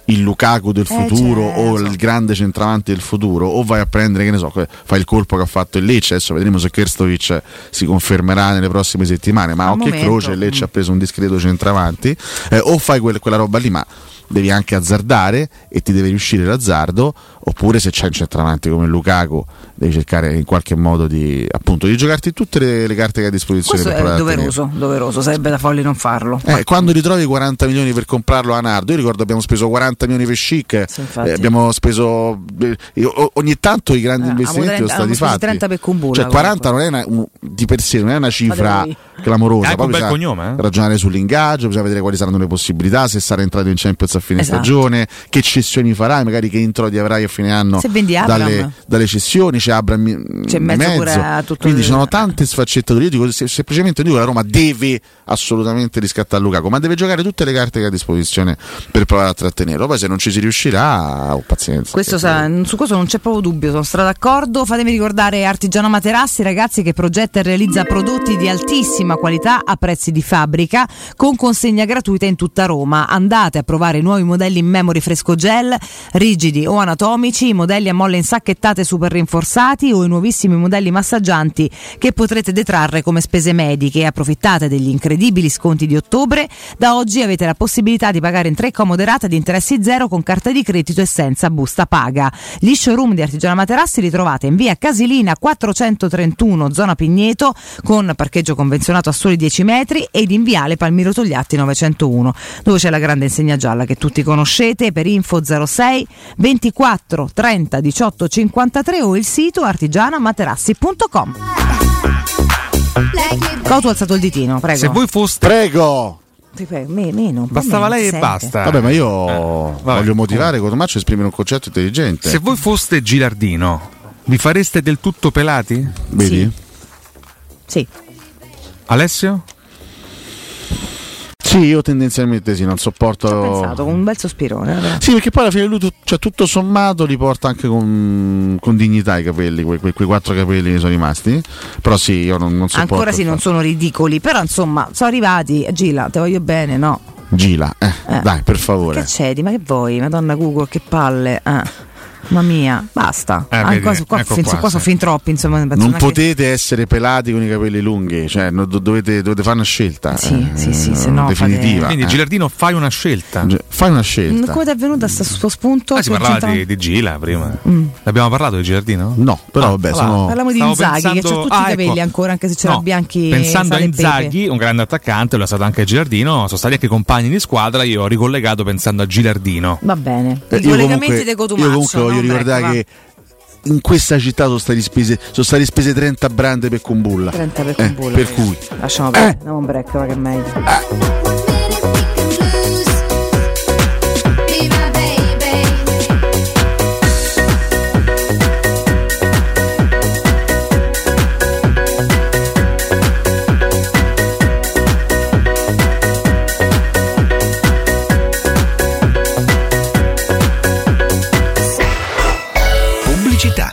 S1: il Lukaku
S10: Eh,
S1: del futuro o
S10: certo.
S1: il grande centravanti del futuro o vai a prendere che ne so que- fai il colpo che ha fatto il Lecce adesso vedremo se Kerstovic si confermerà nelle prossime settimane ma
S10: Al
S1: occhio e
S10: momento,
S1: croce il Lecce
S10: mm.
S1: ha preso un discreto centravanti eh, o fai quel- quella roba lì ma devi anche azzardare e ti deve riuscire l'azzardo oppure se c'è un centravanti come Lukaku devi cercare in qualche modo di appunto di giocarti tutte le, le carte che hai a disposizione
S10: Questo
S1: per
S10: è
S1: provare a
S10: doveroso, doveroso, sarebbe da folli non farlo.
S1: eh, quando ritrovi 40 milioni per comprarlo a Nardo, io ricordo abbiamo speso 40 milioni per Chic,
S10: infatti.
S1: eh, abbiamo speso eh, io- o- ogni tanto i
S10: Ah,
S1: grandi investimenti
S10: abbiamo
S1: sono stati
S10: speso
S1: fatti.
S10: 30 per Kumbula,
S1: cioè 40 non è una- un- di per sé non è una cifra
S10: Fate voi.
S1: clamorosa,
S12: È anche
S1: poi
S12: un bel
S1: bisogna
S12: cognome, eh.
S1: ragionare sull'ingaggio, bisogna vedere quali saranno le possibilità, se sarà entrato in Champions a fine
S10: Esatto.
S1: stagione, che cessioni farai, magari che introiti avrai a fine anno
S10: Se vendi Abram.
S1: dalle, dalle cessioni, c'è Abram in-
S10: C'è
S1: in
S10: mezzo
S1: mezzo.
S10: pure a tutto
S1: quindi
S10: il-
S1: ci sono tante sfaccettature. Io dico se- semplicemente dico che la Roma deve assolutamente riscattare Lukaku, ma deve giocare tutte le carte che ha a disposizione per provare a trattenerlo. Poi se non ci si riuscirà, oh, pazienza.
S10: Questo sa- su questo non c'è proprio dubbio, sono stra d'accordo. Fatemi ricordare Artigiano Materassi, ragazzi, che progetta e realizza prodotti di altissima altissima qualità a prezzi di fabbrica con consegna gratuita in tutta Roma. Andate a provare i nuovi modelli in memory fresco gel, rigidi o anatomici, i modelli a molle insacchettate super rinforzati o i nuovissimi modelli massaggianti che potrete detrarre come spese mediche. Approfittate degli incredibili sconti di ottobre. Da oggi avete la possibilità di pagare in tre comode rate di interessi zero con carta di credito e senza busta paga. Gli showroom di Artigiana Materassi li trovate in via Casilina 431, zona Pigneto, con parcheggio convenzionato a soli 10 metri ed in viale Palmiro Togliatti 901, dove c'è la grande insegna gialla che tutti conoscete per info 06 24 30 18 53 o il sito artigianamaterassi.com. Cotu ha alzato il ditino, prego.
S12: Se voi foste.
S1: Prego!
S10: Ti prego, me- meno,
S12: Bastava
S10: meno,
S12: lei e
S10: sempre.
S12: basta.
S1: Vabbè, ma io voglio motivare Cotomaccio a esprimere un concetto intelligente.
S12: Se voi foste Gilardino, vi fareste del tutto pelati?
S1: Vedi?
S10: Sì.
S12: Alessio?
S1: Sì, io tendenzialmente sì, non sopporto.
S10: Ho pensato con un bel sospirone. vabbè.
S1: Sì, perché poi alla fine lui, tut- cioè, tutto sommato, li porta anche con, con dignità i capelli, que- que- quei, quattro capelli che sono rimasti. Però sì, io non, non sopporto.
S10: Ancora sì, non sono ridicoli, però insomma, sono arrivati. Gila, te voglio bene, no?
S1: Gila, eh,
S10: Eh.
S1: dai, per favore.
S10: Che cedi? Ma che vuoi? Madonna Google, che palle. eh. Mamma mia, basta.
S1: Eh,
S10: Ah,
S1: vedi,
S10: qua, su- qua-
S1: ecco
S10: fin- su-
S1: qua,
S10: qua sono
S1: sì.
S10: fin troppi, insomma. penso
S1: Non
S10: neanche-
S1: potete essere pelati con i capelli lunghi, cioè no- do- dovete, dovete fare una scelta. Sì, sì, sì,
S10: se no fate-
S1: definitiva.
S12: Quindi
S1: eh.
S12: Gilardino fai una scelta.
S1: Fai una
S10: Mm,
S1: scelta.
S10: Come ti è venuta questo spunto?
S12: Ah, si
S10: Sul
S12: parlava
S10: centro-
S12: di, di Gila prima.
S10: Mm.
S12: Abbiamo parlato di Gilardino? Ah,
S1: No, però vabbè,
S10: sono- Parliamo di Inzaghi, che c'ha tutti i capelli ancora, anche se ce l'ha bianchi,
S12: ecco, Pensando a
S10: sale e pepe.
S12: Inzaghi, un grande attaccante, lo è stato anche Gilardino, sono stati anche compagni di squadra, io ho ricollegato pensando a Gilardino.
S10: Va bene.
S1: Eh,
S10: I
S1: io
S10: collegamenti
S1: comunque-
S10: dei Cotumaccio.
S1: Io comunque voglio
S10: no?
S1: ricordare
S10: Ecco, va.
S1: che in questa città sono state spese, sono state spese 30 brande per Kumbulla.
S10: 30 per
S1: Eh,
S10: Kumbulla,
S1: per
S10: ragazzi.
S1: cui
S10: Lasciamo
S12: Eh.
S10: perdere, andiamo a un break, va che è meglio.
S14: Pubblicità.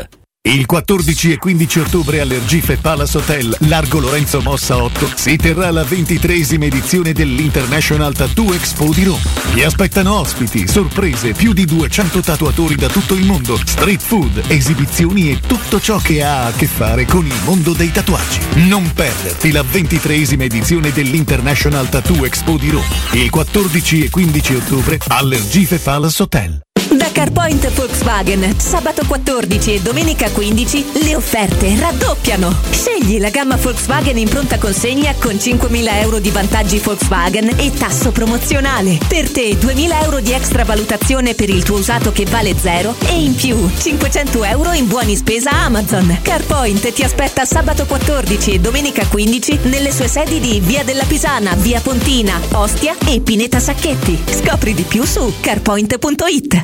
S19: Il 14 e 15 ottobre all'Ergife Palace Hotel, largo Lorenzo Mossa 8, si terrà la ventitresima edizione dell'International Tattoo Expo di Roma. Vi aspettano ospiti, sorprese, più di 200 tatuatori da tutto il mondo, street food, esibizioni e tutto ciò che ha a che fare con il mondo dei tatuaggi. Non perderti la ventitresima edizione dell'International Tattoo Expo di Roma, il 14 e 15 ottobre all'Ergife Palace Hotel.
S23: Da CarPoint Volkswagen, sabato 14 e domenica 15 le offerte raddoppiano. Scegli la gamma Volkswagen in pronta consegna con 5.000 euro di vantaggi Volkswagen e tasso promozionale. Per te 2.000 euro di extra valutazione per il tuo usato che vale zero e in più 500 euro in buoni spesa Amazon. CarPoint ti aspetta sabato 14 e domenica 15 nelle sue sedi di Via della Pisana, Via Pontina, Ostia e Pineta Sacchetti. Scopri di più su carpoint.it.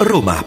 S19: Roma.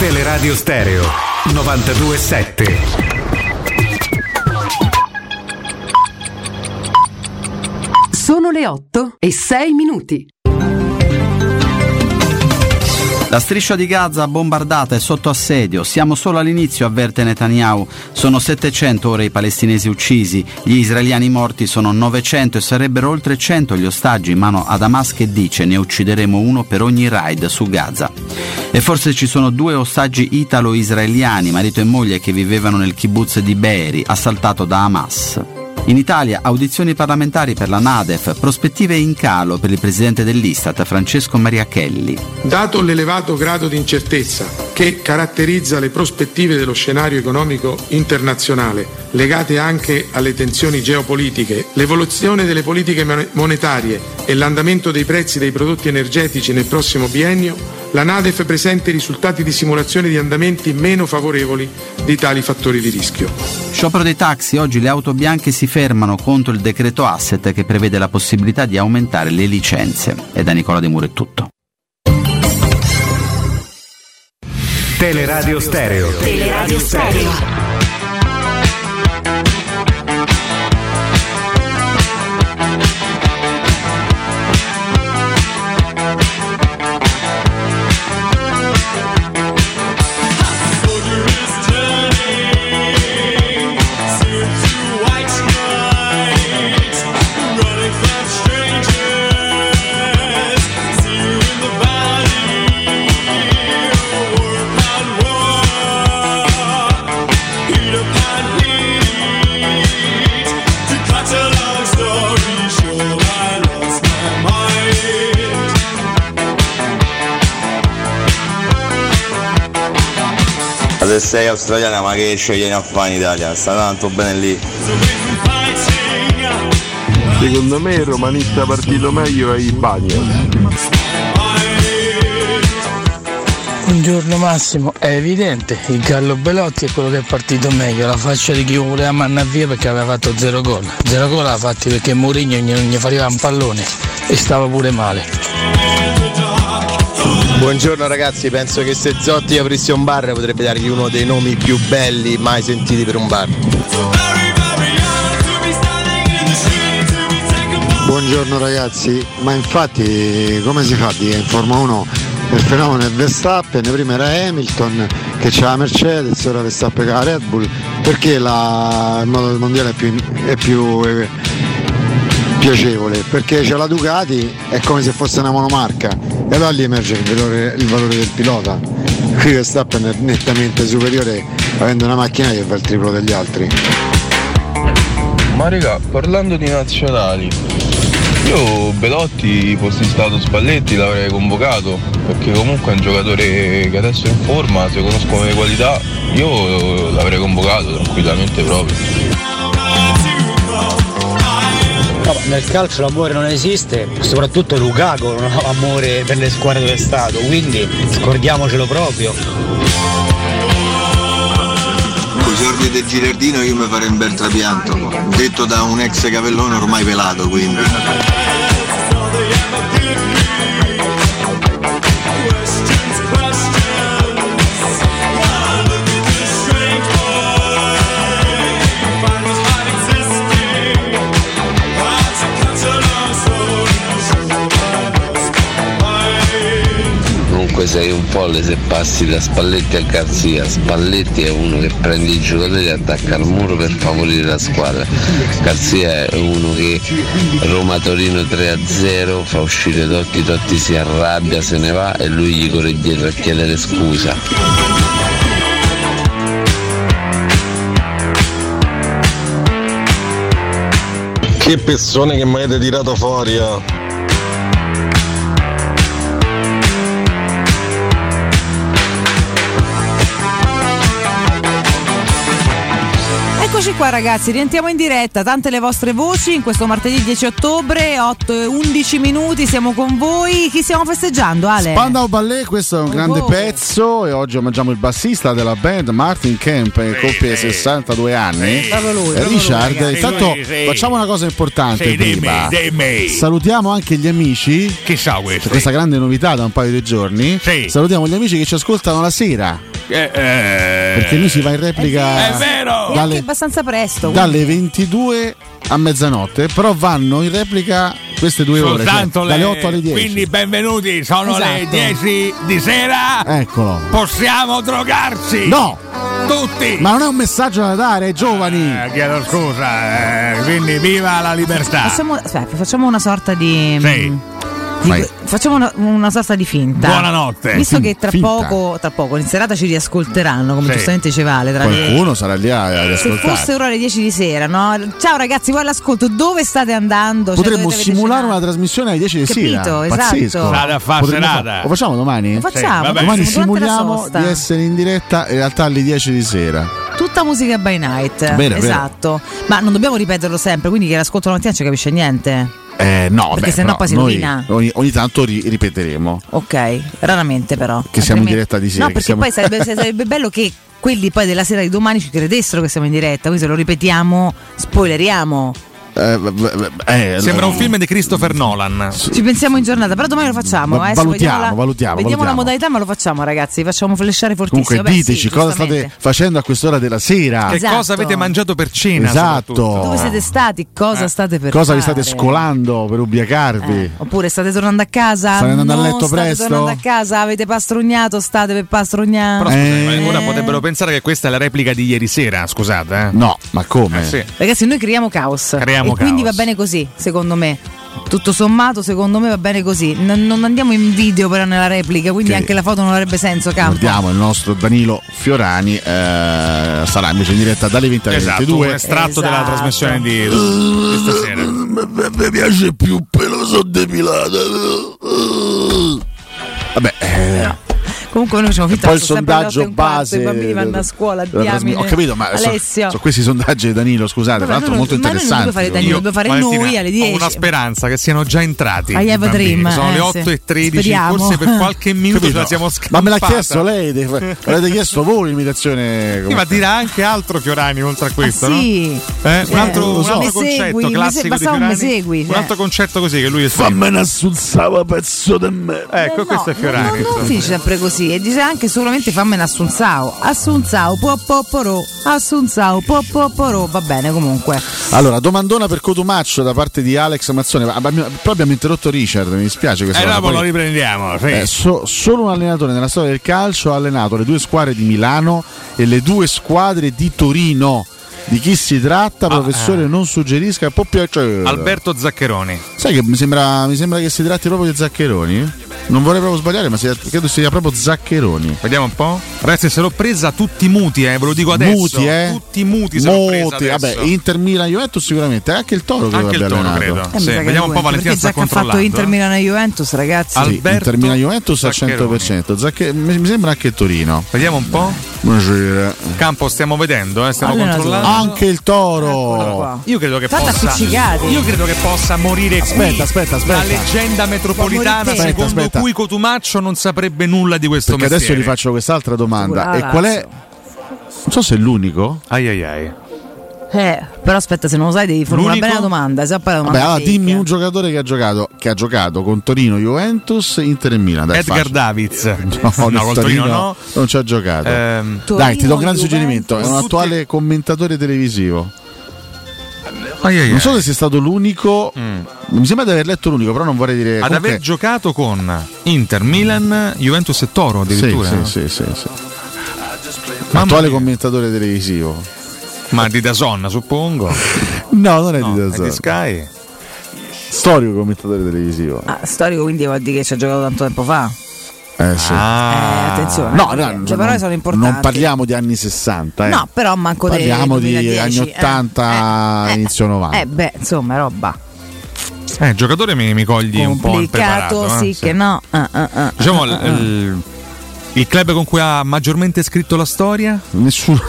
S28: Teleradio Stereo 927.
S10: Sono le 8 e 6 minuti.
S29: La striscia di Gaza bombardata e sotto assedio. Siamo solo all'inizio, avverte Netanyahu. Sono 700 ora i palestinesi uccisi, gli israeliani morti sono 900 e sarebbero oltre 100 gli ostaggi in mano a Hamas che dice ne uccideremo uno per ogni raid su Gaza. E forse ci sono due ostaggi italo-israeliani, marito e moglie, che vivevano nel kibbutz di Beeri, assaltato da Hamas. In Italia audizioni parlamentari per la Nadef, prospettive in calo per il presidente dell'Istat Francesco Maria Kelly.
S12: Dato l'elevato grado di incertezza che caratterizza le prospettive dello scenario economico internazionale, legate anche alle tensioni geopolitiche, l'evoluzione delle politiche mon- monetarie e l'andamento dei prezzi dei prodotti energetici nel prossimo biennio, la Nadef presenta i risultati di simulazione di andamenti meno favorevoli di tali fattori di rischio.
S29: Sciopero dei taxi, oggi le auto bianche si fermano contro il decreto asset che prevede la possibilità di aumentare le licenze. E da Nicola De Muro è tutto.
S28: Teleradio Stereo.
S30: Teleradio Stereo.
S6: Ma se sei australiana ma che scegli a fare in Italia? Sta tanto bene lì.
S31: Secondo me il romanista partito meglio è il bagno.
S9: Buongiorno Massimo, è evidente, il Gallo Belotti è quello che è partito meglio, la faccia di chi voleva mandare via perché aveva fatto zero gol. Zero gol l'ha fatti perché Mourinho non gli faceva un pallone e stava pure male.
S32: Buongiorno ragazzi, penso che se Zotti aprisse un bar potrebbe dargli uno dei nomi più belli mai sentiti per un bar.
S27: Buongiorno ragazzi, ma infatti come si fa a dire in Formula 1 il fenomeno è Verstappen, prima era Hamilton che c'è la Mercedes, ora Verstappen ha la Red Bull, perché la, il modo del mondiale è più, è più, eh, piacevole? Perché c'è la Ducati, è come se fosse una monomarca e allora lì emerge il valore, il valore del pilota. Qui Verstappen è nettamente superiore avendo una macchina che fa il triplo degli altri.
S33: Ma raga, parlando di nazionali, io Belotti fossi stato Spalletti l'avrei convocato, perché comunque è un giocatore che adesso è in forma, se conosco le qualità, io l'avrei convocato tranquillamente proprio.
S9: No, nel calcio l'amore non esiste, soprattutto Lukaku non ha amore per le squadre dove è stato, quindi scordiamocelo proprio.
S6: Con i sordi del Girardino io mi farei un bel trapianto, detto da un ex cavellone ormai pelato quindi.
S22: Comunque sei un folle se passi da Spalletti a Garzia. Spalletti è uno che prende i giocatori e attacca al muro per favorire la squadra. Garzia è uno che Roma-Torino 3-0 fa uscire Totti, Totti si arrabbia, se ne va e lui gli corre dietro a chiedere scusa.
S14: Che persone che mi avete tirato fuori! eh.
S10: Eccoci qua ragazzi, rientriamo in diretta, tante le vostre voci in questo martedì 10 ottobre, 8 e 11 minuti, siamo con voi, chi stiamo festeggiando Ale?
S1: Spandau Ballet, questo è
S10: Oh,
S1: un grande pezzo e oggi omaggiamo il bassista della band Martin Kemp che compie 62 anni.
S10: Proprio lui,
S1: Eh,
S10: proprio lui,
S1: Richard,
S10: ragazzi.
S1: intanto
S10: Sì, sì.
S1: facciamo una cosa importante
S12: Sì, dimmi,
S1: prima.
S12: dimmi.
S1: Salutiamo anche gli amici.
S12: Che sa questo?
S1: Questa grande novità da un paio di giorni. Salutiamo gli amici che ci ascoltano la sera.
S12: Eh,
S1: Perché lui si va in replica.
S10: E anche
S1: Dalle,
S10: abbastanza presto.
S1: dalle 22 a mezzanotte, però vanno in replica queste due ore, cioè,
S12: Soltanto
S1: dalle
S12: le-
S1: 8 alle 10.
S12: Quindi benvenuti, sono le
S1: Esatto.
S12: 10 di sera.
S1: Eccolo.
S12: Possiamo drogarci.
S1: No!
S12: Tutti!
S1: Ma non è un messaggio da dare, ai giovani!
S12: Eh, chiedo scusa, eh, quindi viva la libertà.
S10: Facciamo, aspetta, facciamo una sorta di... mm, di-
S12: Vai.
S10: Facciamo una, una sorta di finta.
S12: Buonanotte.
S10: Visto
S12: Fin-
S10: che tra
S12: finta.
S10: poco, tra poco, in serata ci riascolteranno, come
S1: Sì.
S10: giustamente ci vale. Tra
S1: Qualcuno sarà lì a- ad
S10: Se fosse cioè,
S1: ascoltare.
S10: ora le 10 di sera, no? Ciao ragazzi, voi all'ascolto, dove state andando? Cioè,
S1: Potremmo
S10: dove avete
S1: simulare una trasmissione alle 10 di
S10: Capito,
S1: sera.
S10: esatto.
S1: Pazzesco.
S10: State a fa'
S1: Potremmo
S12: serata.
S1: fa- Lo facciamo domani?
S10: Lo facciamo, Sì, vabbè.
S1: domani
S10: facciamo durante la
S1: simuliamo
S10: sosta.
S1: di essere in diretta in realtà alle 10 di sera.
S10: Tutta musica by night.
S1: Bene, bene.
S10: esatto. Ma non dobbiamo ripeterlo sempre, quindi chi l'ascolta la mattina non ci capisce niente.
S1: Eh, no,
S10: Perché
S1: beh,
S10: sennò
S1: però
S10: poi si
S1: noi
S10: rovina.
S1: Ogni, ogni tanto ri- ripeteremo.
S10: Ok, raramente però.
S1: Che siamo in
S10: Altrimenti-
S1: diretta di sera.
S10: No,
S1: che
S10: perché
S1: siamo-
S10: poi sarebbe, sarebbe bello che quelli poi della sera di domani ci credessero che siamo in diretta, quindi se lo ripetiamo, spoileriamo.
S1: Eh, v- v- eh,
S12: Sembra
S1: no.
S12: un film di Christopher Nolan.
S10: Ci pensiamo in giornata, però domani lo facciamo. eh,
S1: Va-
S10: se
S1: valutiamo,
S10: vediamo la, Vediamo
S1: valutiamo,
S10: la
S1: valutiamo.
S10: modalità, ma lo facciamo, ragazzi. Facciamo flashare fortissimo.
S1: Comunque,
S10: Beh, sì,
S1: diteci cosa state
S10: giustamente. Esatto.
S1: facendo a quest'ora della sera.
S12: Che cosa avete mangiato per cena?
S1: Esatto.
S12: soprattutto?
S10: Dove siete stati? Cosa state per
S1: Eh. Cosa vi
S10: fare? Eh.
S1: state scolando per ubriacarvi?
S10: Oppure state tornando a casa?
S1: State andando a
S10: Non
S1: letto
S10: state
S1: presto?
S10: tornando a casa? Avete pastrugnato? State per pastrugnare?
S12: Però
S1: Eh.
S12: scusate, ma ora potrebbero pensare che questa è la replica di ieri sera, scusate. eh.
S1: No, ma come?
S10: Ragazzi, noi creiamo caos.
S12: Creiamo
S10: e quindi va
S12: caos.
S10: bene così, secondo me. Tutto sommato, secondo me va bene così. N- non andiamo in video però nella replica, quindi
S1: Che-
S10: anche la foto non avrebbe senso, campo.
S1: Ricordiamo il nostro Danilo Fiorani eh, sarà invece in diretta dalle 20 alle
S12: Esatto,
S1: 22.
S12: un estratto della trasmissione di, di stasera. eh.
S6: Mi piace più peloso depilata.
S1: Vabbè, eh,
S10: Comunque noi siamo finti
S1: poi
S10: che
S1: il
S10: sono sempre le
S1: sondaggio
S10: otto e un quarto,
S1: base
S10: i bambini vanno a
S1: del-
S10: scuola,
S1: della trasmi-
S10: diamine.
S1: ho capito ma so-
S10: Alessio.
S1: sono questi sondaggi di Danilo scusate
S10: Vabbè,
S1: tra l'altro
S10: noi non-
S1: molto
S10: ma noi non
S1: interessanti
S10: dobbiamo fare Danilo,
S1: Io-
S10: dobbiamo fare
S12: Valentina,
S10: noi alle
S12: Ho
S10: 10.
S12: una speranza che siano già entrati.
S10: I have a
S12: i bambini.
S10: dream,
S12: Sono
S10: eh,
S12: le
S10: sì.
S12: 8 e 13,
S10: Speriamo.
S12: forse per qualche minuto
S1: Capito?
S12: ce la siamo
S1: ma
S12: scappata.
S1: me l'ha chiesto lei de- l'avete chiesto voi l'imitazione
S12: Sì,
S1: come-
S12: ma dirà anche altro Fiorani oltre a questo,
S10: Ah, sì.
S12: no? Eh,
S10: Eh,
S12: un altro, un altro
S10: mi
S12: concetto
S10: segui, mi
S12: classico
S10: se-
S12: di
S10: bastava un
S12: Fiorani.
S10: mi segui,
S12: Un
S10: cioè.
S12: altro concetto così che lui è
S1: Fammene assunzava pezzo di me.
S12: Ecco, questo è Fiorani.
S10: Non
S12: insomma.
S10: finisce sempre così e dice anche solamente fammene assunzao. Assunzao, po po porò, assunzao, po po porò. Va bene comunque. Eh,
S1: allora domandona per Cotumaccio da parte di Alex Mazzone Ma abbiamo- però abbiamo interrotto Richard mi dispiace questa
S12: E
S1: cosa.
S12: dopo
S1: Poi-
S12: Eh, lo riprendiamo. sì.
S1: Eh, so- solo un allenatore nella storia del calcio ha allenato le due squadre di Milano e le due squadre di Torino. Di chi si tratta, professore, non suggerisca, può piacere.
S12: Ah, eh. Alberto Zaccheroni.
S1: Sai che mi sembra, mi sembra che si tratti proprio di Zaccheroni? Non vorrei proprio sbagliare, ma si, credo sia proprio Zaccheroni.
S12: Vediamo un po'. Ragazzi, se l'ho presa tutti muti, eh, ve lo dico adesso.
S1: Muti, eh?
S12: Tutti muti, se l'ho presa
S1: Muti,
S12: adesso.
S1: vabbè, Inter Milan Juventus sicuramente, anche il Toro credo
S12: Anche il
S1: abbia
S12: Toro,
S1: allenato.
S10: Eh,
S12: credo.
S10: mi sa che
S12: vediamo un po'
S10: Juventus,
S12: Valentina
S10: perché
S12: sta
S10: già che ha fatto
S12: controllando,
S10: Inter
S12: eh.
S10: Milan e Juventus, ragazzi.
S1: Sì, Inter Milan Juventus al
S12: Zaccheroni.
S1: 100%, Zacche- mi mi sembra anche Torino.
S12: Vediamo un po'.
S1: Buonasera.
S12: Campo stiamo vedendo, eh, stiamo
S1: Allenatore.
S12: controllando.
S1: Anche il toro.
S12: Io credo che
S1: Tanto
S12: possa
S1: appiccicati.
S12: Io credo che possa morire qui
S1: Aspetta, aspetta, aspetta.
S12: La leggenda metropolitana
S1: Aspetta,
S12: secondo
S1: aspetta.
S12: cui Cotumaccio non saprebbe nulla di questo
S1: Perché adesso
S12: mestiere.
S1: gli faccio quest'altra domanda.
S10: Sicuro.
S1: E
S10: Ah,
S1: qual è?
S10: Lazio.
S1: Non so se è l'unico.
S12: Ai ai ai.
S10: Eh, però aspetta, se non lo sai devi fare una
S1: L'unico-
S10: bella domanda. Se poi la
S1: Vabbè,
S10: domanda
S1: allora
S10: fake.
S1: dimmi un giocatore che ha giocato, che ha giocato con Torino, Juventus, Inter e Milan. Dai,
S12: Edgar
S1: facile.
S12: Davids.
S1: No, no, con Torino no. Non ci ha giocato.
S12: Ehm,
S1: Dai, ti do un
S12: Torino,
S1: grande suggerimento. È un
S12: Juventus,
S1: attuale commentatore televisivo.
S12: Ai, ai, Mm.
S1: Non so se sia stato l'unico. Mi sembra di aver letto l'unico, però non vorrei dire.
S12: Ad
S1: Eh, comunque-
S12: aver giocato con Inter, Milan, Juventus e Toro addirittura.
S1: Sì,
S12: no?
S1: sì, sì, sì, sì. Attuale commentatore televisivo.
S12: Ma di Dazon, suppongo.
S1: No, non è di
S12: È di
S1: Dazzone.
S12: Sky.
S1: Storico commentatore televisivo.
S10: Ah, storico, quindi vuol dire che ci ha giocato tanto tempo fa.
S1: Eh, sì.
S12: Ah.
S10: Eh, attenzione,
S1: No,
S10: perché
S1: no,
S10: le
S1: no,
S10: parole
S1: non-
S10: sono importanti.
S1: Non parliamo di anni 60, eh.
S10: No, però manco dei
S1: parliamo di
S10: 2010,
S1: anni
S10: eh.
S1: 80, inizio 90.
S10: Eh beh, insomma, roba.
S12: Eh, il giocatore mi, mi cogli un po'
S10: Complicato,
S12: impreparato. eh,
S10: sì, che no. Ah, ah, ah,
S12: Diciamo
S10: ah,
S12: il-
S10: ah.
S12: il, il club con cui ha maggiormente scritto la storia?
S1: Nessuno.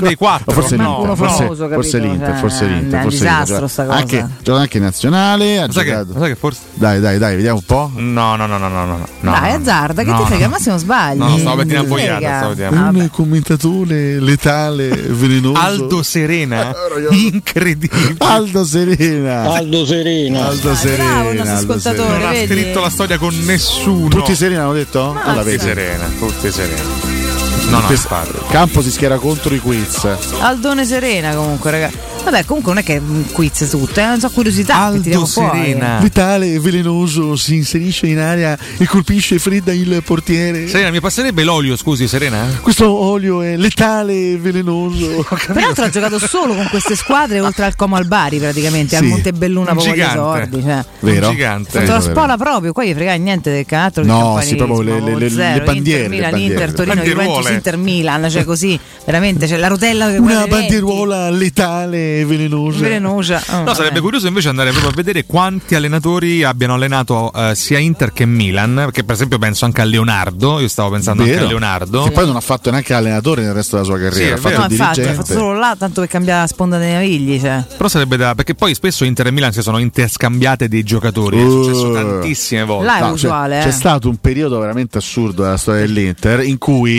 S12: dei quattro.
S1: Forse
S12: No,
S1: l'Inter,
S12: no.
S1: forse,
S12: Lo
S1: forse
S12: sai
S1: l'Inter,
S10: Cioè,
S1: forse
S10: è un
S1: l'Inter, forse l'Inter.
S10: disastro sta cosa.
S1: Anche, gioca anche in nazionale, ha
S12: che-
S1: giocato.
S12: lo sai che forse.
S1: Dai, dai, dai, vediamo un po'.
S12: No, no, no, no, no, no. no.
S10: Dai, azzarda, che
S1: No,
S10: ti frega,
S1: no.
S10: al massimo sbagli.
S12: No, stavo mettendo
S10: Che ti
S12: avvogliata,
S10: frega?
S12: stavo mettendo-
S10: Ah,
S1: Un commentatore letale, velenoso.
S12: Aldo Serena. Incredibile.
S1: Aldo Serena.
S12: Aldo
S1: Serena.
S10: Ah,
S1: Aldo Serena. Aldo
S12: Non
S1: Serena.
S12: ha scritto la storia con nessuno.
S1: Tutti Serena hanno detto?
S10: Ah,
S1: Alla
S12: Tutti
S1: vedi.
S12: Serena, tutti Serena. No, no,
S1: Tutti-
S12: infatti.
S1: Campo si schiera contro i quiz.
S10: Aldone Serena comunque, raga. Vabbè, comunque non è che è un quiz tutto, è una curiosità che tiriamo fuori.
S1: Vitale e velenoso si inserisce in area e colpisce fredda il portiere.
S12: Serena, mi passerebbe l'olio, scusi, Serena?
S1: Questo olio è letale e velenoso.
S10: Peraltro ha giocato solo con queste squadre oltre al Como al Bari praticamente, al
S1: Ah. Sì.
S10: Montebelluna
S1: Un
S10: proprio gli
S1: gigante.
S10: esordi. Cioè.
S1: Vero?
S12: Un gigante.
S10: Sotto la
S1: Vero,
S10: spola proprio, qua gli frega niente del canastro del
S1: No, sì,
S10: campanilismo,
S1: proprio le- le- le-
S10: zero.
S1: le bandiere,
S10: Inter,
S1: le
S10: Milan,
S1: bandiere.
S10: Inter, Torino,
S1: Banderuole.
S10: Juventus, Inter, Milan, cioè così, veramente, c'è la rotella che
S1: Una
S10: guarda i venti,
S1: banderuola letale e velenosa.
S10: velenosa. Ah,
S12: No, sarebbe curioso invece andare proprio a vedere quanti allenatori abbiano allenato eh, sia Inter che Milan, perché per esempio penso anche a Leonardo, io stavo pensando anche
S1: Vero.
S12: a Leonardo.
S1: Che poi non ha fatto neanche allenatore nel resto della sua
S12: Sì, è
S1: carriera. ha
S12: vero.
S1: fatto
S10: No,
S1: il
S10: infatti, ha
S1: dirigente.
S10: fatto solo là, tanto per cambiare la sponda dei navigli. Cioè.
S12: Però sarebbe da. Perché poi spesso Inter e Milan si sono interscambiate dei giocatori. È successo
S1: Uh.
S12: tantissime volte.
S10: Là è
S1: No, cioè,
S10: usuale,
S1: c'è,
S10: eh.
S1: c'è stato un periodo veramente assurdo della storia dell'Inter in cui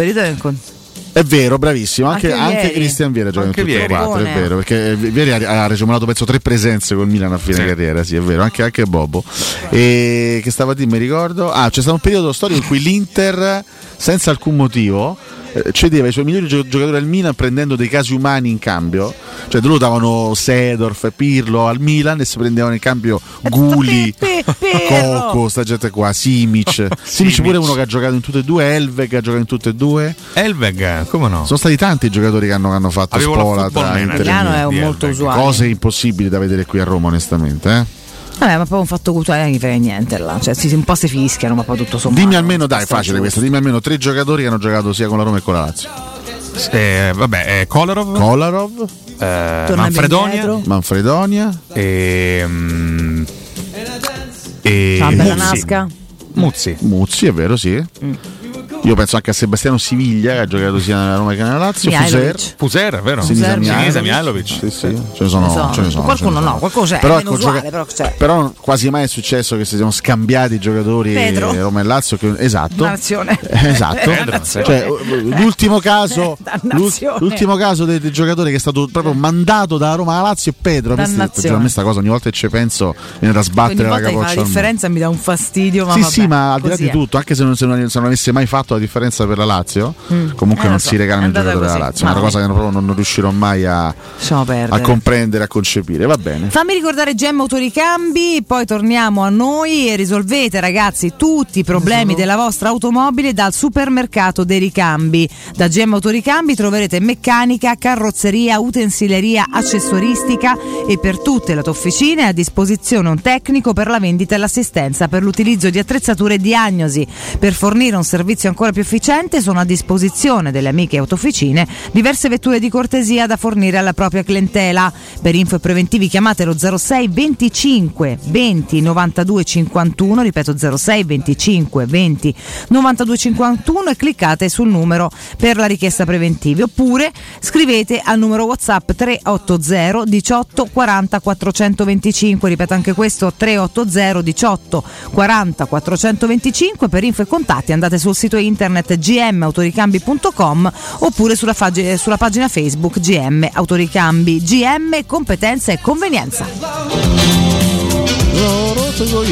S10: Periodo del con-
S1: è vero, bravissimo, anche,
S10: Anche
S1: anche
S10: ieri.
S1: Cristian Viera gioca in
S12: Anche
S1: tutte e
S12: ieri.
S1: quattro, è
S10: Buone.
S1: vero, perché Vieri ha, ha raggiunto penso tre presenze col Milan a fine carriera, sì, è vero, anche, anche Bobo. E che stava a dire, mi ricordo, ah, c'è stato un periodo storico in cui l'Inter senza alcun motivo eh, cedeva i suoi migliori gio- giocatori al Milan prendendo dei casi umani in cambio, cioè loro davano Sedorf, Pirlo al Milan e si prendevano in cambio Guli, Coco, sta gente qua, Simic. Simic pure uno che ha giocato in tutte e due, Elve che ha giocato in tutte e due.
S12: Elveg, Eh, come no?
S1: Sono stati tanti i giocatori che hanno, che hanno fatto
S12: Avevo la
S1: spola
S12: Football
S1: tra Inter
S12: Manager
S1: e
S10: Milano è un
S1: Milan.
S10: molto usuale.
S1: Cose impossibili da vedere qui a Roma, onestamente. eh.
S10: Vabbè, ma poi un fatto culturale non gli frega niente là. Cioè, si, un po' si fischiano, ma poi tutto sommato.
S1: Dimmi almeno, dai,
S10: sta
S1: facile
S10: giù.
S1: questa, dimmi almeno tre giocatori che hanno giocato sia con la Roma che con la Lazio.
S12: Eh, vabbè, eh, Kolarov.
S1: Kolarov.
S12: Eh, Manfredonia.
S1: Manfredonia.
S12: E. mm, e
S10: Ciao, Ah, bella
S12: Muzzi.
S10: Nasca. Mm.
S12: Muzzi.
S1: Muzzi, è vero, sì. Io penso anche a Sebastiano Siviglia, che ha giocato sia nella Roma che nella Lazio. Fuser.
S10: Mihailovic.
S12: Fuser, vero?
S1: Sinisa Mihailovic.
S12: Mihailovic.
S1: Sì, sì. Ce ne sono,
S10: Insomma,
S1: ce ne sono,
S10: qualcuno
S1: ce ne sono.
S10: no, qualcuno c'è,
S1: Però,
S10: è
S1: ecco,
S10: inusuale,
S1: gioca-
S10: però cioè, c'è.
S1: però quasi mai è successo che si siano scambiati i giocatori
S10: Pedro.
S1: eh, Roma e Lazio. che- esatto.
S10: Una nazione.
S1: Eh, esatto.
S10: Dannazione.
S1: Cioè, l'ultimo caso,
S10: Dannazione.
S1: l'ultimo caso del, del giocatore che è stato proprio mandato da Roma alla Lazio è Pedro. A me sta-
S10: Dannazione.
S1: a me sta cosa ogni volta che ci penso viene da
S10: Ogni
S1: sbattere la
S10: volta che fa
S1: capoccia
S10: la
S1: al muro.
S10: differenza mi dà un fastidio, ma
S1: sì,
S10: vabbè,
S1: sì, ma al di là
S10: così
S1: di
S10: è.
S1: tutto, anche se non, se non- se non avesse mai fatto la differenza per la Lazio,
S10: Mm.
S1: comunque
S10: Eh, lo
S1: non
S10: so,
S1: si
S10: è
S1: regalano i
S10: andata
S1: giocatori della
S10: così.
S1: Lazio. È una
S10: Mamma
S1: cosa che proprio non, non riuscirò mai a, a comprendere, a concepire. Va bene.
S10: Fammi ricordare Gemma Autoricambi, poi torniamo a noi e risolvete ragazzi tutti i problemi della vostra automobile dal supermercato dei ricambi. Da Gemma Autoricambi troverete meccanica, carrozzeria, utensileria, accessoristica e per tutte le tue officine è a disposizione un tecnico per la vendita e l'assistenza per l'utilizzo di attrezzature e diagnosi. Per fornire un servizio ancora più efficiente sono a disposizione delle amiche autofficine diverse vetture di cortesia da fornire alla propria clientela. Per info e preventivi chiamate lo 06 25 20 92 51, ripeto 06 25 20 92 51 e cliccate sul numero per la richiesta preventivi oppure scrivete al numero WhatsApp 380 18 40 425, ripeto anche questo 380 18 40 425 per info e contatti andate sul sito internet gmautoricambi.com oppure sulla, fag- sulla pagina Facebook GM Autoricambi GM Competenza e Convenienza tutto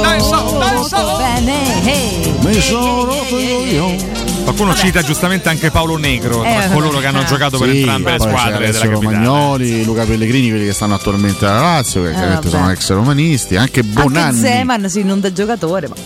S10: molto bene hey.
S1: Mi sono rotto
S12: Qualcuno cita giustamente anche Paolo Negro,
S10: Eh,
S12: tra Ecco, coloro che hanno giocato per
S1: Sì,
S12: entrambe le
S1: poi c'è
S12: squadre
S1: Alessio
S12: della capitale.
S1: Romagnoli, Luca Pellegrini, quelli che stanno attualmente alla Lazio, che chiaramente
S10: Eh, vabbè.
S1: sono ex romanisti, anche
S10: anche
S1: Bonanni.
S10: Zeman sì, non da giocatore ma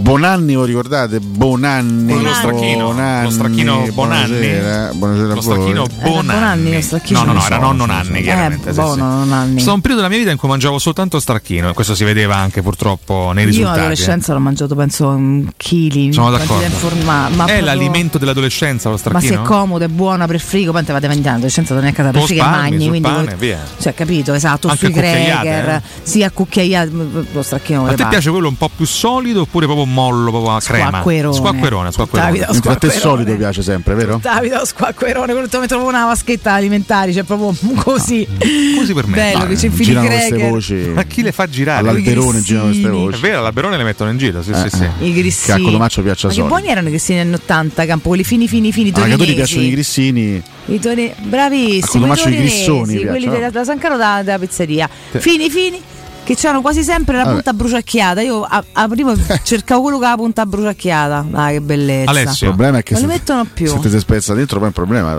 S1: Bonanni, lo ricordate? Bonanni,
S12: Quello stracchino, lo stracchino Bonanni.
S1: Buonasera, buonasera
S12: Lo
S1: a voi.
S12: stracchino
S10: Era Eh, Bonanni lo stracchino
S12: No, no, no, era
S1: so, non
S12: nonno
S1: so.
S12: Nanni,
S1: Eh,
S12: chiaramente.
S10: eh,
S12: sì,
S10: buono
S12: sì.
S10: non anni
S12: C'è stato un periodo della mia vita in cui mangiavo soltanto stracchino e questo si vedeva anche purtroppo nei
S10: io in
S12: risultati. eh.
S10: adolescenza l'ho mangiato penso un chili
S12: Sono
S10: quantità
S12: d'accordo.
S10: inform- ma, ma
S12: è
S10: proprio-
S12: l'alimento dell'adolescenza lo
S10: ma se
S12: stracchino?
S10: è comodo, è buona per frigo, quanto vado mangiando? Adolescenza non è casa per
S12: Con
S10: frigo e
S12: spalmi,
S10: magni,
S12: sul
S10: quindi
S12: pane,
S10: voi-
S12: via.
S10: cioè capito, esatto,
S12: Anche
S10: sui
S12: accucchiaiate,
S10: cracker, sì, accucchiaiate, lo stracchino
S12: A
S10: le
S12: te
S10: palle.
S12: piace quello un po' più solido oppure proprio mollo, proprio a crema?
S10: Squacquerone.
S12: Squacquerone, squacquerone.
S10: Davide, Mentre a te squacquerone.
S1: Ti piace sempre, vero?
S10: Davide, lo squacquerone, quello te lo metto proprio una vaschetta alimentare, cioè proprio così.
S12: Ah, mm, Così per me.
S10: Bello, che ci infili i
S1: girano queste
S10: cracker.
S1: voci.
S12: Ma chi le fa girare?
S1: All'alberone
S12: I
S1: girano queste
S12: grissini.
S1: voci.
S12: È vero, all'alberone le mettono in giro, sì, sì, sì.
S10: Eh, I grissini.
S1: Che a Codomaccio piaccia
S10: Ma che
S1: solo.
S10: buoni erano i grissini anni 80, campo, quelli fini fini fini,
S12: Ah,
S1: A Catori
S10: torinesi.
S1: piacciono i grissini.
S10: I tone-
S1: A
S10: bravissimi,
S1: Codomaccio i
S10: torinesi,
S1: grissoni
S10: quelli
S1: piacciono.
S10: della, della San Carlo da- della pizzeria.
S1: Sì.
S10: Fini fini che c'hanno quasi sempre la
S1: Vabbè.
S10: punta bruciacchiata. Io a- aprivo e cercavo quello con la punta bruciacchiata. Dai, che bellezza.
S1: Il problema è che
S10: non
S1: se,
S10: li mettono più.
S1: se te si spezza dentro poi è un problema.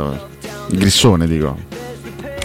S1: Il grissone, dico.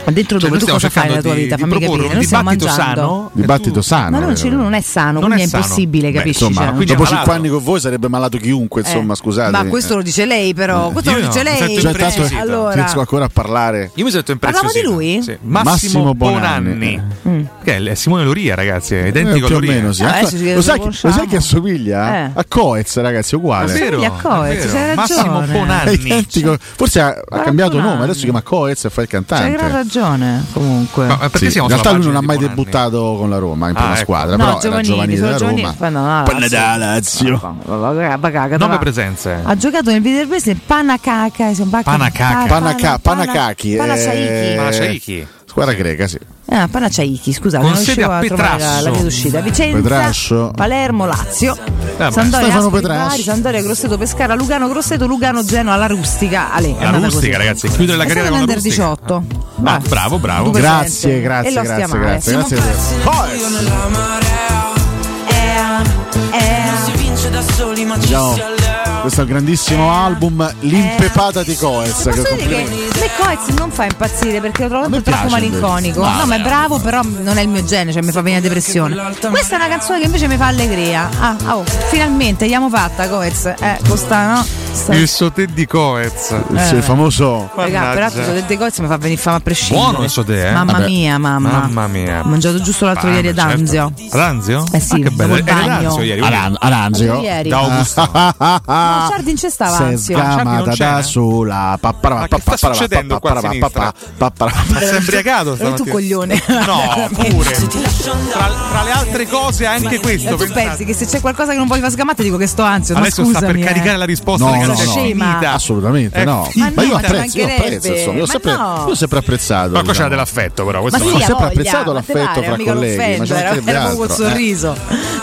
S10: Ma dentro dove
S12: Cioè, noi
S10: tu
S12: stiamo
S10: cosa fai
S12: cercando
S10: nella tua
S12: di-
S10: vita?
S12: di
S10: Fammi
S12: proporre
S10: capire.
S12: un
S10: Noi stiamo
S12: dibattito
S10: mangiando.
S12: sano
S1: Dibattito sano.
S10: Ma non,
S1: vero?
S10: ci- non è sano,
S1: Non
S10: quindi
S1: è
S10: è,
S1: sano.
S10: impossibile,
S1: Beh,
S10: capisci?
S1: insomma,
S10: Cioè,
S1: dopo
S10: eh.
S1: 5 anni con voi sarebbe malato chiunque, insomma, scusate. Eh.
S10: Ma questo lo dice lei, però. Questo
S1: Io
S10: lo dice
S1: no, mi
S10: lei.
S1: sento
S10: Cioè,
S1: impreziosito.
S10: allora,
S1: Inizio ancora a parlare.
S12: Io mi sento
S10: Parliamo
S12: impreziosito.
S10: di lui?
S12: Sì. Massimo,
S1: Massimo Bonanni.
S12: Bonanni.
S10: Mm.
S12: Che è il- è Simone Loria, ragazzi, è identico
S1: Eh, più
S12: a
S1: o
S12: Loria.
S1: meno, sì.
S10: Ah,
S1: Ecco, lo, sai che, lo sai che assomiglia
S10: Eh.
S1: a Coez, ragazzi, è uguale.
S12: È vero, Assomiglia a Coez, è vero. c'hai Massimo ragione.
S1: È
S12: Bonanni.
S1: identico. Forse ha, ha cambiato
S10: Bonanni.
S1: nome, adesso si chiama Coez e fa il cantante.
S10: c'era ragione. Comunque,
S12: Ma perché
S1: Sì,
S12: siamo
S1: in realtà
S12: sulla
S1: lui non ha
S12: pagina
S1: mai
S12: di Bonanni?
S1: debuttato con la Roma in
S12: Ah,
S1: prima
S12: ecco.
S1: squadra,
S10: No,
S1: però era
S10: giovanili,
S1: giovanile
S10: sono
S1: della
S10: giovanili.
S1: Roma.
S10: Ma no, no,
S1: Palla
S10: Lazio.
S1: da Lazio.
S12: Nove presenze.
S10: Ha giocato nel Vitervese Panacaca. insomma,
S1: Panacaca.
S10: Ah, Pana-
S1: Panaca-
S10: Pana-
S1: Panacaki.
S10: Panacaiki.
S1: eh, Squadra greca, sì.
S10: Ah, Panacaiki, scusate,
S1: Con
S10: non
S1: sede
S10: riuscivo
S1: a
S10: a trovare la,
S1: Petrasso.
S10: la via d'uscita. Vicenza,
S1: Petrascio.
S10: Palermo, Lazio, Sandoria,
S1: beh. Stefano
S10: Ascoli,
S1: Petrascio.
S10: Bari, Sandoria, Grosseto, Pescara, Lugano, Grosseto, Lugano, Genoa, La Rustica. Ale, è
S12: La
S10: andata
S12: Rustica,
S10: così.
S12: ragazzi, chiudere la
S10: È
S12: carriera
S10: stato
S12: con la
S10: l'Under
S12: Rustica.
S10: 18.
S12: Ah, bravo, bravo.
S10: Due
S1: Grazie,
S10: presenze.
S1: grazie,
S10: E lo
S1: grazie,
S10: stia male.
S1: grazie,
S10: Siamo
S1: grazie. Diciamo, questo è un grandissimo album, L'impepata di Coez. che
S10: Posso dire Eh, che
S1: complimenti.
S10: me Coez non fa impazzire perché lo trovo troppo
S1: piace,
S10: malinconico.
S1: invece.
S10: No,
S1: Ah,
S10: ma è
S1: beh.
S10: bravo, però non è il mio genere, cioè mi fa venire la depressione. Questa è una canzone che invece mi fa allegria. Ah, ah, oh, finalmente abbiamo fatta Coez. Eh, costa, no? Sta-
S12: Il sauté di Coez.
S10: Eh,
S1: il famoso
S10: Raga, peraltro
S12: Mannaggia.
S10: sono delle cose che mi fa venire fame a prescindere.
S12: Buono il sauté, eh?
S10: Mamma
S12: Vabbè.
S10: mia, mamma.
S12: Mamma mia.
S10: Ho mangiato giusto l'altro
S12: Fame,
S10: ieri ad
S12: certo.
S10: Anzio.
S12: Ad Anzio?
S10: Eh sì,
S12: Ah, che
S10: dopo
S12: bello.
S10: il
S12: Era ad
S10: bagno.
S12: Anzio ieri.
S1: Ad An- ad Anzio.
S10: Ieri.
S12: Da Augusto.
S10: Sciardi incestava,
S1: si è
S10: anzi.
S12: Sciardi
S1: sgamata
S12: non
S1: da
S12: c'era?
S1: sola. Ma
S12: che sta succedendo qua a sinistra? Ma sei
S10: Eri
S12: imbriacato
S10: tu
S12: stamattina?
S10: coglione.
S12: No, pure. Tra, tra le altre cose anche questo.
S10: eh, Tu
S12: pensate.
S10: pensi che se c'è qualcosa che non voglio far sgamata dico che sto ansio.
S12: Adesso
S10: ma
S12: sta per
S10: scusami, eh.
S12: caricare la risposta.
S1: No,
S12: ragazzi,
S1: no,
S12: è
S1: no.
S12: finita.
S1: Assolutamente
S12: È
S1: no.
S12: finita.
S1: Ma io
S12: Ma
S1: apprezzo, io apprezzo,
S10: mancherebbe.
S1: insomma, io ho
S10: Ma
S1: sempre,
S10: no.
S1: io ho sempre apprezzato.
S12: Ma qua c'era
S1: diciamo.
S12: dell'affetto, però.
S10: Ma
S12: Questo
S10: sì,
S1: ho
S10: ha
S1: sempre
S10: voglia,
S1: apprezzato
S10: ma te
S1: l'affetto
S10: pare,
S1: fra
S10: mica
S1: colleghi, ma
S10: l'offendo,
S1: ci
S10: era,
S1: mancherebbe
S10: era proprio col
S1: altro, eh.
S10: sorriso.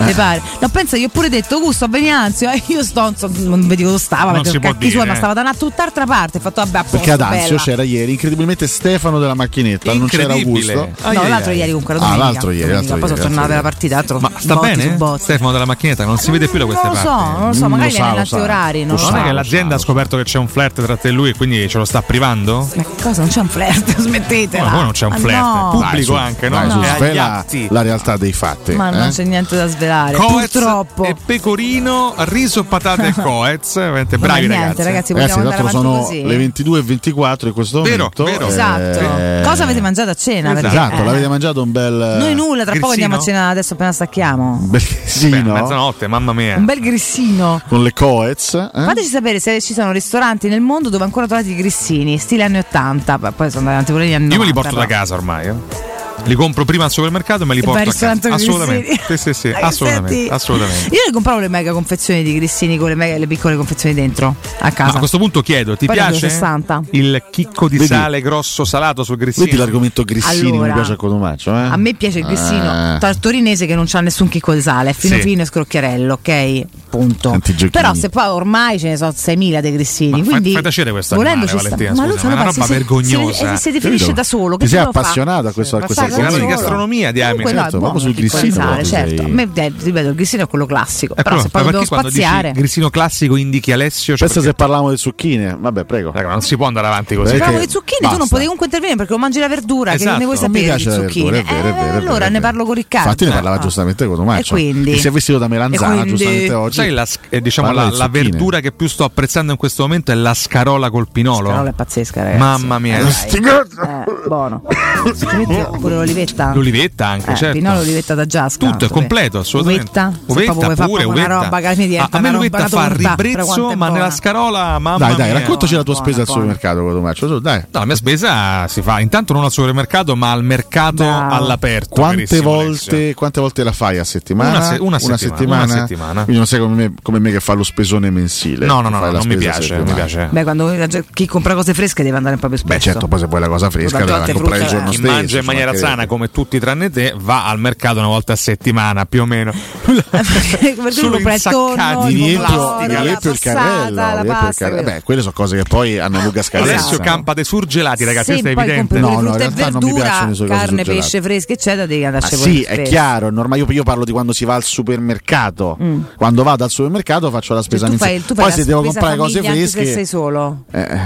S10: Te pare? No, pensa, io ho pure detto Gusto a Venianzio, eh, io sto, so- non vi dico dove stava,
S1: Non
S10: perché
S1: si può
S10: cacchi suoi,
S1: dire,
S10: ma
S1: eh.
S10: stava da una tutt'altra parte. Ho Fatto vabbè, a
S1: Perché ad
S10: posto,
S1: Anzio
S10: bella.
S1: c'era ieri, incredibilmente Stefano della macchinetta, non c'era
S12: Incredibile.
S1: Augusto.
S12: Ah,
S10: No,
S12: ieri,
S10: l'altro
S12: ieri.
S10: ieri comunque, la
S1: Ah,
S10: domenica.
S1: l'altro ieri,
S10: Domenica,
S1: l'altro
S10: Poi sono
S1: ieri,
S10: tornata dalla
S1: l'altro
S10: partita, altro
S12: Ma Ah, sta
S10: botti su
S12: bene?
S10: botti.
S12: Stefano della macchinetta, non si vede più da queste
S10: Non lo
S12: parti.
S10: so, non lo so,
S1: Mm,
S10: magari
S1: lo sa,
S10: viene in
S1: lo
S10: altri
S1: sa.
S10: orari, non
S12: Non
S10: lo so.
S12: è che l'azienda ha scoperto che c'è un flirt tra te e lui e quindi ce lo sta privando?
S10: Ma che cosa? Non c'è un flirt, smettetela.
S12: Ma come non c'è un
S10: Ah,
S12: flirt?
S10: no.
S12: Pubblico
S1: Dai, su,
S12: anche, no?
S1: dai, su,
S12: No. Agli
S1: svela
S12: atti.
S1: la realtà dei fatti.
S10: Ma non
S1: eh?
S10: c'è niente da svelare.
S12: Coez
S10: Purtroppo.
S12: e pecorino, riso, patate e coez. Veramente
S10: Ma
S12: bravi
S10: niente,
S12: ragazzi.
S10: ragazzi,
S1: Ragazzi,
S10: vogliamo
S1: Eh tra
S10: andare
S1: l'altro
S10: avanti
S1: sono
S10: così.
S1: le 22 e 24 in questo
S12: Vero,
S1: momento.
S12: vero.
S10: Esatto.
S1: eh,
S10: Cosa avete mangiato a cena?
S1: Esatto,
S10: Perché- eh.
S1: l'avete mangiato un bel. eh,
S10: Noi nulla, tra poco andiamo a cena adesso appena stacchiamo.
S1: Un bel grissino
S12: Mezzanotte, mamma mia.
S10: Un bel grissino.
S1: con le coez. eh?
S10: Fateci sapere se ci sono ristoranti nel mondo dove ancora trovate i grissini, stile anni 80, pa- poi sono andati pure gli anni 90.
S12: Io me li porto
S10: però.
S12: da casa ormai. eh. Li compro prima al supermercato e me li
S10: Ah, E
S12: porto
S10: vai
S12: a
S10: al
S12: casa.
S10: ristorante con i
S12: Assolutamente. Sì, sì, sì,
S10: Dai,
S12: assolutamente.
S10: senti.
S12: eh, assolutamente.
S10: Io le compravo le mega confezioni di grissini con le, mega- le piccole confezioni dentro a
S12: Ma
S10: casa.
S12: a questo punto chiedo, ti
S10: Poi ne
S12: piace
S10: do 60.
S12: il chicco di
S1: Vedi?
S12: sale grosso salato sul grissino?
S1: Vedi l'argomento grissini che mi
S10: Allora,
S1: piace a Cotumaccio. Eh?
S10: A me piace il grissino
S1: Eh.
S10: tartorinese che non c'ha nessun chicco di sale, è fino
S1: Sì.
S10: fino e scrocchiarello, ok? Punto.
S1: Tanti giochini.
S10: Però se poi ormai ce ne sono 6.000 dei grissini, quindi
S12: fai tacere questo
S10: volendo
S12: animale,
S10: ci sta.
S12: Valentina,
S10: Ma
S12: scusa,
S10: lui
S12: ma è una
S10: fa-
S12: roba
S10: si- si-
S12: vergognosa.
S10: Si, si definisce
S1: Capito?
S10: da solo.
S1: Ti
S10: Che
S1: sei
S10: te lo fa?
S1: appassionato a Ah, questo- a
S10: Ma
S1: Cioè, questa
S10: sai,
S1: cosa.
S10: da
S12: Di
S10: solo.
S12: gastronomia, di
S10: Comunque,
S12: Amine.
S10: no, è
S1: Certo, ma
S10: buono
S1: sul
S10: il chicco di
S1: grissino
S10: sale,
S1: proprio
S10: certo.
S1: sei- Eh,
S10: A me, eh, ripeto, il grissino è quello classico. Però
S12: Ecco,
S10: se poi
S12: ma
S10: dobbiamo
S12: perché quando dici
S10: spaziare.
S12: grissino classico indichi Alessio. Cioè
S1: Pensa se parlavamo di zucchine. Vabbè, prego.
S12: non si può andare avanti
S1: eh,
S12: così.
S10: Se parliamo di zucchine, tu non potevi comunque intervenire perché non mangi la verdura, che
S1: Esatto.
S10: ne vuoi
S1: Non mi
S10: sapere di
S1: piace la
S10: zucchine?
S1: verdura, è vero, è vero, è
S10: Eh,
S1: vero, è
S10: allora
S1: vero.
S10: ne parlo con Riccardo.
S1: Infatti ne parlava
S10: Ah.
S1: giustamente con
S10: E quindi?
S1: Che si è vestito da melanzana,
S10: E quindi?
S1: giustamente oggi.
S12: Sai la, eh, diciamo,
S1: Parla
S12: la,
S1: di
S12: la
S1: zucchine.
S12: verdura che più sto apprezzando in questo momento è la scarola col pinolo. La scarola
S10: è pazzesca, ragazzi.
S12: Mamma
S1: Eh,
S12: mia.
S10: Eh, Dai. Eh, buono. Metti Pure l'olivetta.
S12: L'olivetta anche,
S10: Eh,
S12: certo.
S10: Pinolo, l'olivetta da Giasca.
S12: Tutto è completo, assolutamente.
S10: Uvetta, se
S12: Uvetta
S10: proprio vuoi fare
S12: pure,
S10: proprio una
S12: uvetta.
S10: roba che mi
S1: Ah,
S10: diventa
S12: A- a me
S10: una
S12: l'uvetta
S10: roba, una
S12: fa
S10: torta,
S12: ribrezzo,
S10: però quanto è
S12: ma
S10: buona.
S12: nella scarola, mamma
S1: Dai, dai,
S12: mia.
S1: raccontaci la tua spesa al supermercato, Cotumaccio. su, Dai.
S12: No, la mia spesa si fa intanto non al supermercato, ma al mercato Ah. all'aperto.
S1: Quante
S12: carissimo Alessio.
S1: volte, quante volte la fai a settimana?
S12: Una se- una settimana, una settimana.
S1: Quindi non sei come me, come me che fa lo spesone mensile.
S12: No, no, no,
S1: Fai
S12: no,
S1: la
S12: non mi
S1: spesa
S12: piace, non mi
S1: settimanale.
S12: piace.
S10: Beh, quando la ge- chi compra cose fresche deve andare proprio spesso.
S1: Beh, certo, poi se vuoi la cosa fresca,
S10: Tanto
S1: la
S10: altre
S1: comprare il
S10: frutte-
S1: giorno
S12: Chi
S1: stesso.
S12: mangia in
S1: ci
S12: maniera
S1: mancherebbe.
S12: sana come tutti tranne te va al mercato una volta a settimana più o meno.
S1: Esatto.
S10: perché tu
S12: Solo
S10: compra il tonno,
S12: insaccati
S10: il
S12: di
S10: pomodoro,
S1: Di
S10: la
S1: Riepio il carrello,
S10: passata, la
S1: Riepio il
S10: pasta.
S1: carrello.
S10: quello.
S1: Beh, quelle sono cose che poi hanno lunga scadenza.
S12: Alessio
S1: no?
S12: campa dei surgelati, ragazzi,
S10: Se
S12: questo è
S10: poi compri
S12: evidente.
S10: pure
S1: No, no, in
S10: frutta e
S1: realtà non mi piacciono
S10: verdura,
S1: le sue cose
S10: carne,
S1: surgelate.
S10: pesce fresche, eccetera, devi
S1: Ah,
S10: andarci pure
S1: sì, è
S10: spesso.
S1: chiaro, norma- io, io parlo di quando si va al supermercato. Quando vado al supermercato faccio la spesa
S10: Mm. Cioè, Tu
S1: mensile.
S10: fai, tu fai
S1: Poi
S10: la
S1: se devo
S10: spesa
S1: comprare cose
S10: famiglia anche se sei
S1: fresche,
S10: solo.
S1: eh,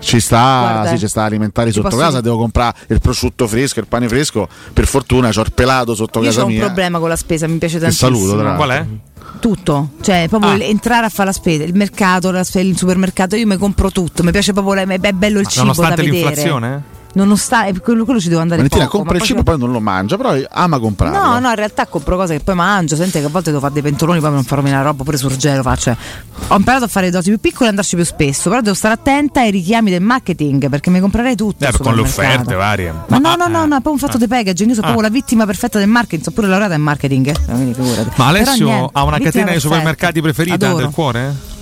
S1: ci sta,
S10: Guarda,
S1: sì, ci sta alimentari
S10: ti
S1: sotto
S10: posso
S1: casa,
S10: dire-
S1: devo comprare il prosciutto fresco, il pane fresco. Per fortuna c'ho il pelato sotto
S10: Io
S1: casa
S10: ho un
S1: mia.
S10: problema con la spesa, mi piace
S1: Che
S10: tantissimo.
S1: saluto, tra l'altro.
S10: Tutto, cioè proprio
S1: Ah.
S10: l- entrare a fare la spesa, il mercato, la spe- il supermercato, io mi compro tutto, mi piace proprio, la- è bello il
S1: Ma
S10: cibo
S1: nonostante
S10: da vedere.
S1: l'inflazione?
S10: Nonostante, quello, quello ci devo andare
S1: Valentina
S10: poco,
S1: compra
S10: ma
S1: il
S10: poi
S1: cibo,
S10: ci-
S1: poi non lo mangia, però ama comprarlo.
S10: No, no, in realtà compro cose che poi mangio, sente che a volte devo fare dei pentoloni, poi non farò meno la roba, pure sul gelo faccio. eh. Ho imparato a fare dosi più piccole e andarci più spesso, però devo stare attenta ai richiami del marketing perché mi comprerei tutto.
S12: Eh,
S10: al
S12: con le
S10: supermercato.
S12: offerte varie.
S10: Ma no, no, no, no, è proprio un fatto
S12: ah.
S10: di packaging. Io sono
S12: Ah.
S10: proprio la vittima perfetta del marketing, sono pure laureata in marketing. eh, quindi figurati.
S12: Ma Alessio
S10: Però niente,
S12: ha una
S10: vittima
S12: catena di
S10: perfetta.
S12: supermercati preferita
S10: Adoro.
S12: del cuore?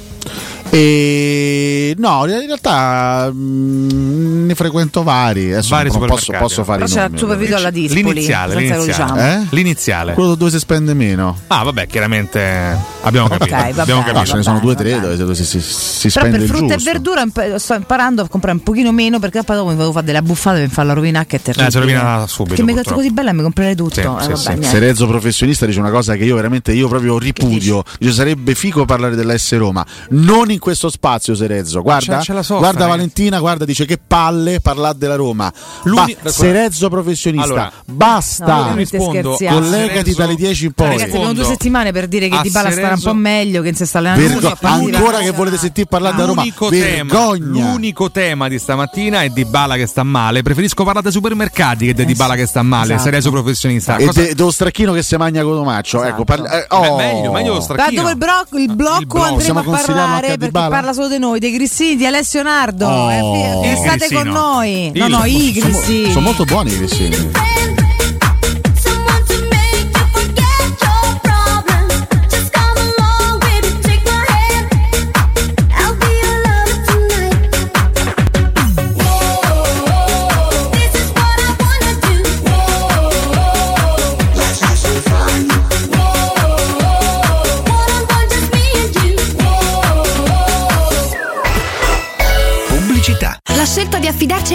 S1: E no, in realtà mm, ne frequento vari. Adesso
S12: Vari
S1: non posso,
S12: supermercati.
S1: posso fare
S10: Però
S1: i
S10: c'è
S1: nomi,
S10: il supervideo alla Dispoli.
S12: L'iniziale,
S10: senza che lo
S12: l'iniziale.
S10: diciamo.
S1: Eh?
S12: L'iniziale.
S1: Quello dove si spende meno.
S12: Ah, vabbè, chiaramente eh, abbiamo capito.
S10: vabbè,
S12: abbiamo
S1: No,
S12: capito.
S1: ce ne sono due o tre dove, dove si, si, si
S10: Però
S1: spende
S10: per
S1: il
S10: frutta e
S1: giusto.
S10: verdura imp- sto imparando a comprare un pochino meno perché poi dopo mi vado a fare della buffata per fare la rovina che è terribile.
S1: Eh, si rovina subito,
S10: Perché mi
S1: purtroppo.
S10: cazzo così bella e mi comprerei tutto. Eh, vabbè, niente.
S1: Serezzo professionista dice una cosa che io veramente io proprio ripudio. Dice, sarebbe figo parlare dell'S Roma, non in questo spazio Serezzo. Guarda,
S12: c'è- c'è la sosta,
S1: guarda
S12: ragazzi.
S1: Valentina, guarda, dice che palle parlare della Roma.
S12: L'uni-
S1: Ba- Serezzo professionista.
S12: Allora,
S10: No,
S1: Basta.
S10: veramente Rispondo scherziamo. a
S1: Collegati
S10: Serezzo-
S1: dalle 10 in poi.
S10: Ragazzi, abbiamo due settimane per dire che
S1: a
S10: Di Bala starà un
S1: Serenzo-
S10: po' meglio, che si sta allenando.
S1: Vergo-
S10: a partire-
S1: ancora che volete sentire parlare da Roma.
S12: L'unico tema,
S1: Vergogna.
S12: l'unico tema di stamattina è di Bala che sta male. Preferisco parlare dei supermercati che di Bala che sta male.
S1: Esatto.
S12: Se reso professionista.
S1: E
S12: Cosa-
S1: de- dello stracchino che si magna con Omaccio. Ecco, parli- eh, oh.
S12: Beh, meglio, meglio lo
S10: Da
S12: stracchino.
S10: dove il, bro- il blocco
S1: blocco.
S10: andremo
S1: Possiamo
S10: a
S1: consigliarlo anche a
S10: parlare
S1: Di
S10: perché
S1: Bala?
S10: parla solo di noi, dei grissini, di Alessio Nardo.
S1: Oh.
S10: Eh, fi-
S1: Il
S10: state
S1: grissino.
S10: con noi.
S1: Il-
S10: No, no, i
S1: sono-
S10: grissini.
S1: Sono molto buoni i grissini.
S6: Pubblicità.
S17: La scelta di affidarci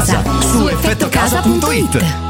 S19: su effettocasa.it.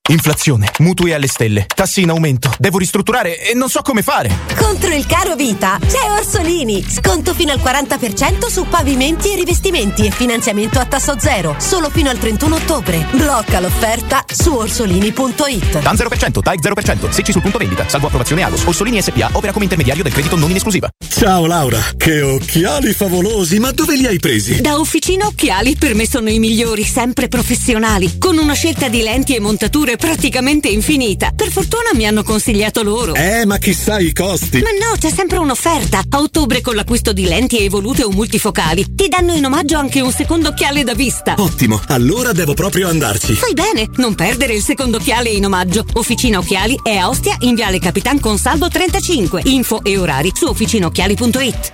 S34: Inflazione, mutui alle stelle, tassi in aumento, devo ristrutturare e non so come fare.
S35: Contro il caro vita c'è Orsolini. Sconto fino al 40% su pavimenti e rivestimenti e finanziamento a tasso zero. Solo fino al 31 ottobre. Blocca l'offerta su orsolini.it.
S34: TAN 0%, TAIC 0%, secci sul punto vendita, salvo approvazione Agos. Orsolini SPA opera come intermediario del credito non in esclusiva.
S6: Ciao Laura, che occhiali favolosi, ma dove li hai presi?
S35: Da Officina Occhiali per me sono i migliori, sempre professionali, con una scelta di lenti e montature praticamente infinita. Per fortuna mi hanno consigliato loro.
S6: Eh, ma chissà i costi.
S35: Ma no, c'è sempre un'offerta. A ottobre con l'acquisto di lenti evolute o multifocali ti danno in omaggio anche un secondo occhiale da vista.
S19: Oh.
S6: Ottimo, allora devo proprio andarci.
S35: Fai bene, non perdere il secondo occhiale in omaggio. Officina Occhiali è a Ostia in Viale Capitan Consalvo 35. Info e orari su officinocchiali.it.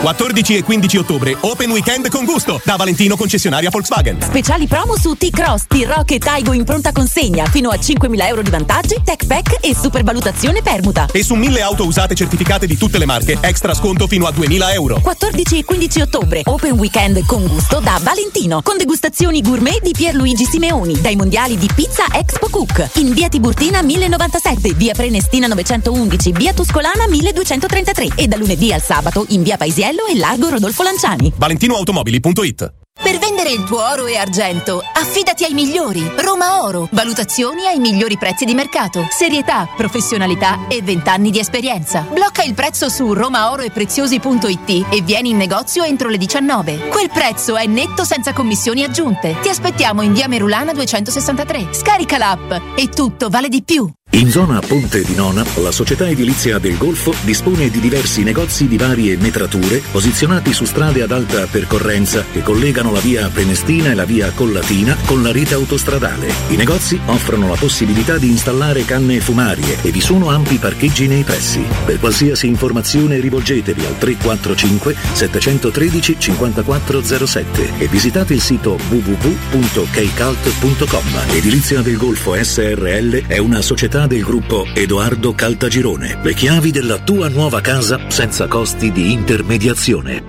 S36: 14 e 15 ottobre, Open Weekend con gusto, da Valentino concessionaria Volkswagen.
S23: Speciali promo su T-Cross, T-Rock e Taigo in pronta consegna, fino a 5.000 euro di vantaggi, tech pack e supervalutazione permuta.
S36: E su 1000 auto usate certificate di tutte le marche, extra sconto fino a 2000 euro.
S23: 14 e 15 ottobre, Open Weekend con gusto da Valentino, con degustazioni gourmet di Pierluigi Simeoni, dai mondiali di Pizza Expo Cook, in via Tiburtina 1097, via Prenestina 911, via Tuscolana 1233 e da lunedì al sabato in via Paisiello e largo Rodolfo Lanciani.
S36: ValentinoAutomobili.it
S23: Per vendere il tuo oro e argento, affidati ai migliori. Roma Oro. Valutazioni ai migliori prezzi di mercato. Serietà, professionalità e 20 anni di esperienza. Blocca il prezzo su romaoroepreziosi.it e vieni in negozio entro le 19. Quel prezzo è netto senza commissioni aggiunte. Ti aspettiamo in via Merulana 263. Scarica l'app e tutto vale di più.
S16: In zona Ponte di Nona, la società edilizia del Golfo dispone di diversi negozi di varie metrature posizionati su strade ad alta percorrenza che collegano la via Prenestina e la via Collatina con la rete autostradale. I negozi offrono la possibilità di installare canne fumarie e vi sono ampi parcheggi nei pressi. Per qualsiasi informazione rivolgetevi al 345 713 5407 e visitate il sito www.keycult.com. Edilizia del Golfo SRL è una società del gruppo Edoardo Caltagirone. Le chiavi della tua nuova casa senza costi di intermediazione.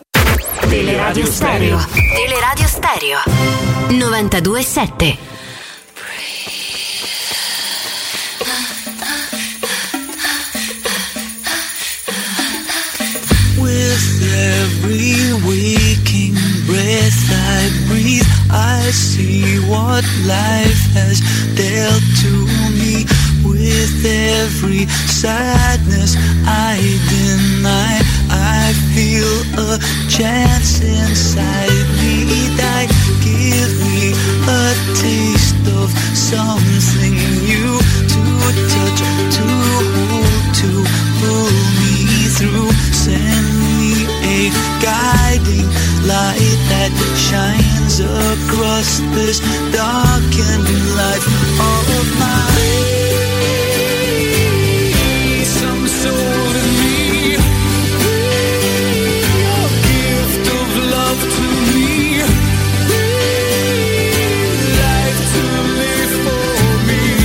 S6: Teleradio Stereo. Teleradio Stereo. 92.7.
S37: With every waking breath I breathe, I see what life has dealt to me. With every sadness I deny, I feel a chance inside me die. Give me a taste of something new to touch, to hold, to pull me through. Send me a guiding light that shines across this darkened life of mine. Some soul in me. Your gift of love to me. Life to live for me.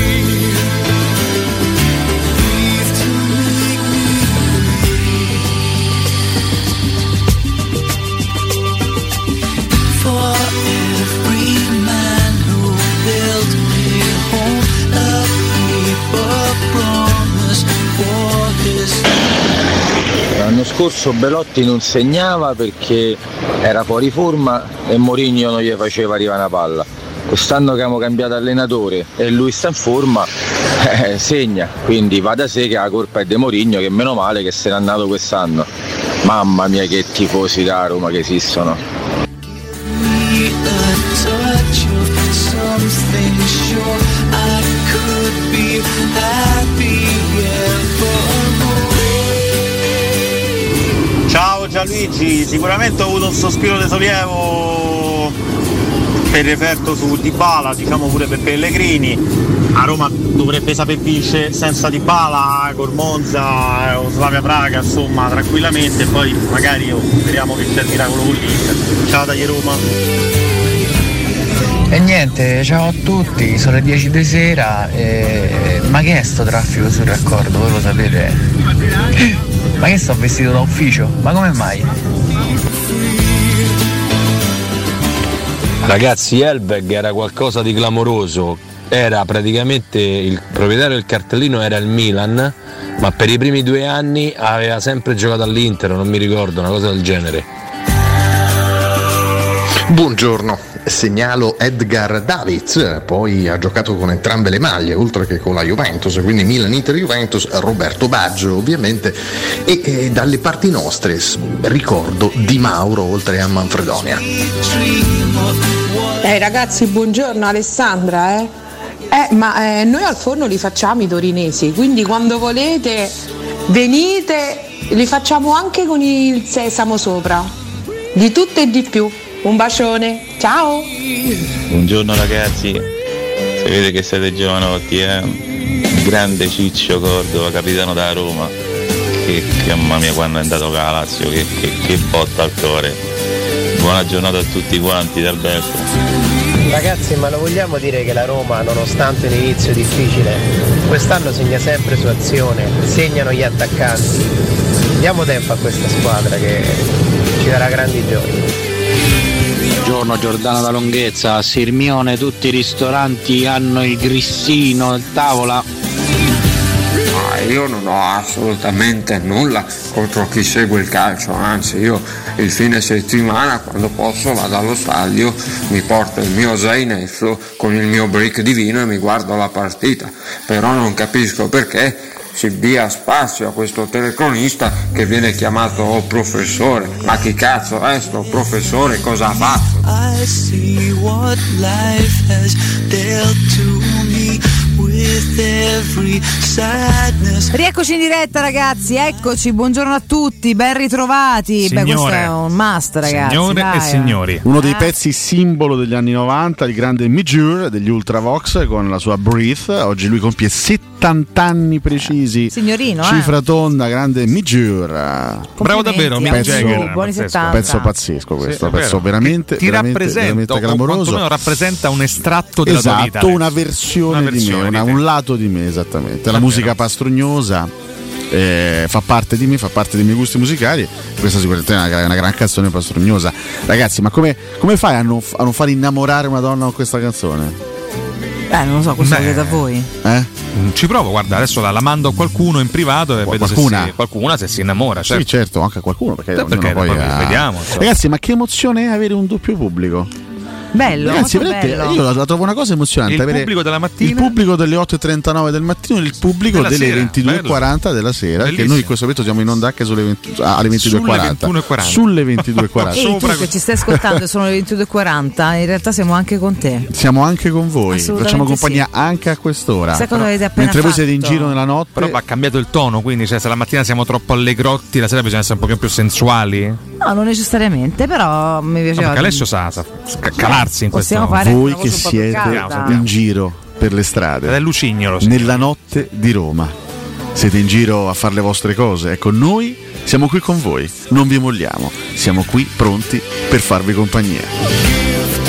S37: Breathe to make me For every man who built me home, a paper promise for his.
S38: L'anno scorso Belotti non segnava perché era fuori forma e Mourinho non gli faceva arrivare una palla. Quest'anno che abbiamo cambiato allenatore e lui sta in forma, eh, segna. Quindi va da sé che la colpa è di Mourinho che meno male che se n'è andato quest'anno. Mamma mia che tifosi da Roma che esistono.
S37: A touch of something sure I could be happy evermore.
S9: Ciao Gianluigi, sicuramente ho avuto un sospiro di sollievo per referto su Dybala, diciamo pure per Pellegrini. A Roma dovrebbe saper vincere senza Dybala, col Monza eh, o Slavia Praga, insomma, tranquillamente, e poi magari oh, speriamo che c'è il miracolo con l'Inter. Ciao dagli Roma.
S2: E niente, ciao a tutti, sono le 10 di sera, e... ma che è sto traffico sul raccordo, voi lo sapete? Ma che sto vestito da ufficio? Ma come mai?
S39: Ragazzi, Elberg era qualcosa di clamoroso. Era praticamente il proprietario del cartellino era il Milan, ma per i primi due anni aveva sempre giocato all'Inter, non mi ricordo, una cosa del genere.
S40: Buongiorno, segnalo Edgar Davids, poi ha giocato con entrambe le maglie, oltre che con la Juventus, quindi Milan Inter Juventus, Roberto Baggio ovviamente, e, eh, dalle parti nostre s- ricordo Di Mauro oltre a Manfredonia.
S41: Ehi ragazzi, buongiorno Alessandra, eh. Eh, ma eh, noi al forno li facciamo i torinesi, quindi quando volete venite, li facciamo anche con il sesamo sopra. Di tutto e di più. Un bacione, ciao!
S42: Buongiorno ragazzi, sapete che siete giovanotti, eh? Il Grande Ciccio Cordova, capitano da Roma, che, che mamma mia quando è andato con la Lazio, che, che, che botta al cuore. Buona giornata a tutti quanti dal Belfo.
S9: Ragazzi, ma lo vogliamo dire che la Roma, nonostante l'inizio difficile, quest'anno segna sempre su azione, segnano gli attaccanti. Diamo tempo a questa squadra che ci darà grandi gioie.
S43: Buongiorno Giordano da Lunghezza, Sirmione, tutti i ristoranti hanno il grissino, il tavola.
S44: Ma Ah, io non ho assolutamente nulla contro chi segue il calcio, anzi io il fine settimana quando posso vado allo stadio, mi porto il mio zainetto con il mio brick di vino e mi guardo la partita, però non capisco perché si dia spazio a questo telecronista che viene chiamato oh, professore, ma chi cazzo è sto professore, cosa ha fatto?
S37: I see what life has dealt to me with every sadness.
S10: Rieccoci in diretta ragazzi, eccoci, buongiorno a tutti, ben ritrovati. Beh, questo
S12: Signore,
S10: è un must ragazzi.
S12: Signore
S10: dai,
S12: e
S10: eh.
S12: signori,
S1: Uno dei pezzi simbolo degli anni 90, il grande Mijur degli Ultravox con la sua Breathe. Oggi lui compie 70 anni precisi.
S10: signorino, eh.
S1: Cifra tonda, grande Mijur.
S12: Bravo davvero, Mick
S1: pezzo,
S12: Jagger,
S10: eh. buoni
S12: pazzesco.
S10: 70.
S1: pezzo pazzesco questo,
S12: Sì, è
S1: pezzo
S12: vero.
S1: veramente,
S12: ti
S1: veramente,
S12: rappresenta,
S1: veramente
S12: o quantomeno
S1: clamoroso.
S12: rappresenta un estratto della tua vita.
S1: Esatto,
S12: Alex.
S1: una versione,
S12: Una
S1: di me,
S12: versione
S1: una- un lato di me esattamente. La musica pastrugnosa eh, fa parte di me, fa parte dei miei gusti musicali. Questa sicuramente è una, una gran canzone pastrugnosa. Ragazzi, ma come, come fai a non, a non far innamorare una donna con questa canzone?
S10: Eh, non lo so, questo
S12: Beh.
S10: lo chiedo a voi.
S1: Eh?
S12: Mm, Ci provo, guarda, adesso la, la mando a qualcuno in privato e vedo
S1: qualcuna?
S12: se si, qualcuna se si innamora. Certo.
S1: Sì, certo, anche a qualcuno. Perché,
S12: Eh,
S1: ognuno
S12: perché
S1: poi
S12: poi
S1: ha-
S12: vediamo, insomma.
S1: Ragazzi, ma che emozione è avere un doppio pubblico?
S10: Bello,
S1: Ragazzi,
S10: molto
S1: veramente
S10: bello.
S1: io la, la trovo una cosa emozionante.
S12: Il
S1: avere
S12: pubblico della mattina.
S1: il pubblico delle 8.39 del mattino e il pubblico
S12: Della
S1: delle
S12: sera,
S1: 22.40 della sera. Che
S12: Bellissimo.
S1: noi in questo momento siamo in onda anche sulle 20 alle 22.40.
S12: 21:40.
S1: Sulle 22.40.
S10: Ehi, tu che ci stai ascoltando, sono le 22.40, in realtà siamo anche con te.
S1: Siamo anche con voi,
S10: Assolutamente
S1: facciamo compagnia anche a quest'ora.
S10: Sai cosa
S1: Però-
S10: avete appena
S1: Mentre voi
S10: fatto?
S1: siete in giro nella notte.
S12: Però va cambiato il tono, quindi cioè, se la mattina siamo troppo allegrotti, la sera bisogna essere un pochino più sensuali. No,
S10: No, non necessariamente, però mi piaceva.
S12: perché Alessio sa, sa sca- calarsi in questo
S10: Possiamo fare
S1: voi
S10: una
S1: che
S10: cosa un po' più
S1: siete
S10: calda.
S1: in giro per le strade nella notte di Roma siete in giro a fare le vostre cose ecco noi siamo qui con voi non vi molliamo siamo qui pronti per farvi compagnia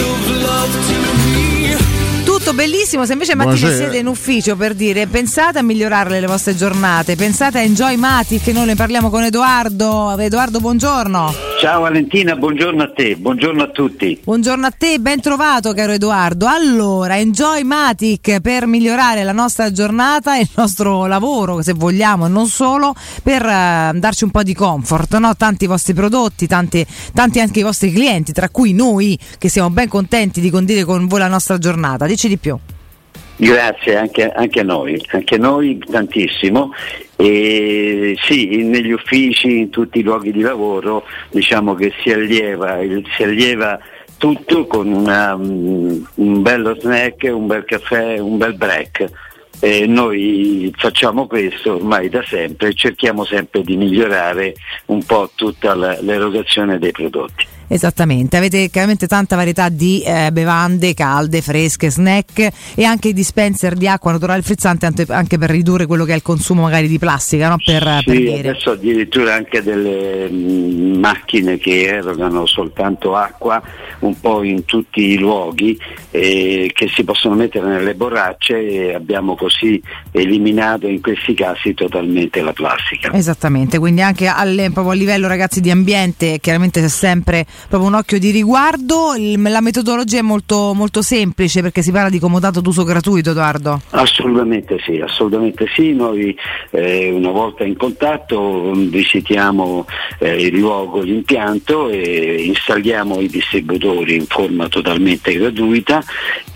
S10: Tutto bellissimo, se invece mattina
S1: Buonasera.
S10: siete in ufficio per dire pensate a migliorare le vostre giornate, pensate a Enjoy Mati che noi ne parliamo con Edoardo. Edoardo, buongiorno.
S45: Ciao Valentina, buongiorno a te, buongiorno a tutti.
S10: Buongiorno a te, ben trovato caro Edoardo. Allora, Enjoy Matic per migliorare la nostra giornata e il nostro lavoro, se vogliamo, e non solo, per eh, darci un po' di comfort, no? tanti vostri prodotti, tanti, tanti anche i vostri clienti, tra cui noi che siamo ben contenti di condire con voi la nostra giornata. Dici di più.
S45: Grazie anche, anche a noi, anche a noi tantissimo. E sì, negli uffici, in tutti i luoghi di lavoro, diciamo che si allieva, il- si allieva tutto con una, mm, un bello snack, un bel caffè, un bel break. E noi facciamo questo ormai da sempre e cerchiamo sempre di migliorare un po' tutta la- l'erogazione dei prodotti.
S10: Esattamente, avete chiaramente tanta varietà di eh, bevande calde, fresche, snack e anche i dispenser di acqua naturale frizzante ante- anche per ridurre quello che è il consumo magari di plastica, no? per, per
S45: Sì, eh.
S10: dire.
S45: adesso addirittura anche delle mh, macchine che erogano soltanto acqua un po' in tutti i luoghi eh, che si possono mettere nelle borracce e abbiamo così eliminato in questi casi totalmente la plastica.
S10: Esattamente, quindi anche alle- proprio a livello ragazzi di ambiente chiaramente c'è sempre proprio un occhio di riguardo, Il- la metodologia è molto, molto semplice perché si parla di comodato d'uso gratuito Edoardo.
S45: Assolutamente sì, assolutamente sì, noi eh, una volta in contatto mh, visitiamo eh, il luogo, l'impianto e installiamo i distributori in forma totalmente gratuita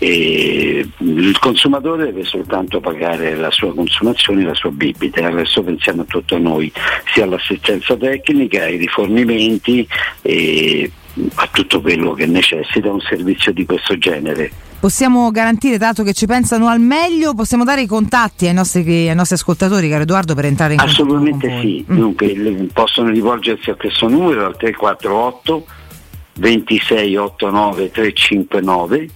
S45: e mh, il consumatore deve soltanto pagare la sua consumazione e la sua bibita, adesso pensiamo a tutto noi, sia all'assistenza tecnica, ai rifornimenti e mh, a tutto quello che necessita un servizio di questo genere.
S10: Possiamo garantire, dato che ci pensano al meglio, possiamo dare i contatti ai nostri, ai nostri ascoltatori, caro Edoardo, per entrare in contatto.
S45: Assolutamente sì, dunque le- possono rivolgersi a questo numero al 348 2689 359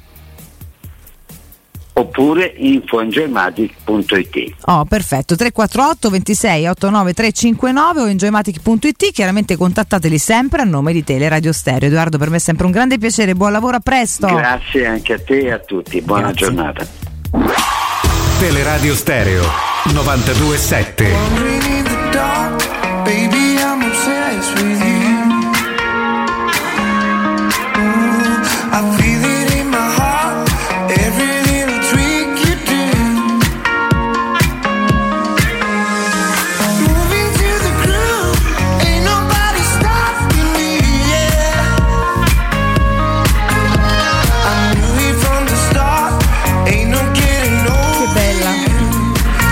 S45: oppure infoenjoymatic.it.
S10: Oh, perfetto. 348 26 89 359 o enjoymatic.it. Chiaramente contattateli sempre a nome di Teleradio Stereo. Edoardo, per me è sempre un grande piacere. Buon lavoro, a presto.
S45: Grazie anche a te e a tutti, buona giornata.
S19: Teleradio Stereo 927.
S6: Wandering in the dark, baby, I'm obsessed with you. Ooh, I feel it in my heart, every little trick you do. Moving to the groove, ain't nobody stopping me, yeah. I knew it from the start, ain't no getting
S10: Che bella,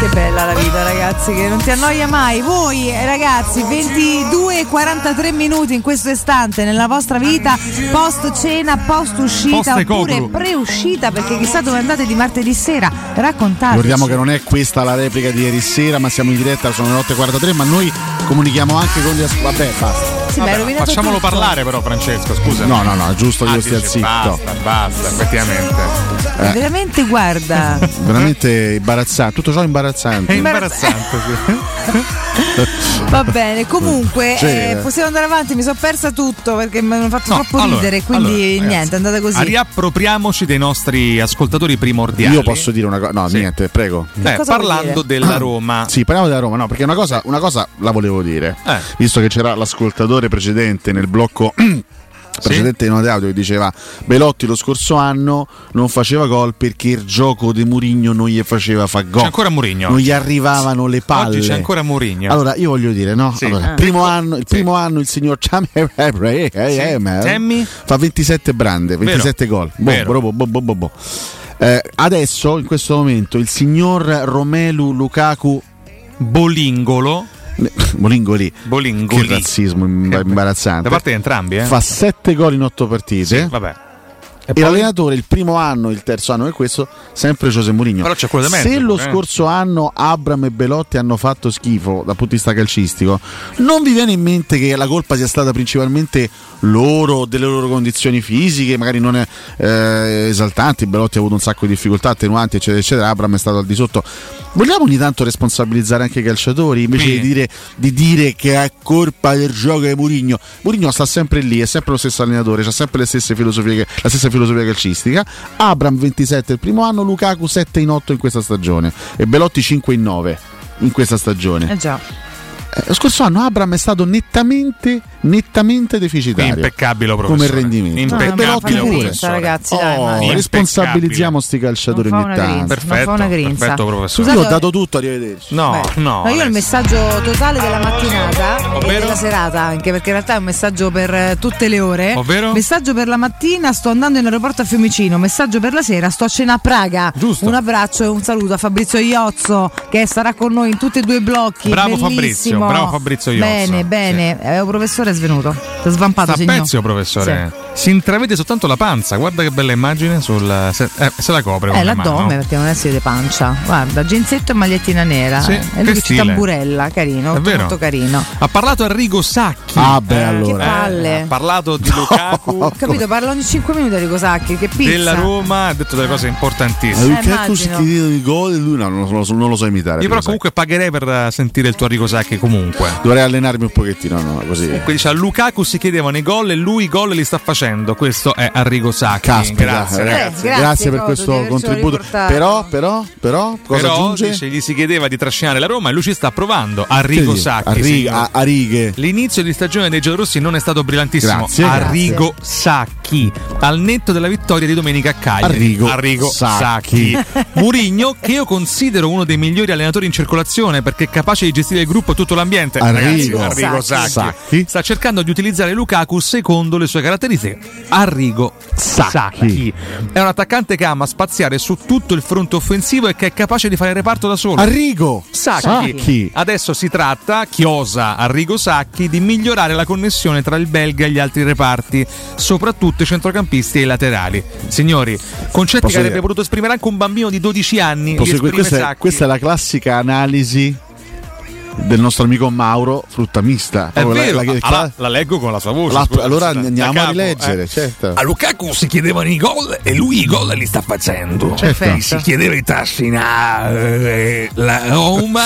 S10: che bella la vita, ragazzi, che non ti annoia mai. Voi, eh, ragazzi, 22-43 minuti in questo istante nella vostra vita, post cena, post uscita,
S1: Post-coclu.
S10: oppure pre-uscita, perché chissà dove andate di martedì sera. Raccontate.
S1: Ricordiamo che non è questa la replica di ieri sera, ma siamo in diretta, sono le 8.43, ma noi comunichiamo anche con gli ascoltatori. Vabbè, basta.
S10: Sì, ma hai rovinato
S12: Facciamolo
S10: tutto.
S12: parlare però Francesco, scusa.
S1: No, no, no, è giusto che io stia zitto.
S12: Basta, basta, effettivamente.
S1: Eh.
S10: Veramente, guarda.
S1: Veramente imbarazzante, tutto ciò è imbarazzante.
S10: È imbarazzante,
S1: sì.
S10: Va bene, comunque
S1: Sì,
S10: eh,
S1: eh.
S10: possiamo andare avanti, mi sono persa tutto perché mi hanno fatto troppo
S12: allora,
S10: ridere, quindi
S12: allora, ragazzi,
S10: niente, è andata così.
S12: Riappropriamoci dei nostri ascoltatori primordiali.
S1: Io posso dire una cosa, no, niente, prego.
S12: Eh,
S10: cosa vuol
S12: parlando
S10: dire?
S12: della Roma. Eh.
S1: Sì, parliamo della Roma, no, perché una cosa, una cosa la volevo dire, visto che c'era l'ascoltatore precedente nel blocco precedente in audio che diceva Belotti lo scorso anno non faceva gol perché il gioco di Murigno non gli faceva fa gol.
S12: C'è ancora Mourinho.
S1: Non gli arrivavano le palle.
S12: Oggi c'è ancora Mourinho.
S1: Allora, io voglio dire, no?
S12: Sì.
S1: Allora,
S12: Ah.
S1: primo anno, il primo anno il signor Chame
S12: Sammy?
S1: fa 27 brande, 27
S12: Vero.
S1: gol. Boh, boh,
S12: Vero.
S1: boh, boh, boh, boh, boh. Eh, adesso, in questo momento, il signor Romelu Lukaku
S12: Bolingolo.
S1: Bolingoli.
S12: Bolingoli.
S1: Che razzismo imba- imbarazzante.
S12: Da parte di entrambi, eh.
S1: Fa 7 gol in 8 partite.
S12: Vabbè.
S1: E, l'allenatore il primo anno, il terzo anno è questo, sempre José Mourinho.
S12: Però c'è quello di mezzo,
S1: Se lo
S12: eh.
S1: scorso anno Abram e Belotti hanno fatto schifo dal punto di vista calcistico, non vi viene in mente che la colpa sia stata principalmente loro, delle loro condizioni fisiche, magari non è, eh, esaltanti, Belotti ha avuto un sacco di difficoltà attenuanti, eccetera, eccetera, Abram è stato al di sotto. Vogliamo ogni tanto responsabilizzare anche i calciatori invece
S12: Sì.
S1: di, dire, di dire che è colpa del gioco di Murigno. Murigno sta sempre lì, è sempre lo stesso allenatore, ha sempre le stesse filosofie, la stessa filosofia calcistica. Abram 27 il primo anno, Lukaku 7 in 8 in questa stagione e Belotti 5 in 9 in questa stagione.
S10: Eh già.
S1: Eh, Lo scorso anno Abram è stato nettamente, nettamente deficitario.
S12: Impeccabile,
S1: come
S12: professore.
S1: rendimento.
S12: Impeccabile,
S1: E Belotti
S12: professore.
S1: pure.
S10: Ah, ragazzi, dai,
S1: Oh,
S10: ma-
S1: responsabilizzato sti calciatori
S10: Non fa
S1: ogni
S10: una
S1: tanto.
S10: grinza, non fa una grinza. Scusate,
S1: Io ho dato tutto, arrivederci.
S12: No,
S10: No, io ho il messaggio totale della mattinata e
S1: Ovvero?
S10: della serata anche perché in realtà è un messaggio per eh, tutte le ore.
S12: Ovvero?
S10: Messaggio per la mattina, sto andando in aeroporto a Fiumicino. Messaggio per la sera, sto a cena a Praga. Un abbraccio e un saluto a Fabrizio Iozzo che sarà con noi in tutti e due i blocchi.
S12: Bravo
S10: Bellissimo.
S12: Fabrizio, bravo Fabrizio Iozzo.
S10: Bene, bene. Eh, un professore è svenuto. Ti ha svampato,
S12: Sta a
S10: signor.
S12: pezzo, professore. Si intravede soltanto la panza. Guarda che bella immagine sul. Se, eh, se la copre.
S10: Sì.
S12: con
S10: Eh,
S12: la mano.
S10: l'addome perché non è sede pancia. Guarda, ginzetto e magliettina nera.
S12: Sì,
S10: e
S12: che
S10: lui che ci
S12: stile.
S10: tamburella, carino,
S12: È
S10: molto,
S12: vero.
S10: molto carino.
S12: Ha parlato Enrico Sacchi.
S1: Ah, beh, allora.
S10: Eh, Che palle.
S12: ha parlato di Lukaku.
S10: Ho capito, parla ogni 5 minuti di Cosacchi, che pizza.
S12: Della Roma ha detto delle cose
S1: Eh,
S12: importantissime.
S1: Lukaku si chiede il gol, lui no, non, lo so, non lo so imitare.
S12: Io
S1: Pirlo,
S12: però
S1: sai.
S12: comunque pagherei per eh, sentire il tuo Enrico Sacchi comunque.
S1: Dovrei allenarmi un pochettino, no, così.
S12: Comunque dice a Lukaku si chiedevano i gol e lui i gol li sta facendo. Questo è Arrigo Sacchi.
S1: Caspita,
S12: grazie,
S1: eh,
S12: ragazzi.
S1: grazie per questo contributo. Però, però, però, cosa
S12: Però
S1: aggiunge?
S12: dice, gli si chiedeva di trascinare la Roma e lui ci sta provando. Arrigo
S1: Sì,
S12: Sacchi.
S1: a ri-
S12: signor.
S1: a- a righe.
S12: L'inizio di stagione dei giallorossi non è stato brillantissimo.
S1: Grazie.
S12: Arrigo Sacchi, al netto della vittoria di domenica a Cagliari.
S1: Arrigo
S12: Sacchi.
S1: Sacchi.
S12: Murigno, che io considero uno dei migliori allenatori in circolazione perché è capace di gestire il gruppo e tutto l'ambiente.
S1: Arrigo
S12: Ragazzi, Arrigo Sacchi.
S1: Sacchi.
S12: Sta cercando di utilizzare Lukaku secondo le sue caratteristiche. Arrigo Sacchi. È un attaccante che ama spaziare su tutto il fronte offensivo e che è capace di fare il reparto da solo.
S1: Arrigo
S12: Sacchi.
S1: Sacchi.
S12: Adesso si tratta, chiosa Arrigo Sacchi, di migliorare la connessione tra il belga e gli altri reparti, soprattutto i centrocampisti e i laterali. Signori,
S1: Posso
S12: concetti che avrebbe
S1: dire-
S12: potuto esprimere anche un bambino di 12 anni.
S1: Posso-
S12: li esprime
S1: questa, è,
S12: Sacchi.
S1: questa è la classica analisi del nostro amico Mauro, frutta mista.
S12: È
S1: Proprio la-
S12: vero,
S1: la-
S12: ah,
S1: il
S12: la,
S1: cla-
S12: la leggo con la sua voce.
S1: la-
S12: scusa,
S1: allora
S12: da- da
S1: andiamo a
S12: capo,
S1: rileggere,
S12: eh.
S1: certo.
S14: A Lukaku si chiedevano i gol e lui i gol li sta facendo.
S1: Certo.
S14: Gli Si chiedeva i tassi in A, eh, la Roma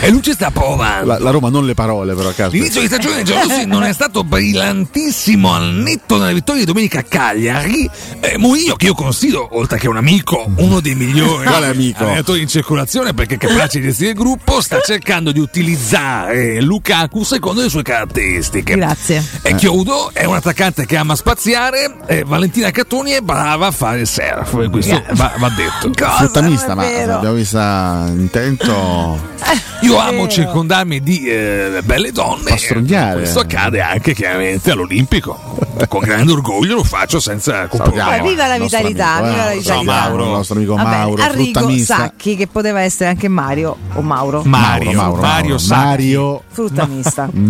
S14: e lui ci sta provando.
S1: La, la Roma, non le parole, però, caspita.
S14: L'inizio di stagione del Giallorossi non è stato brillantissimo al netto della vittoria di domenica a Cagliari. Eh, Mourinho, che io considero, oltre che un amico, uno dei migliori
S1: Quale amico?
S14: allenatori in circolazione perché è capace di gestire il gruppo, sta cercando di utilizzare Lukaku secondo le sue caratteristiche.
S10: Grazie.
S1: Eh.
S14: E chiudo, è un attaccante che ama spaziare, eh, Valentina Cattoni è brava a fare il surf, e questo
S1: Eh.
S14: va, va detto.
S1: frutta mista, ma l'abbiamo vista intento
S14: Io amo circondarmi di eh, belle donne.
S1: a strognare.
S14: Questo accade anche chiaramente all'Olimpico. Con grande orgoglio lo faccio senza
S10: Ah,
S14: compromessi.
S10: viva la vitalità, viva la vitalità.
S1: eh, il nostro amico
S10: Va bene,
S1: Mauro, Eh. frutta
S10: Arrigo
S1: mista.
S10: Sacchi, che poteva essere anche Mario o Mauro.
S12: Mario, Mauro, Mario,
S1: Mario,
S10: Frutta mista.
S1: Mario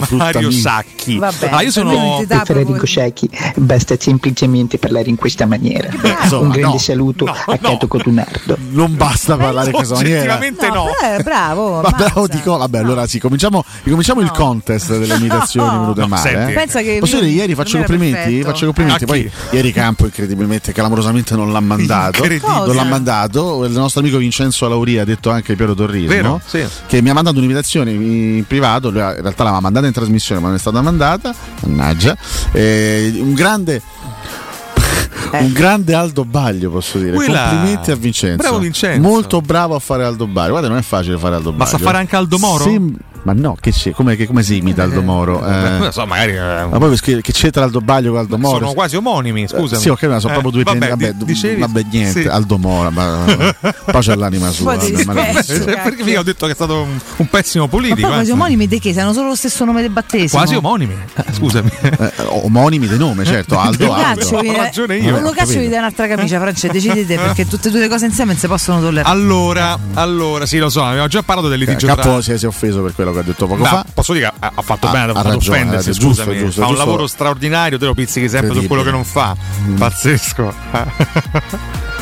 S12: Mario
S1: Fruttamista.
S12: Sacchi.
S10: Va bene.
S12: Ah, io sono.
S10: L'identità
S9: Federico Scecchi, basta semplicemente parlare in questa maniera. Un grande saluto a Cato Cotunardo.
S1: Non basta parlare in questa maniera.
S10: no. però è bravo.
S1: Ma bravo,
S10: cioè,
S1: dico, vabbè, allora sì, cominciamo, ricominciamo il contest delle imitazioni venute
S10: No,
S1: male.
S10: senti.
S1: eh.
S10: Pensa che
S1: Posso dire,
S10: lui
S1: ieri faccio
S10: non era
S1: complimenti?
S10: perfetto.
S1: Faccio complimenti.
S10: A
S1: Poi ieri Campo incredibilmente, clamorosamente non l'ha mandato.
S10: Incredibile.
S1: Non l'ha mandato. Il nostro amico Vincenzo Lauria, detto anche Piero Torrismo,
S12: Vero, sì.
S1: che mi ha mandato un'imitazione in privato. Lui ha- in realtà l'aveva mandata in trasmissione, ma non è stata mandata. Mannaggia. Eh, un grande.
S10: Eh.
S1: Un grande Aldo Baglio, posso dire.
S12: Quella.
S1: Complimenti a Vincenzo.
S12: Bravo Vincenzo.
S1: Molto bravo a fare Aldo Baglio. Guarda, non è facile fare Aldo Baglio.
S12: Ma sa fare anche Aldo Moro?
S1: Sem- ma no, che c'è? Come, che- come si imita Aldo Moro? Eh,
S12: Non lo so, magari. eh,
S1: Ma poi perché- che c'entra Aldo Baglio con Aldo Moro?
S12: sono quasi omonimi, scusa.
S1: Eh, Sì, ok, ma sono proprio due
S12: vabbè,
S1: piani. Vabbè,
S12: di- dicevi-
S1: vabbè, niente,
S12: sì.
S1: Aldo Moro, ma, poi c'è l'anima sua.
S10: Un po' di
S1: vabbè, ma-
S10: rispetto.
S12: Cioè, perché io ho detto che è stato un, un pessimo
S10: Ma poi
S12: politico.
S10: quasi
S12: eh.
S10: omonimi di che? Se hanno solo lo stesso nome del battesimo.
S12: Quasi omonimi, eh, scusami.
S1: omonimi di nome, certo. Aldo,
S10: Caccio,
S1: Aldo.
S10: vi-
S1: Eh,
S10: Lo
S1: ho
S10: caccio vi
S1: capito.
S10: dà un'altra camicia, Francesco, decidete perché tutte e due le cose insieme non si possono tollerare.
S12: Allora, allora, sì, lo so, abbiamo già parlato del litigio.
S1: Cappo
S12: tra-
S1: Eh, si è- si è offeso per quello che ha detto poco
S12: Beh,
S1: fa.
S12: Posso dire che ha, ha fatto
S1: Ha-
S12: bene
S1: ha
S12: ad
S1: ragione,
S12: offendersi,
S1: ha ragione, giusto,
S12: scusami.
S1: giusto,
S12: fa
S1: giusto.
S12: un
S1: Mm.
S12: lavoro straordinario, te lo pizzichi sempre su quello che non fa. Pazzesco.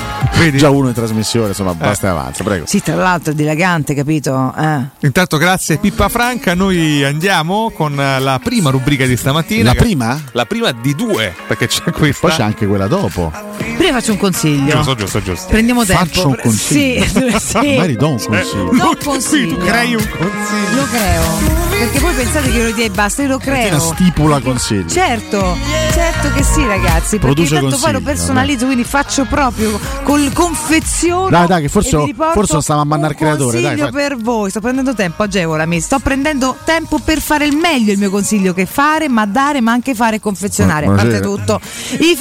S1: Già uno in trasmissione,
S12: Eh.
S1: insomma, basta e avanza, prego.
S10: Sì, tra l'altro è dilagante, capito? Eh.
S12: Intanto Certo, grazie Pippa Franca, noi andiamo con eh, la prima rubrica di stamattina.
S1: La
S12: che-
S1: prima?
S12: La prima di due, perché c'è questa.
S1: Poi c'è anche quella dopo.
S10: Prima faccio un consiglio.
S12: Giusto, giusto, giusto.
S10: Prendiamo tempo.
S1: Faccio un consiglio.
S10: Sì, sì.
S1: Magari do un consiglio.
S10: Do un consiglio.
S12: crei un consiglio.
S10: Lo creo. Perché voi pensate che io lo dia e basta, io lo
S1: Una
S10: creo.
S1: stipula consigli.
S10: Certo, certo che sì, ragazzi. Perché
S1: Produce
S10: tanto poi lo
S1: consigli,
S10: personalizzo, quindi faccio proprio col confeziono.
S1: Dai, dai, che
S10: e vi
S1: forse,
S10: riporto
S1: forse stiamo a mannare il
S10: un
S1: creatore. Dai,
S10: consiglio
S1: fai-
S10: per voi, sto prendendo tempo, agevolami. Sto prendendo tempo per fare il meglio il mio consiglio che fare, ma dare, ma anche fare e confezionare. A parte
S1: Buonasera.
S10: tutto, i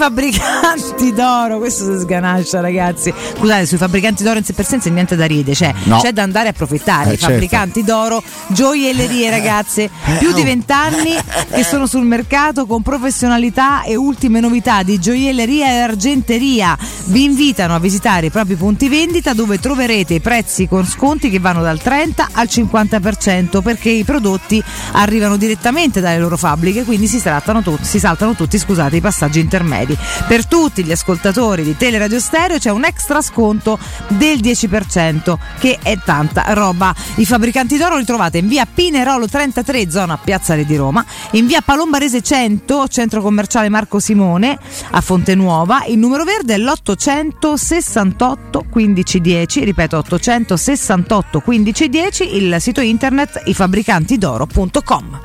S10: fabbricanti d'oro, questo si sganascia, ragazzi. Scusate, sui fabbricanti d'oro in sé per sé non c'è niente da ridere, cioè,
S1: No.
S10: c'è da andare a approfittare.
S1: Eh,
S10: I fabbricanti d'oro, gioiellerie, ragazze, più di vent'anni che sono sul mercato con professionalità e ultime novità di gioielleria e argenteria. Vi invitano a visitare i propri punti vendita dove troverete i prezzi con sconti che vanno dal 30 al 50% perché i prodotti arrivano direttamente dalle loro fabbriche, quindi si, trattano tutti- si saltano tutti scusate, i passaggi intermedi. Per tutti gli ascoltatori di Teleradio Stereo c'è un extra sconto del 10% che è tanta roba. I fabbricanti d'oro li trovate in via Pinerolo 33 zona Piazzale di Roma, in via Palombarese 100 centro commerciale Marco Simone a Fontenuova, il numero verde è l'868 1510, ripeto 868 1510, il sito internet ifabbricantidoro.com.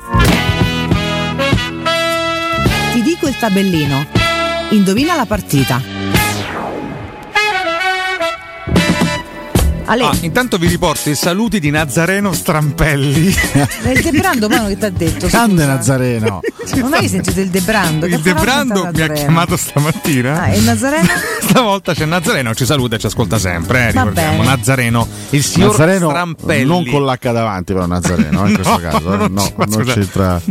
S10: Ti dico il tabellino. Indovina la partita. Ale.
S12: Ah, intanto vi riporto i saluti di Nazareno Strampelli.
S10: Il Debrando Mano che ti ha detto?
S12: Grande
S1: Nazareno.
S10: Non hai sentito il Debrando?
S12: Il De Brando mi ha chiamato stamattina.
S10: Ah, e Nazareno?
S12: Stavolta c'è Nazareno, ci saluta e ci ascolta sempre. Eh,
S10: Va
S12: ricordiamo,
S10: bene.
S12: Nazareno, il signor
S1: Nazareno
S12: Strampelli.
S1: non con l'H davanti però Nazareno eh, in
S12: No,
S1: questo caso eh,
S12: non
S1: no,
S12: ci- ma
S1: non
S12: scusa.
S1: c'entra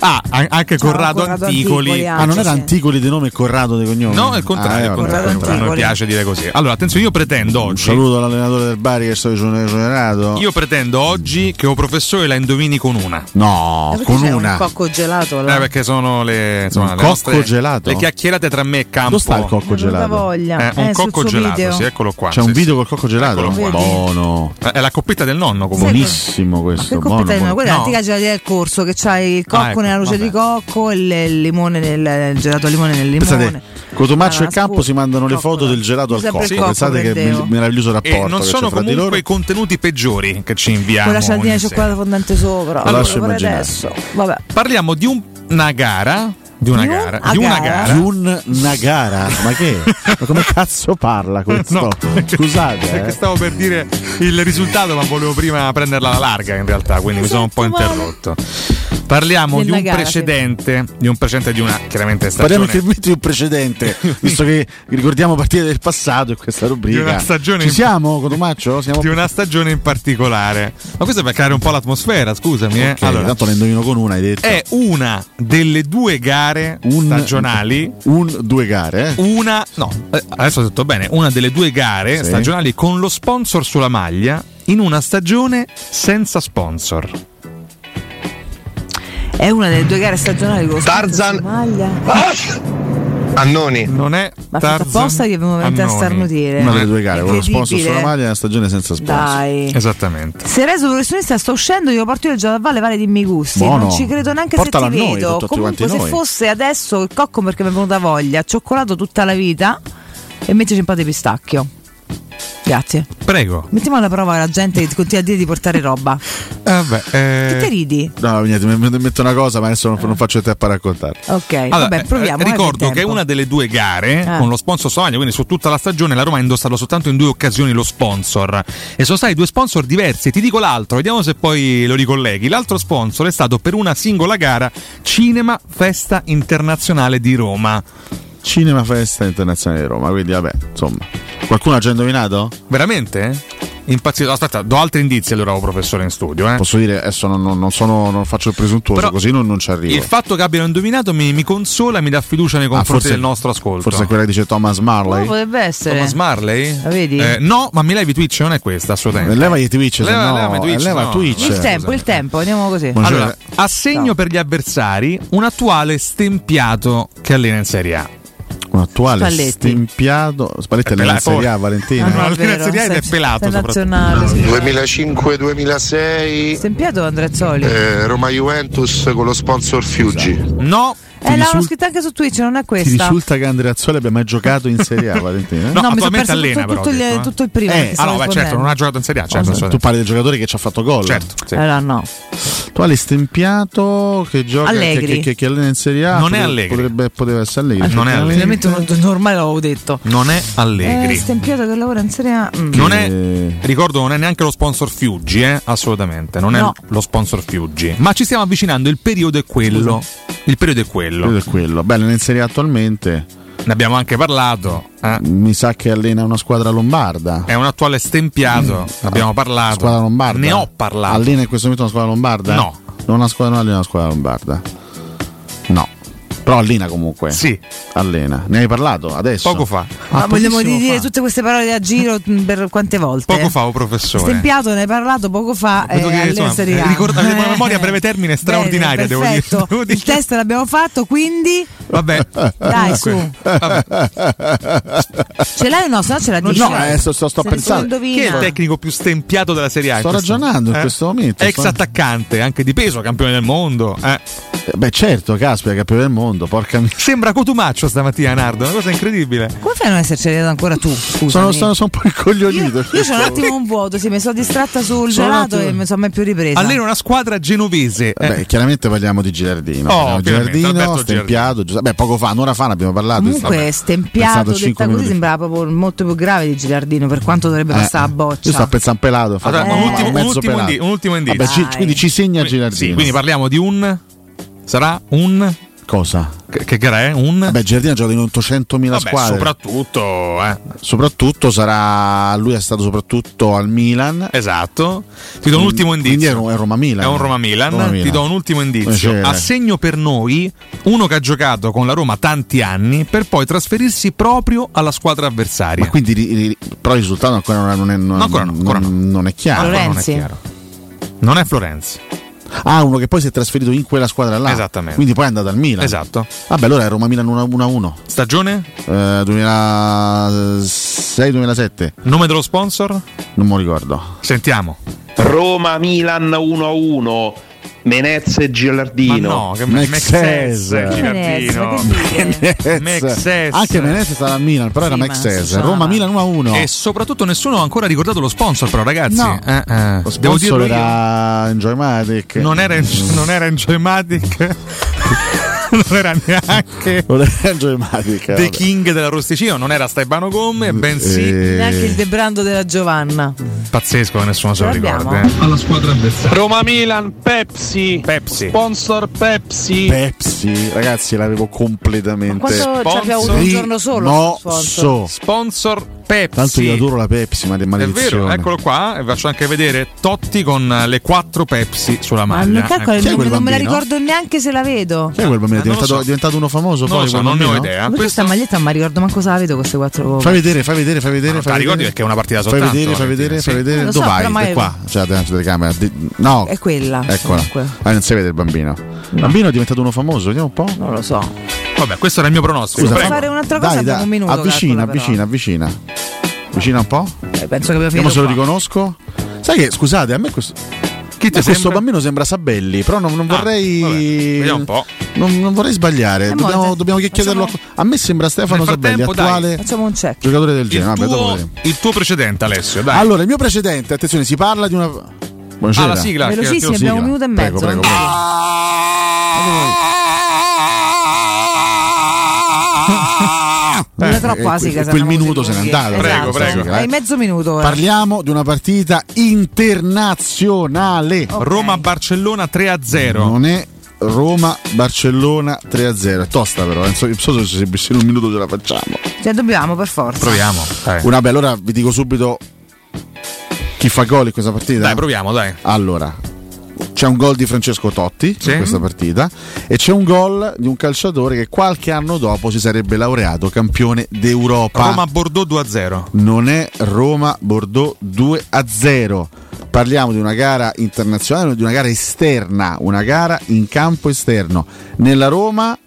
S12: Ah, an- anche Corrado, Anticoli.
S1: ah non era Anticoli di nome e Corrado di cognome
S12: No, è il contrario.
S1: Ah,
S12: il
S1: eh, vabbè,
S12: contrario,
S1: vabbè,
S12: a noi
S1: vabbè.
S12: piace dire così. Allora, attenzione, io pretendo oggi.
S1: saluto allenatore del Bari che è stato esonerato.
S12: Io pretendo oggi che un professore la indovini con una.
S1: No, con una.
S10: cocco gelato
S12: Eh, perché sono le, insomma,
S1: Un
S12: le
S1: cocco
S12: nostre-
S1: gelato?
S12: Le chiacchierate tra me e campo.
S1: Dove sta il cocco gelato?
S10: voglia.
S12: Eh, un
S10: Eh, sul
S12: cocco
S10: suo
S12: gelato,
S10: video.
S12: sì, eccolo qua.
S1: C'è un
S12: sì, sì. Eh,
S1: video col cocco gelato?
S10: Eccolo qua.
S1: Buono.
S12: È la coppetta del nonno comunque.
S1: Buonissimo questo.
S10: Che
S1: buono,
S10: coppetta di
S1: buono.
S10: nonno? Quella è
S1: No.
S10: l'antica gelatina del corso che c'ha il cocco
S1: Ah, ecco,
S10: nella noce di cocco e il, il limone nel il gelato al limone nel limone.
S1: Pensate, Cotomaccio
S10: Ah,
S1: e Campo si mandano le foto
S12: eh.
S1: del gelato al
S10: Sempre
S1: cocco.
S10: il cocco
S1: Pensate che
S10: perdeo.
S1: mil- meraviglioso rapporto
S12: E non
S1: che c'è
S12: sono
S1: fra di
S12: comunque
S1: loro.
S12: i contenuti peggiori che ci inviamo.
S10: Con la cialdina
S12: ogni
S10: di
S12: sera.
S10: cioccolato fondente sopra.
S12: Allora,
S10: Allora, per
S12: immaginare.
S10: adesso. Vabbè.
S12: Parliamo di un- una gara. Di una gara. Di una gara.
S1: Di un- una gara. Ma che? Ma come cazzo parla questo? Scusate.
S12: Perché
S1: eh.
S12: stavo per dire il risultato, ma volevo prima prenderla alla larga in realtà, quindi mi sono un po'
S10: Esatto,
S12: interrotto. Parliamo
S1: Della
S12: di un
S1: gara, sì.
S12: precedente, di un precedente di una chiaramente
S1: Parliamo
S12: stagione.
S1: ulteriormente di un precedente, visto che ricordiamo partite del passato e questa
S12: Di
S1: rubrica.
S12: una, stagione
S1: Ci
S12: in-
S1: siamo, Cotomaccio? Siamo
S12: di una stagione in particolare. Ma questo è per creare un po' l'atmosfera, scusami. eh.
S1: Ok,
S12: Allora,
S1: tanto ne indovino con una, hai detto.
S12: è una delle due gare stagionali.
S1: Un, due gare.
S12: Una, no, eh, adesso ho detto bene, una delle due gare
S1: Sì.
S12: stagionali con lo sponsor sulla maglia in una stagione senza sponsor.
S10: È una delle due gare stagionali con lo Tarzan. Maglia.
S1: Ah! Annoni.
S12: Non è
S10: Ma ha fatto apposta che abbiamo veramente a starnutire.
S1: Una delle due gare, con lo sponsor
S10: Incredibile.
S1: sulla maglia e una stagione senza sponsor.
S10: Dai.
S12: Esattamente.
S10: Se reso professionista sto uscendo, io porto io il gelato a valle, vale dimmi i gusti.
S1: Buono.
S10: Non ci credo neanche se
S1: Portalo
S10: ti
S1: a noi,
S10: vedo.
S1: con tutti
S10: Comunque,
S1: quanti
S10: se
S1: noi.
S10: fosse adesso il cocco perché mi è venuta voglia, cioccolato tutta la vita e mettici un po' di pistacchio. Grazie.
S12: Prego.
S10: Mettiamo alla prova la gente che continua a dire di portare roba.
S1: Eh.
S12: Vabbè, eh.
S10: Che te ridi?
S1: No, niente, mi- mi metto una cosa, ma adesso non, non faccio il tempo a raccontare.
S10: Ok,
S12: Allora,
S10: vabbè, proviamo.
S12: eh, ricordo
S10: eh, per
S12: che è
S10: tempo.
S12: una delle due gare
S10: Ah.
S12: con lo sponsor Sogno, quindi su tutta la stagione la Roma ha indossato soltanto in due occasioni lo sponsor. E sono stati due sponsor diversi. Ti dico l'altro, vediamo se poi lo ricolleghi. L'altro sponsor è stato per una singola gara Cinema Festa Internazionale di Roma.
S1: Cinema Festa Internazionale di Roma, quindi vabbè, insomma. Qualcuno ha già indovinato?
S12: Veramente? Impazzito. Aspetta, do altri indizi allora, oh, professore in studio. eh.
S1: Posso dire, adesso non, non- non sono, non faccio il presuntuoso,
S12: Però-
S1: così non, non ci arrivo.
S12: Il fatto che abbiano indovinato mi, mi consola e mi dà fiducia nei confronti
S1: Ah, forse-
S12: del nostro ascolto.
S1: Forse è quella che dice Thomas Marley.
S10: No, Oh, potrebbe essere.
S12: Thomas Marley?
S10: La vedi?
S12: Eh, no, ma mi levi Twitch, non è questa assolutamente.
S1: Leva gli Twitch, se
S12: Leva-
S1: no-
S12: levami Twitch,
S1: leva
S12: no.
S1: Twitch.
S10: Il tempo, il tempo, andiamo così.
S12: Allora, assegno per gli avversari un attuale stempiato che allena in Serie A.
S1: Un attuale
S12: Spalletti.
S1: stimpiato. Spalletti
S12: Eh,
S1: è nella
S12: per la-
S1: Serie A,
S10: Ah,
S1: Valentina.
S10: no, è vero,
S12: Serie A ed è
S10: sei-
S12: pelato
S10: sei
S12: soprattutto.
S10: nazionale. sì.
S9: 2005-2006
S10: Stempiato Andreazzoli.
S9: eh, Roma Juventus con lo sponsor Fiuggi.
S12: No.
S10: Eh,
S1: risulta-
S10: l'hanno scritta anche su Twitch, non è
S1: Ti
S10: questa.
S1: risulta che Andrea Azzoli abbia mai giocato in Serie A, Valentina?
S10: No, No, mi sono attualmente perso tutto- allena, però, tutto il- detto, eh. tutto il primo che
S12: ah, no,
S10: stavo
S12: beh, certo,
S10: rispondendo.
S12: non ha giocato in Serie A. Certo,
S1: Oh, tu parli del giocatore che ci ha fatto gol.
S12: Certo, sì.
S10: Allora no.
S1: Attuale stempiato che gioca
S10: Allegri.
S1: Che, che, che allena in Serie A.
S12: Non è
S1: potrebbe-
S12: Allegri. Eh,
S1: Potrebbe, poteva essere Allegri.
S12: Non è Allegri.
S10: Veramente uno normale l'avevo detto.
S12: Non è Allegri.
S10: Eh, stempiato che lavora in Serie A. Mm.
S12: Non
S1: Eh.
S12: è, ricordo, non è neanche lo sponsor Fiuggi, eh? assolutamente, non è
S10: No.
S12: lo sponsor Fiuggi. Ma ci stiamo avvicinando, il periodo è quello. Il periodo è quello.
S1: Quello è quello. Beh, allena in Serie A attualmente.
S12: Ne abbiamo anche parlato.
S1: Mi sa che allena una squadra lombarda.
S12: È un attuale stempiato, abbiamo parlato.
S1: Squadra Mm. lombarda.
S12: Ne ho parlato.
S1: Allena in questo momento una squadra lombarda?
S12: No.
S1: Non una squadra, non allena una squadra lombarda. No. Però allena comunque.
S12: Sì.
S1: Allena. Ne hai parlato adesso? Ah,
S12: Poco fa.
S10: Ma vogliamo di- dire tutte queste parole a giro mh, per quante volte?
S12: Poco fa, oh, professore.
S10: Stempiato, ne hai parlato poco fa. Eh,
S12: Vedo che,
S10: all'Inter
S12: insomma,
S10: Serie A.
S12: ricordo- avete una
S10: Eh,
S12: memoria a breve termine straordinaria, devo dire.
S10: perfetto. Il test l'abbiamo fatto, quindi
S12: Vabbè.
S10: Dai, su. ce l'hai o no? Se no ce la
S1: No,
S10: dici.
S1: no, eh, sto- sto- sto
S10: Se nessuno
S1: pensando.
S10: indovina.
S12: Chi è il tecnico più stempiato della Serie A? in
S1: Sto
S12: questo- Eh?
S1: ragionando in questo momento,
S12: Ex
S1: sto-
S12: attaccante, anche di peso, campione del mondo. eh.
S1: Eh, Beh, certo, caspita, campione del mondo. Porca miseria.
S12: Sembra Cotumaccio stamattina, Nardo, una cosa incredibile.
S10: Come fai a non esserci arrivato ancora tu? Scusa.
S1: Sono, sono- sono un po' incoglionito.
S10: Io c'ho un attimo un vuoto, sì, mi sono distratta sul
S1: Sono un
S10: gelato
S1: attimo-
S10: e mi sono mai più ripresa.
S12: Allena una squadra genovese. eh.
S1: Beh, chiaramente parliamo di Girardino.
S12: Oh,
S1: Parliamo di
S12: ovviamente,
S1: Girardino,
S12: Alberto
S1: stempiato. Giuseppe- Beh, poco fa, un'ora fa ne abbiamo parlato.
S10: Comunque,
S1: insomma.
S10: stempiato,
S1: Pensato
S10: detta
S1: cinque
S10: così,
S1: minuti fa.
S10: sembrava proprio molto più grave di Girardino, per quanto dovrebbe passare a
S1: Eh,
S10: boccia.
S1: Io sto a pensare un pelato. fa-
S12: Allora, un
S1: eh,
S12: ultimo- un
S1: mezzo
S12: ultimo
S1: pelato.
S12: indi- un ultimo indizio.
S1: Vabbè, ci-
S12: Dai.
S1: quindi ci segna
S12: Sì,
S1: Girardino.
S12: quindi parliamo di un. Sarà un.
S1: cosa?
S12: Che, gara è? Un...
S1: Beh, Giardino ha giocato in 800.000
S12: Vabbè,
S1: squadre.
S12: soprattutto, eh.
S1: Soprattutto sarà. Lui è stato soprattutto al Milan.
S12: Esatto. Ti do un ultimo
S1: Quindi è Ro- è Roma Milan.
S12: È un Roma Milan. Ti do un ultimo indizio. A segno per noi uno che ha giocato con la Roma tanti anni per poi trasferirsi proprio alla squadra avversaria.
S1: quindi ri- ri- però il risultato ancora non è, non,
S12: No, ancora no, ancora
S1: non- non è chiaro.
S12: Ancora non è Florenzi. chiaro. Non è Florenzi.
S1: Ah, uno che poi si è trasferito in quella squadra là.
S12: Esattamente.
S1: Quindi poi è andato al Milan.
S12: Esatto.
S1: Vabbè, allora è Roma Milan 1-1.
S12: Stagione?
S1: Eh, 2006-2007.
S12: Nome dello sponsor?
S1: Non me lo ricordo.
S12: Sentiamo.
S19: Roma-Milan 1-1. Menez e Gilardino.
S12: Ma no, che me- Mexes, Mexes, Gilardino. Menez. Mexes.
S1: Anche Menezes stava al Milan, però
S12: Sì,
S1: era
S12: ma
S1: Mexes.
S12: insomma.
S1: Roma Milan 1-1.
S12: E soprattutto nessuno ha ancora ricordato lo sponsor, però, ragazzi.
S1: No.
S12: Eh, eh.
S1: Lo
S12: Devo
S1: sponsor
S12: dirlo io.
S1: era Enjoymatic.
S12: Non era, in, non era in Joymatic. non era neanche
S1: non era Enjoymatic.
S12: The
S1: vabbè. Eh,
S12: King della Rosticino, non era Staibano Gomme, bensì.
S10: Neanche il debrando della Giovanna.
S12: Pazzesco che nessuno se lo
S10: Ce l'abbiamo?
S12: ricorda. eh.
S10: Alla squadra avversaria.
S46: Roma Milan, Pepsi.
S12: Pepsi.
S46: Sponsor Pepsi.
S1: Pepsi, ragazzi, l'avevo completamente.
S10: quanto ci abbiamo avuto un giorno solo,
S1: No,
S10: sponsor?
S1: so.
S12: Sponsor Pepsi.
S1: Tanto io adoro la Pepsi, ma
S12: È
S1: maledizione.
S12: vero, ecco. eccolo qua, e vi faccio anche vedere Totti con eh, le quattro Pepsi sulla
S10: Ma
S12: maglia.
S10: non, calcolo,
S12: Ecco.
S10: non- non me la ricordo neanche se la vedo.
S1: Sai quel bambino? È
S12: Ah, Non lo
S1: diventato,
S12: so.
S1: è diventato uno famoso
S12: Non
S1: poi.
S12: lo so,
S1: quel
S12: non ne ho
S1: bambino?
S12: idea.
S10: Ma questa maglietta non mi ricordo manco se la vedo queste quattro
S1: Fai vedere, fai vedere, fai vedere.
S12: non te
S1: fai
S12: la ricordi
S1: vedere.
S12: perché è una partita
S1: Fai
S12: soltanto,
S1: vedere, fai
S12: Valentina,
S1: vedere,
S12: sì.
S1: fai vedere.
S10: Eh, lo so, Eh,
S1: Dov'hai?
S10: però
S1: è
S10: magari-
S1: qua. Cioè, C'è la telecamera telecamera. Di- No.
S10: È quella,
S1: Eccola.
S10: comunque.
S1: Ah, non si vede il bambino. Il bambino è diventato uno famoso, vediamo un po'. Non
S10: lo so.
S12: Vabbè, questo era il mio pronostico.
S10: Scusa,
S12: prego.
S10: fare un'altra cosa
S1: Dai,
S10: abbiamo
S1: dai,
S10: un minuto,
S1: avvicina,
S10: calcola,
S1: avvicina, avvicina. Avvicina un po'.
S10: Eh, penso che abbiamo
S1: Vediamo
S10: finito
S1: se lo
S10: qua.
S1: riconosco. Sai che, scusate, a me questo.
S12: Chi ti
S1: a questo
S12: sembra?
S1: bambino sembra Sabelli, però non, non
S12: Ah,
S1: vorrei.
S12: vediamo un po'.
S1: Non, non vorrei sbagliare.
S10: Eh,
S1: Dobbiamo,
S10: Moise,
S1: dobbiamo chiederlo.
S10: facciamo-
S1: A, a me sembra Stefano
S12: Nel
S1: Sabelli,
S12: frattempo, dai.
S1: attuale
S10: Facciamo un check.
S1: giocatore del
S12: Il
S1: genere. Vabbè, dopo
S12: tuo,
S1: vedremo.
S12: il tuo precedente, Alessio, dai.
S1: Allora, il mio precedente, attenzione, si parla di una. Buonasera.
S12: Ah, la sigla, che-
S10: Velocissimi,
S12: che-
S10: abbiamo un
S12: sigla.
S10: minuto e mezzo.
S1: Prego, prego, prego.
S10: Non è
S1: Eh,
S10: troppo
S1: eh,
S10: la
S1: quel-
S10: sigla, se
S1: quel
S10: andiamo
S1: minuto
S10: così
S1: se n'è
S10: lunghi.
S1: andato.
S10: Esatto.
S1: Prego, prego.
S10: Hai mezzo minuto. eh. ora.
S1: Parliamo di una partita internazionale.
S10: Oh.
S12: Roma-Barcellona 3-0.
S1: Non è Roma-Barcellona 3-0. È tosta, però. eh. Non so, non so se, se in un minuto ce la facciamo.
S10: Cioè, dobbiamo per forza.
S12: Proviamo. Dai.
S1: Una, beh, allora vi dico subito chi fa gol in questa partita.
S12: Dai, proviamo, dai.
S1: Allora, c'è un gol di Francesco Totti
S12: Sì.
S1: in questa partita e c'è un gol di un calciatore che qualche anno dopo si sarebbe laureato campione d'Europa.
S12: Roma-Bordeaux 2-0.
S1: Non è Roma-Bordeaux 2-0. Parliamo di una gara internazionale, di una gara esterna, una gara in campo esterno. Nella Roma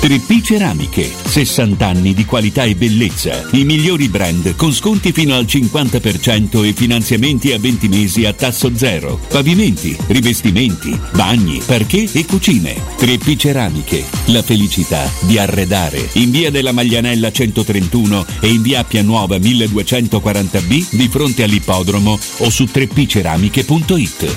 S47: 3P Ceramiche, 60 anni di qualità e bellezza, i migliori brand con sconti fino al 50% e finanziamenti a 20 mesi a tasso zero, pavimenti, rivestimenti, bagni, parquet e cucine. 3P Ceramiche, la felicità di arredare in via della Maglianella 131 e in via Appia Nuova 1240B di fronte all'ippodromo o su 3pceramiche.it.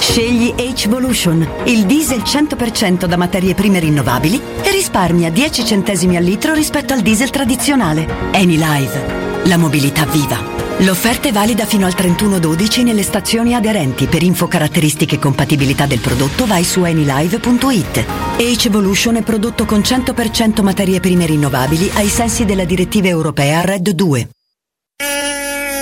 S48: Scegli H-Volution, il diesel 100% da materie prime rinnovabili e risparmia 10 centesimi al litro rispetto al diesel tradizionale. Anylive, la mobilità viva. L'offerta è valida fino al 31-12 nelle stazioni aderenti. Per info caratteristiche e compatibilità del prodotto vai su anylive.it. H-Volution è prodotto con 100% materie prime rinnovabili ai sensi della direttiva europea RED 2.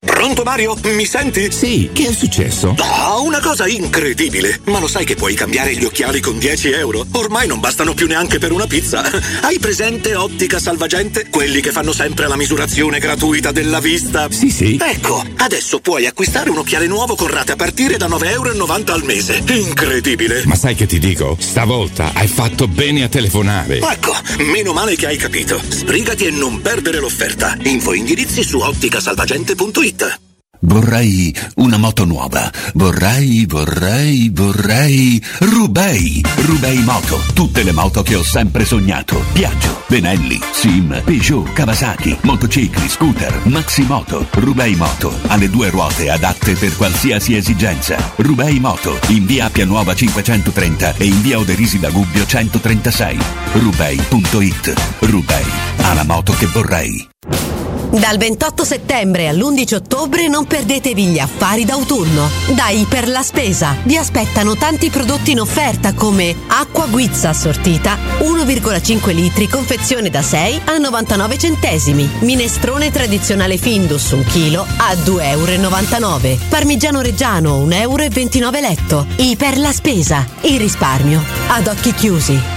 S19: Pronto Mario? Mi senti? Sì, che è successo? Ah, una cosa incredibile! Ma lo sai che puoi cambiare gli occhiali con 10 euro? Ormai non bastano più neanche per una pizza. Hai presente Ottica Salvagente? Quelli che fanno sempre la misurazione gratuita della vista? Sì, sì. Ecco, adesso puoi acquistare un occhiale nuovo con rate a partire da 9,90 euro al mese. Incredibile!
S14: Ma sai che ti dico? Stavolta hai fatto bene a telefonare.
S19: Ecco, meno male che hai capito. Sbrigati e non perdere l'offerta. Info e indirizzi su otticasalvagente.it.
S49: Vorrei una moto nuova. Vorrei, vorrei, vorrei. Rubei! Rubei Moto. Tutte le moto che ho sempre sognato. Piaggio, Benelli, Sim, Peugeot, Kawasaki, motocicli, scooter, Maximoto. Rubei Moto. Ha le due ruote adatte per qualsiasi esigenza. Rubei Moto. In via Appia Nuova 530 e in via Oderisi da Gubbio 136. Rubei.it. Rubei. Ha la moto che vorrei.
S34: Dal 28 settembre all'11 ottobre non perdetevi gli affari d'autunno. Da Iper la Spesa vi aspettano tanti prodotti in offerta come acqua guizza assortita 1,5 litri confezione da 6 a 99 centesimi, minestrone tradizionale Findus 1 kg a 2,99 euro, parmigiano reggiano 1,29 euro letto. Iper la Spesa, il risparmio ad occhi chiusi.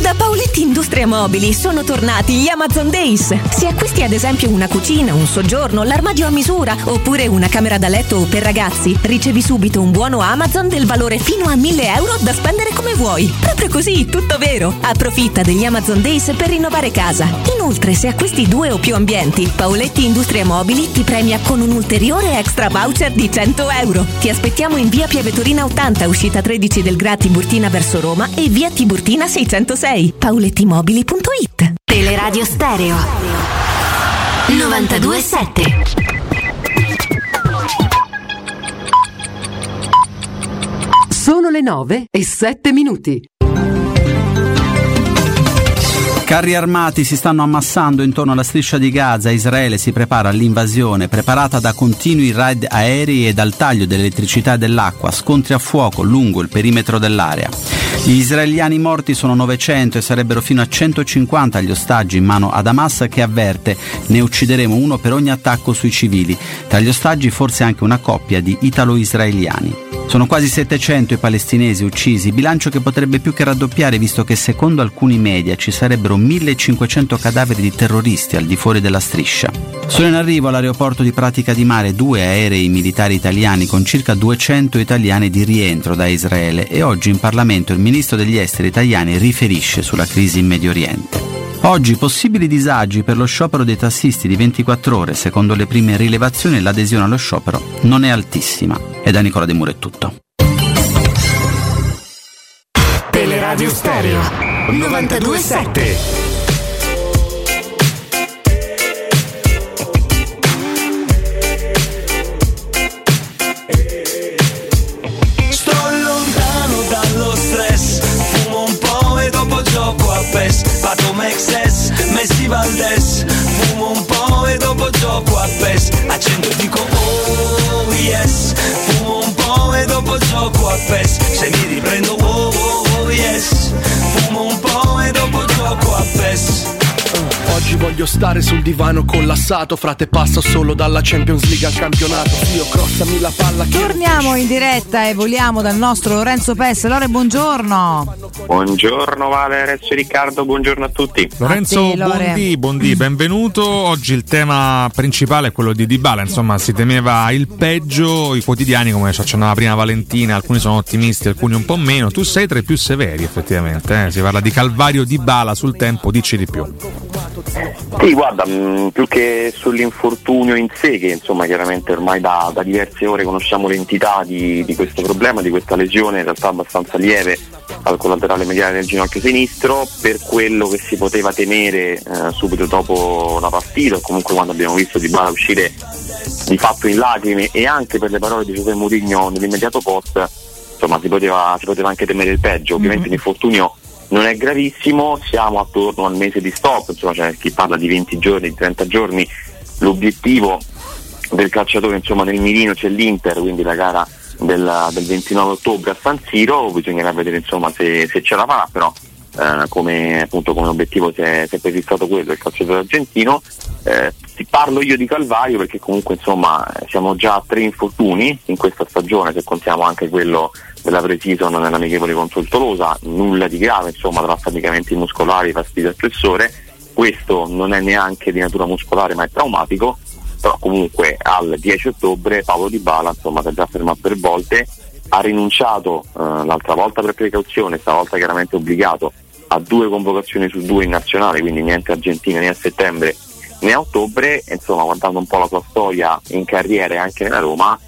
S23: Da Paoletti Industria Mobili sono tornati gli Amazon Days. Se acquisti ad esempio una cucina, un soggiorno, l'armadio a misura oppure una camera da letto per ragazzi, ricevi subito un buono Amazon del valore fino a 1000 euro da spendere come vuoi. Proprio così, tutto vero. Approfitta degli Amazon Days per rinnovare casa. Inoltre, se acquisti due o più ambienti, Paoletti Industria Mobili ti premia con un ulteriore extra voucher di 100 euro. Ti aspettiamo in via Piavetorina 80, uscita 13 del Gra Tiburtina verso Roma e via Tiburtina 606 paulettimobili.it
S27: Teleradio Stereo 927
S44: Sono le 9 e 7 minuti.
S29: Carri armati si stanno ammassando intorno alla striscia di Gaza. Israele si prepara all'invasione, preparata da continui raid aerei e dal taglio dell'elettricità e dell'acqua, scontri a fuoco lungo il perimetro dell'area. Gli israeliani morti sono 900 e sarebbero fino a 150 gli ostaggi in mano ad Hamas che avverte ne uccideremo uno per ogni attacco sui civili. Tra gli ostaggi forse anche una coppia di italo-israeliani. Sono quasi 700 i palestinesi uccisi, bilancio che potrebbe più che raddoppiare visto che secondo alcuni media ci sarebbero 1500 cadaveri di terroristi al di fuori della striscia. Sono in arrivo all'aeroporto di Pratica di Mare due aerei militari italiani con circa 200 italiani di rientro da Israele e oggi in Parlamento il ministro degli esteri italiani riferisce sulla crisi in Medio Oriente. Oggi possibili disagi per lo sciopero dei tassisti di 24 ore, secondo le prime rilevazioni l'adesione allo sciopero non è altissima. E da Nicola De Muro è tutto.
S27: Teleradio Stereo 927
S45: Sto lontano dallo stress, fumo un po' e dopo gioco a PES, Pato Mexes, Messi Valdes, fumo un po' e dopo gioco a PES, accendo e dico oh yes, fumo un po' e dopo gioco a PES, se mi riprendo oh oh oh yes, fumo un po' e dopo gioco a PES.
S19: Oggi voglio stare sul divano collassato, frate passo solo dalla Champions League al campionato. Io crossami la palla che
S22: Torniamo in diretta e voliamo dal nostro Lorenzo Pes. Lore, buongiorno.
S21: Buongiorno Vale, Renzo e Riccardo, buongiorno a tutti.
S6: Lorenzo
S22: A te, Lore.
S6: Bondi, Bondi, benvenuto. Oggi il tema principale è quello di Dybala, insomma si temeva il peggio, i quotidiani come ci accennava prima Valentina, alcuni sono ottimisti, alcuni un po' meno. Tu sei tra i più severi effettivamente, eh. si parla di Calvario Dybala sul tempo, dici di più.
S21: Sì, guarda, mh, più che sull'infortunio in sé, che insomma chiaramente ormai da, da diverse ore conosciamo l'entità di, di questo problema, di questa lesione, in realtà abbastanza lieve al collaterale mediale del ginocchio sinistro, per quello che si poteva temere eh, subito dopo la partita, o comunque quando abbiamo visto Di Bala uscire di fatto in lacrime e anche per le parole di Giuseppe Mourinho nell'immediato post, insomma si poteva, si poteva anche temere il peggio, ovviamente l'infortunio non è gravissimo, siamo attorno al mese di stop, insomma c'è chi parla di 20 giorni, di 30 giorni, l'obiettivo del calciatore insomma nel mirino c'è l'Inter, quindi la gara del, del 29 ottobre a San Siro, bisognerà vedere insomma se, se ce la farà, però eh, come, appunto, come obiettivo si è sempre fissato quello, il calciatore argentino. Eh, ti parlo io di Calvario perché comunque insomma siamo già a tre infortuni in questa stagione, se contiamo anche quello della pre-season nell'amichevole contro il Tolosa, nulla di grave, insomma tra affaticamenti muscolari, fastidio al flessore, questo non è neanche di natura muscolare ma è traumatico, però comunque al 10 ottobre Paolo Di Bala insomma si è già fermato per volte, ha rinunciato eh, l'altra volta per precauzione, stavolta chiaramente obbligato a due convocazioni su due in nazionale, quindi niente Argentina né a settembre né a ottobre, e insomma guardando un po' la sua storia in carriera e anche nella Roma,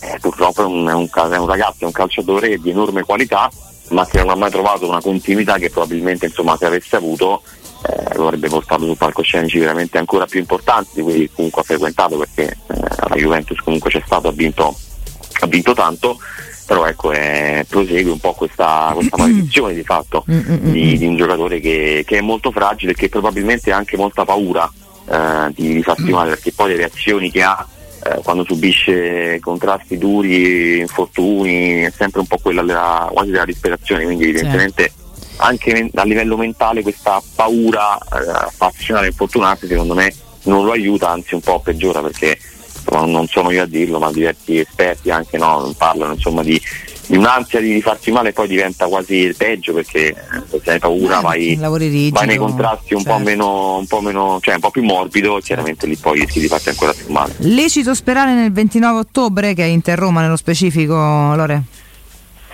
S21: eh, purtroppo è un, è un ca- è un ragazzo, è un calciatore di enorme qualità, ma che non ha mai trovato una continuità che probabilmente insomma se avesse avuto eh, lo avrebbe portato su palcoscenici veramente ancora più importanti di quelli che comunque ha frequentato perché eh, alla Juventus comunque c'è stato, ha vinto, ha vinto tanto però ecco eh, prosegue un po' questa, questa maledizione di fatto di, di un giocatore che, che è molto fragile e che probabilmente ha anche molta paura eh, di, di farsi male perché poi le reazioni che ha eh, quando subisce contrasti duri, infortuni, è sempre un po' quella della, quasi della disperazione, quindi evidentemente anche men- a livello mentale questa paura eh, a appassionare e infortunarsi secondo me non lo aiuta, anzi un po' peggiora perché insomma, non sono io a dirlo, ma diversi esperti anche no, parlano insomma di, di un'ansia di farsi male e poi diventa quasi il peggio perché eh, se hai paura vai,
S10: Lavori rigido.
S21: vai nei contrasti un, po meno, un po' meno, cioè un po' più morbido, chiaramente lì poi rischi di farti ancora più male.
S10: Lecito sperare nel 29 ottobre, che è Inter Roma nello specifico, Lore.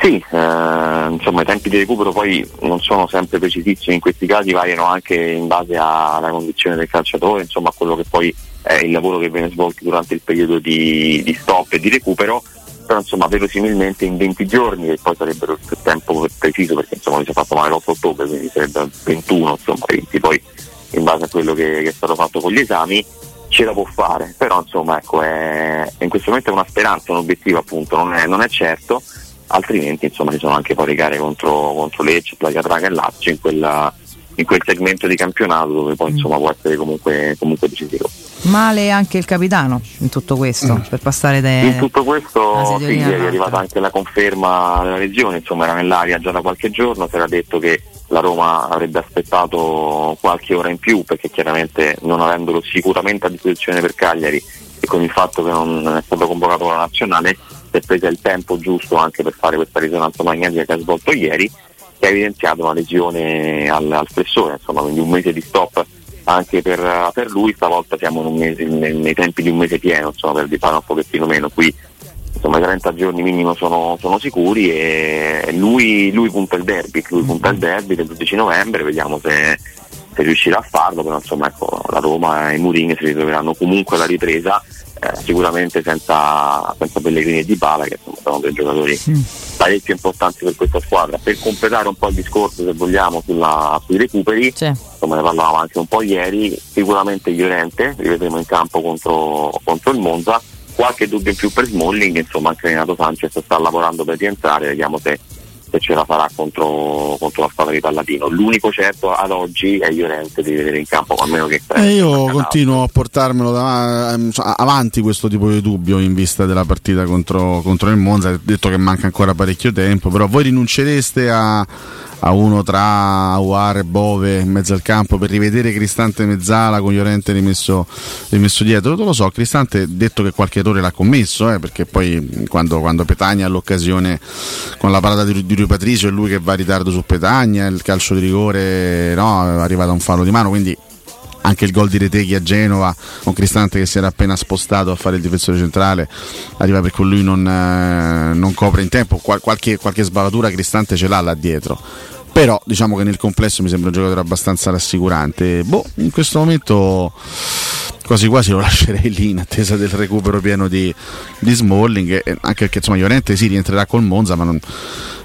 S21: Sì, eh, insomma i tempi di recupero poi non sono sempre precisissimi, in questi casi variano anche in base a- alla condizione del calciatore, insomma a quello che poi è il lavoro che viene svolto durante il periodo di, di stop e di recupero, però insomma verosimilmente in 20 giorni, che poi sarebbero il tempo preciso perché insomma mi si è fatto male l'8 ottobre, quindi sarebbe 21, insomma 20 poi in base a quello che, che è stato fatto con gli esami, ce la può fare, però insomma ecco, è- in questo momento è una speranza, un obiettivo appunto, non è- non è certo altrimenti insomma ci sono anche poi le gare contro, contro Lecce, Placatraga e Lazio in, quella- in quel segmento di campionato dove poi insomma può essere comunque, comunque decisivo.
S10: Male anche il capitano in tutto questo, per passare dai...
S21: Mm. In tutto questo
S10: sì,
S21: sì,
S10: Oliana,
S21: ieri è arrivata anche la conferma della regione, insomma era nell'aria già da qualche giorno, si era detto che la Roma avrebbe aspettato qualche ora in più perché chiaramente non avendolo sicuramente a disposizione per Cagliari e con il fatto che non è stato convocato la nazionale si è presa il tempo giusto anche per fare questa risonanza magnetica che ha svolto ieri che ha evidenziato una lesione al, al flessore, insomma quindi un mese di stop anche per, per lui, stavolta siamo in un mese- nei, nei tempi di un mese pieno, insomma per di fare un pochettino meno, qui insomma i 30 giorni minimo sono, sono sicuri e lui, lui punta il derby, lui punta il derby del 12 novembre, vediamo se, se riuscirà a farlo, però insomma ecco, la Roma e i Mourinho si ritroveranno comunque alla ripresa, eh, sicuramente senza, senza Pellegrini e Di Bala che insomma, sono due giocatori parecchio importanti per questa squadra. Per completare un po' il discorso se vogliamo sulla- sui recuperi, insomma ne parlavamo anche un po' ieri, sicuramente Llorente, rivedremo in campo contro, contro il Monza, qualche dubbio in più per Smalling, insomma anche Renato Sanchez sta lavorando per rientrare, vediamo se se ce la farà contro, contro la squadra di Palladino. L'unico certo ad oggi è Llorente di vedere in campo, a meno che
S1: E Eh, io continuo a portarmelo dava- ehm, insomma, avanti questo tipo di dubbio in vista della partita contro, contro il Monza. Detto che manca ancora parecchio tempo, però voi rinuncereste a, a uno tra Aguar e Bove in mezzo al campo per rivedere Cristante Mezzala con Llorente rimesso, rimesso dietro? Non lo so, Cristante detto che qualche errore l'ha commesso, eh, perché poi mh, quando, quando Petagna ha l'occasione con la parata di, Ru- di Rui Patricio è lui che va in ritardo su Petagna, il calcio di rigore no, arriva da un fallo di mano, quindi anche il gol di Reteghi a Genova con Cristante che si era appena spostato a fare il difensore centrale arriva perché lui non, eh, non copre in tempo Qual- qualche, qualche sbavatura Cristante ce l'ha là dietro però diciamo che nel complesso mi sembra un giocatore abbastanza rassicurante boh, in questo momento quasi quasi lo lascerei lì in attesa del recupero pieno di, di Smalling e anche perché insomma Llorente sì rientrerà col Monza ma non,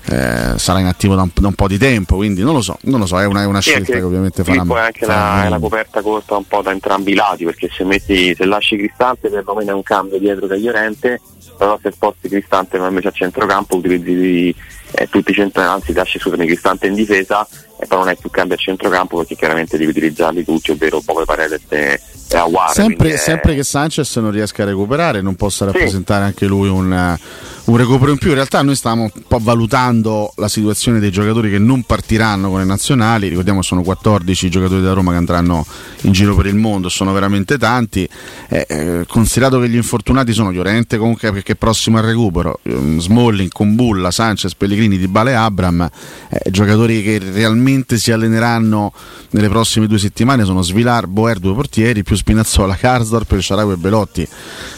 S1: eh, sarà inattivo da un, da un po' di tempo quindi non lo so, non lo so è una, è una
S21: Sì,
S1: scelta
S21: anche-
S1: che ovviamente
S21: sì,
S1: farà
S21: poi anche la,
S1: farà-
S21: è la coperta corta un po' da entrambi i lati perché se metti se lasci Cristante perlomeno è un cambio dietro da Llorente però se sposti Cristante ma invece a centrocampo utilizzi eh, tutti i centrocampi anzi lasci scusami Cristante in difesa e poi non hai più cambi a centrocampo perché chiaramente devi utilizzarli tutti ovvero Pope Paredes e, e Aguara
S1: Sempre,
S21: quindi è-
S1: sempre che Sanchez non riesca a recuperare, non possa rappresentare anche lui un, eh, un recupero in più. In realtà noi stiamo un po' valutando la situazione dei giocatori che non partiranno con le nazionali. Ricordiamo che sono 14 i giocatori della Roma che andranno in giro per il mondo, sono veramente tanti. Eh, eh, considerato che gli infortunati sono Llorente comunque perché è prossimo al recupero, ehm, Smalling, Combulla, Sanchez, Pellegrini, Di Bale e Abram, eh, giocatori che realmente si alleneranno nelle prossime due settimane sono Svilar, Boer, due portieri, più Spinazzola, Karsdorp, Sharawi e Belotti.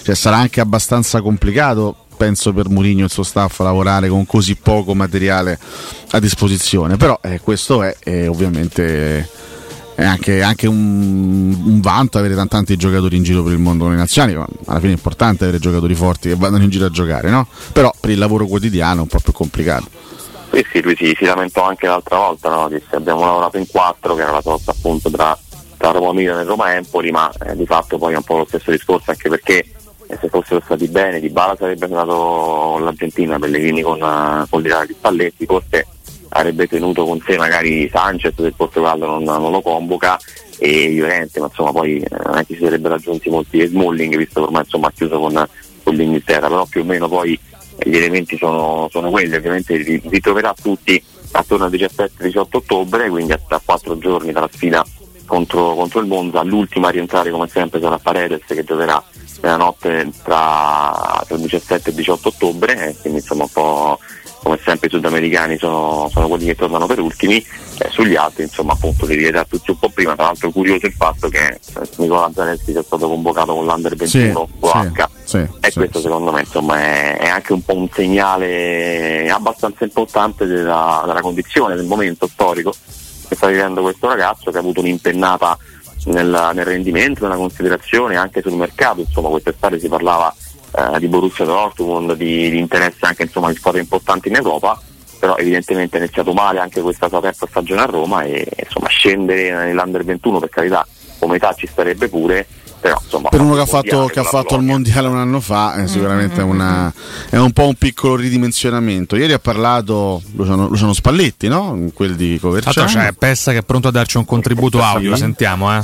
S1: Cioè, sarà anche abbastanza complicato, penso, per Mourinho e il suo staff lavorare con così poco materiale a disposizione. Però eh, questo è eh, ovviamente... eh, è anche, anche un, un vanto avere tan- tanti giocatori in giro per il mondo con le nazionali, ma alla fine è importante avere giocatori forti che vadano in giro a giocare, no? Però per il lavoro quotidiano è un po' più complicato.
S21: Sì, sì, lui si, si lamentò anche l'altra volta, no? disse abbiamo lavorato in quattro, che era la sorta appunto tra, tra Roma Milan e Roma Empoli, ma eh, di fatto poi è un po' lo stesso discorso anche perché e se fossero stati bene Di Bala sarebbe andato l'Argentina Pellegrini con, eh, con l'Italia di Spalletti forse avrebbe tenuto con sé magari Sanchez del Portogallo non, non lo convoca e Llorente ma insomma poi eh, non è che si sarebbero raggiunti molti e Smalling visto che ormai insomma ha chiuso con, con l'Inghilterra però più o meno poi eh, gli elementi sono, sono quelli ovviamente li li troverà tutti attorno al 17-18 ottobre quindi a, a quattro giorni dalla sfida contro, contro il Monza l'ultima a rientrare come sempre sarà Paredes che giocherà nella notte tra, tra il 17 e il 18 ottobre eh, quindi insomma un po' come sempre i sudamericani sono, sono quelli che tornano per ultimi, eh, sugli altri insomma appunto si rivedrà tutti un po' prima, tra l'altro curioso il fatto che eh, Nicola Zanetti sia stato convocato con l'Under 21
S1: Sì,
S21: OH
S1: sì,
S21: e questo secondo me insomma è, è anche un po' un segnale abbastanza importante della, della condizione, del momento storico che sta vivendo questo ragazzo che ha avuto un'impennata nel, nel rendimento, nella considerazione anche sul mercato, insomma quest'estate si parlava eh, di Borussia Dortmund, di, di interesse anche insomma, di squadre importanti in Europa, però evidentemente è iniziato male anche questa sua terza stagione a Roma e insomma scendere nell'Under 21 per carità come età ci starebbe pure, però insomma...
S1: per uno che ha fatto,
S21: mondiale,
S1: che ha
S21: la
S1: fatto il mondiale un anno fa è sicuramente una- è un po' un piccolo ridimensionamento ieri ha parlato Luciano, Luciano Spalletti no? quel di
S12: Tanto
S1: Coverciano
S12: c'è Pessa che è pronto a darci un contributo audio, sentiamo eh.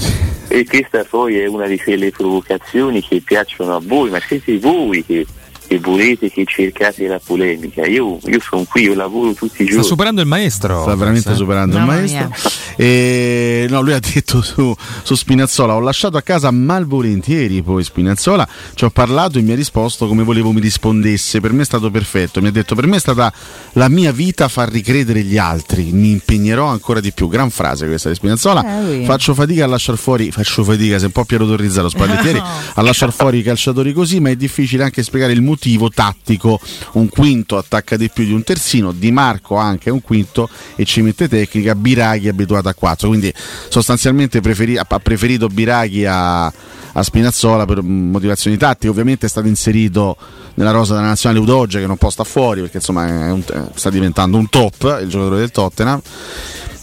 S21: E questa poi è una di quelle provocazioni che piacciono a voi, ma siete voi che, che volete che cercate la polemica. Io, io sono qui, io lavoro tutti i
S12: Sta
S21: giorni.
S12: superando il maestro.
S1: sta veramente
S12: Pessa.
S1: superando il maestro e, no, lui ha detto su, su Spinazzola ho lasciato a casa malvolentieri poi Spinazzola ci ho parlato e mi ha risposto come volevo mi rispondesse per me è stato perfetto mi ha detto per me è stata la mia vita far ricredere gli altri mi impegnerò ancora di più gran frase questa di Spinazzola
S9: Eh, lui.
S1: faccio fatica a lasciar fuori faccio fatica se un po' Piero Torrizza lo spallettieri
S9: No.
S1: a lasciar fuori i calciatori così ma è difficile anche spiegare il motivo tattico un quinto attacca di più di un terzino Di Marco ha anche un quinto e ci mette tecnica Biraghi è abituato a 4 quindi sostanzialmente preferi- ha preferito Biraghi a, a Spinazzola per motivazioni tattiche ovviamente è stato inserito nella rosa della nazionale Udoge che non può sta fuori perché insomma è un- sta diventando un top il giocatore del Tottenham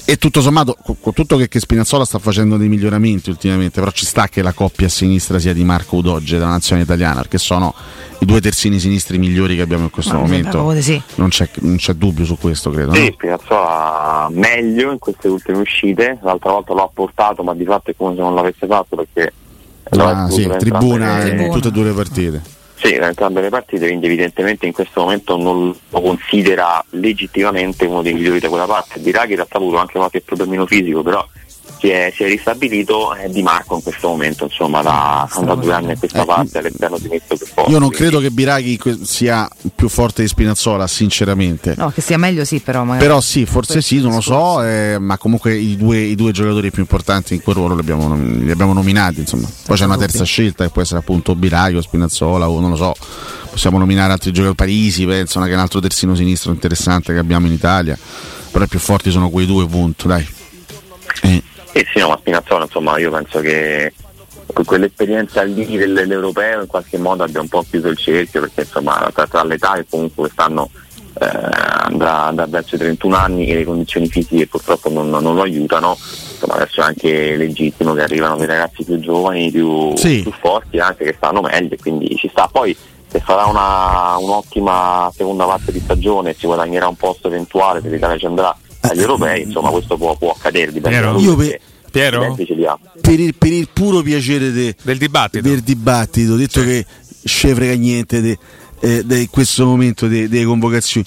S1: e tutto sommato, con, con tutto che, che Spinazzola sta facendo dei miglioramenti ultimamente, però ci sta che la coppia a sinistra sia di Marco Udogge della nazione italiana, perché sono i due terzini sinistri migliori che abbiamo in questo
S10: Ma mi sembra
S1: momento.
S10: proprio di sì.
S1: Non, c'è, non c'è dubbio su questo, credo.
S21: Sì,
S1: no?
S21: Spinazzola meglio in queste ultime uscite, l'altra volta l'ho portato, ma di fatto è come se non l'avesse fatto perché
S1: Ah, sì,
S21: Tribuna
S1: tribuna in tutte e due le partite.
S21: Sì, da entrambe le partite, quindi evidentemente in questo momento non lo considera legittimamente uno dei migliori da quella parte. Biraghi in realtà ha avuto anche qualche problemino fisico, però si è, si è ristabilito eh, Di Marco in questo momento, insomma, da, da due anni a questa parte all'interno di questo che poi.
S1: Io non credo che Biraghi que- sia più forte di Spinazzola, sinceramente.
S10: No, che sia meglio sì, però magari.
S1: Però sì, forse sì, non lo so, eh, ma comunque i due, i due giocatori più importanti in quel ruolo li abbiamo, nom- li abbiamo nominati. Insomma. Poi c'è una terza scelta che può essere appunto Biraghi o Spinazzola o non lo so, possiamo nominare altri giocatori, Parisi, penso, che è un altro terzino sinistro interessante che abbiamo in Italia, però i più forti sono quei due, punto, dai.
S21: Eh sì, no, ma Spinazzola, insomma, io penso che que- quell'esperienza lì dell'europeo in qualche modo abbia un po' chiuso il cerchio, perché insomma, tra, tra l'età che comunque quest'anno eh, andrà, andrà verso i 31 anni e le condizioni fisiche purtroppo non, non lo aiutano, insomma, adesso è anche legittimo che arrivano dei ragazzi più giovani, più, più forti, anche che stanno meglio, quindi ci sta. Poi se sarà una- un'ottima seconda parte di stagione, si guadagnerà un posto eventuale, se l'Italia ci andrà agli europei, insomma questo può, può accadere, dipende da lui.
S1: Eh. Io
S21: perché-
S1: pe-
S21: i denti ce li ha.
S1: per il, per il puro piacere de-
S12: del dibattito,
S1: ho detto che ce frega niente di questo momento de- delle convocazioni.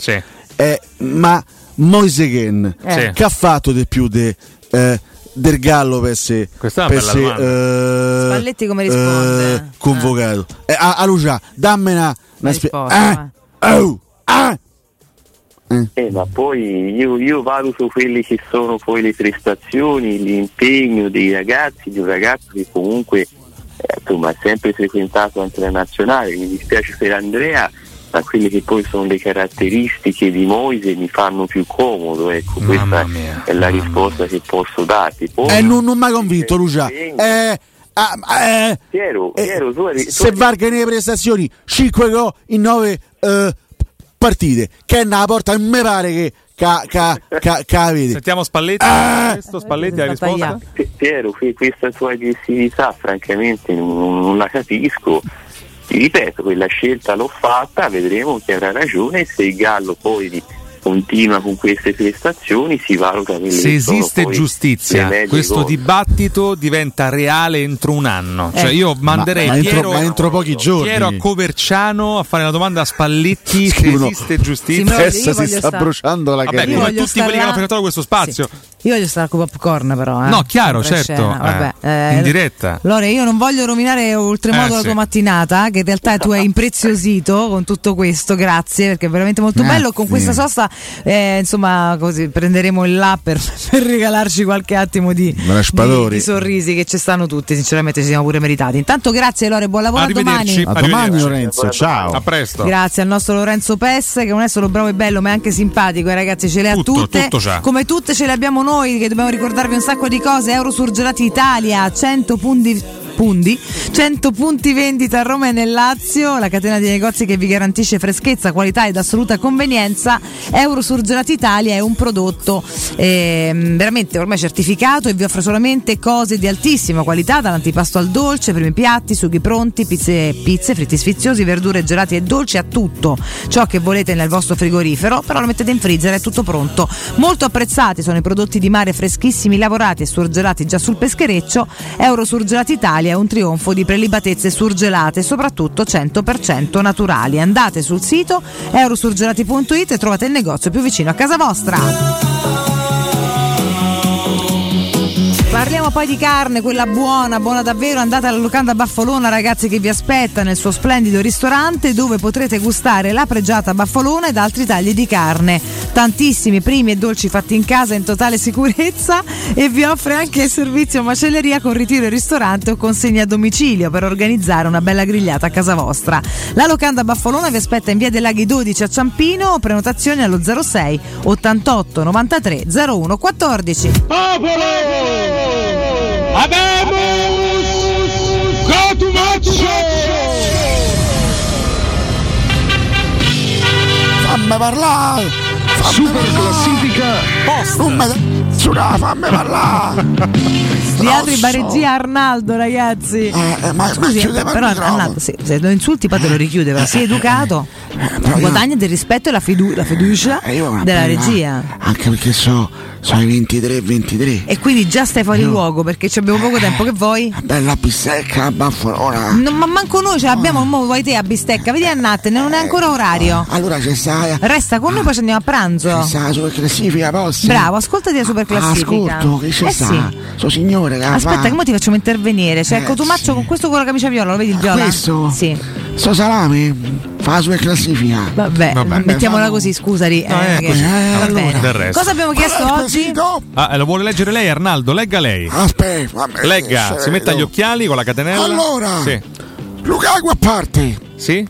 S1: Eh, ma Moise Ken,
S12: Eh.
S9: Sì.
S1: che ha fatto di più de, eh, del Gallo per essere
S12: Questa è una
S1: per
S12: bella
S1: essere, eh,
S10: Spalletti come risponde?
S1: eh, convocato? Eh, a, a Lucia, dammela una spie-
S10: risposta,
S1: Ah, oh, ah.
S21: Eh, ma poi io, io valuto quelli che sono poi le prestazioni, l'impegno dei ragazzi, di un ragazzo che comunque eh, insomma, ha sempre frequentato anche la nazionale, mi dispiace per Andrea, ma quelle che poi sono le caratteristiche di Moise mi fanno più comodo, ecco, questa è la risposta che posso darti. Poi,
S1: Eh, non, non mi ha convinto Lucia. Eh, ah, eh,
S21: Piero, Piero, tu eri- tu
S1: se
S21: eri-
S1: varca nelle prestazioni 5 gol in 9 partite, che è una porta, mi pare che ca, ca, ca, ca- vedi.
S12: Sentiamo Spalletti, questo Spalletti ha risposto.
S21: Piero, qui- questa tua aggressività francamente non, non la capisco. Ti ripeto, quella scelta l'ho fatta, vedremo chi avrà ragione. Se il Gallo poi continua con queste prestazioni, si valuta quelle
S12: Se
S21: che sono
S12: esiste
S21: poi
S12: giustizia,
S21: le medie
S12: questo
S21: cose.
S12: dibattito diventa reale entro un anno.
S21: Eh.
S12: Cioè io
S21: Ma-
S12: manderei
S1: ma entro-
S12: Piero,
S1: ma entro pochi giorni.
S12: Piero a Coverciano a fare una domanda a Spalletti
S1: Scrivono,
S12: se esiste giustizia.
S1: Sì, ma io- Adesso io si voglio sta sta- bruciando la
S12: Vabbè,
S1: carriera.
S12: come
S1: Io voglio
S12: tutti quelli
S1: stare
S12: che hanno
S1: là-
S12: frequentato questo spazio.
S10: Io voglio stare con popcorn, però. eh.
S12: No, chiaro,
S10: Sempre in
S12: certo.
S10: scena, vabbè.
S12: eh,
S10: Eh,
S12: in diretta.
S10: Lore, io non voglio rovinare oltremodo
S12: Eh,
S10: la
S12: sì.
S10: tua mattinata, che in realtà tu hai impreziosito con tutto questo, grazie, perché è veramente molto
S1: Ah,
S17: Grazie.
S10: bello. Con questa sosta, eh, insomma, così prenderemo il là per, per regalarci qualche attimo di, di,
S1: Raspadori.
S10: di sorrisi che ci stanno tutti, sinceramente ci siamo pure meritati. Intanto grazie Lore, buon lavoro, a domani.
S1: Arrivederci. A domani Lorenzo, ciao. A
S12: presto.
S10: Grazie al nostro Lorenzo Pesse che non è solo bravo e bello ma è anche simpatico eh, ragazzi ce le ha
S12: Tutto,
S10: tutte
S12: tutto c'ha.
S10: come tutte ce le abbiamo noi che dobbiamo ricordarvi un sacco di cose Euro Surgelati Italia 100 punti Pundi, 100 punti vendita a Roma e nel Lazio, la catena di negozi che vi garantisce freschezza, qualità ed assoluta convenienza. Eurosurgelati Italia è un prodotto ehm, veramente ormai certificato e vi offre solamente cose di altissima qualità, dall'antipasto al dolce, primi piatti, sughi pronti, pizze, pizze fritti sfiziosi, verdure, gelati e dolci, a tutto ciò che volete nel vostro frigorifero, però lo mettete in freezer, è tutto pronto. Molto apprezzati sono i prodotti di mare freschissimi, lavorati e surgelati già sul peschereccio. Eurosurgelati Italia è un trionfo di prelibatezze surgelate, soprattutto 100% naturali. Andate sul sito eurosurgelati.it e trovate il negozio più vicino a casa vostra. Parliamo poi di carne, quella buona, buona davvero. Andate alla locanda Baffolona, ragazzi, che vi aspetta nel suo splendido ristorante dove potrete gustare la pregiata Baffolona ed altri tagli di carne. Tantissimi primi e dolci fatti in casa in totale sicurezza e vi offre anche il servizio macelleria con ritiro in ristorante o consegna a domicilio per organizzare una bella grigliata a casa vostra. La locanda Baffolona vi aspetta in via dei Laghi 12 a Ciampino, prenotazioni allo 06 88 93 01 14.
S1: Fammi parlare! Super classifica! Non me... Sulla, fammi parlare!
S10: Gli altri baregia Arnaldo, ragazzi.
S1: Eh, ma- ma
S10: Scusi, eh,
S1: chiudeva il
S10: però
S1: microfono. Eh,
S10: Arnaldo, se, se lo insulti poi te lo richiude, però sei educato.
S1: però io-
S10: Guadagna del rispetto e la, fidu- la fiducia
S1: Eh, io una
S10: della
S1: pena,
S10: regia. Eh,
S1: Anche perché so, sono i 23 23.
S10: E quindi già stai fuori
S1: Io-
S10: luogo perché ci abbiamo poco tempo che vuoi.
S1: Bella bistecca, baffolona.
S10: Non- ma manco noi ce l'abbiamo, mo vuoi te a bistecca, vedi a Nat, non è ancora orario.
S1: Ah, Allora c'è sta.
S10: Resta con noi poi ci andiamo a pranzo.
S1: Sa la superclassifica, posso? Ah,
S10: Bravo, ascoltati la super classifica.
S1: Ascolto, che c'è
S10: eh
S1: sta?
S10: sì.
S1: Suo signore, che la
S10: Aspetta,
S1: fa.
S10: che mo ti facciamo intervenire. Cioè,
S1: Ah, Eh,
S10: Cotumaccio con questo con la camicia viola, lo vedi il viola?
S1: Questo?
S10: Sì.
S1: Sto salame fa la sua classifica.
S10: Vabbè, mettiamola così, scusali.
S1: No,
S10: eh,
S1: eh,
S10: che-
S1: così.
S10: va
S12: Allora.
S10: bene.
S12: Del resto.
S10: Cosa abbiamo chiesto oggi?
S12: Ah, eh, lo vuole leggere lei, Arnaldo? Legga lei.
S1: Aspetta,
S12: Legga, si metta gli occhiali con la catenella.
S1: Allora.
S12: Sì.
S1: Lukaku a parte.
S12: Sì?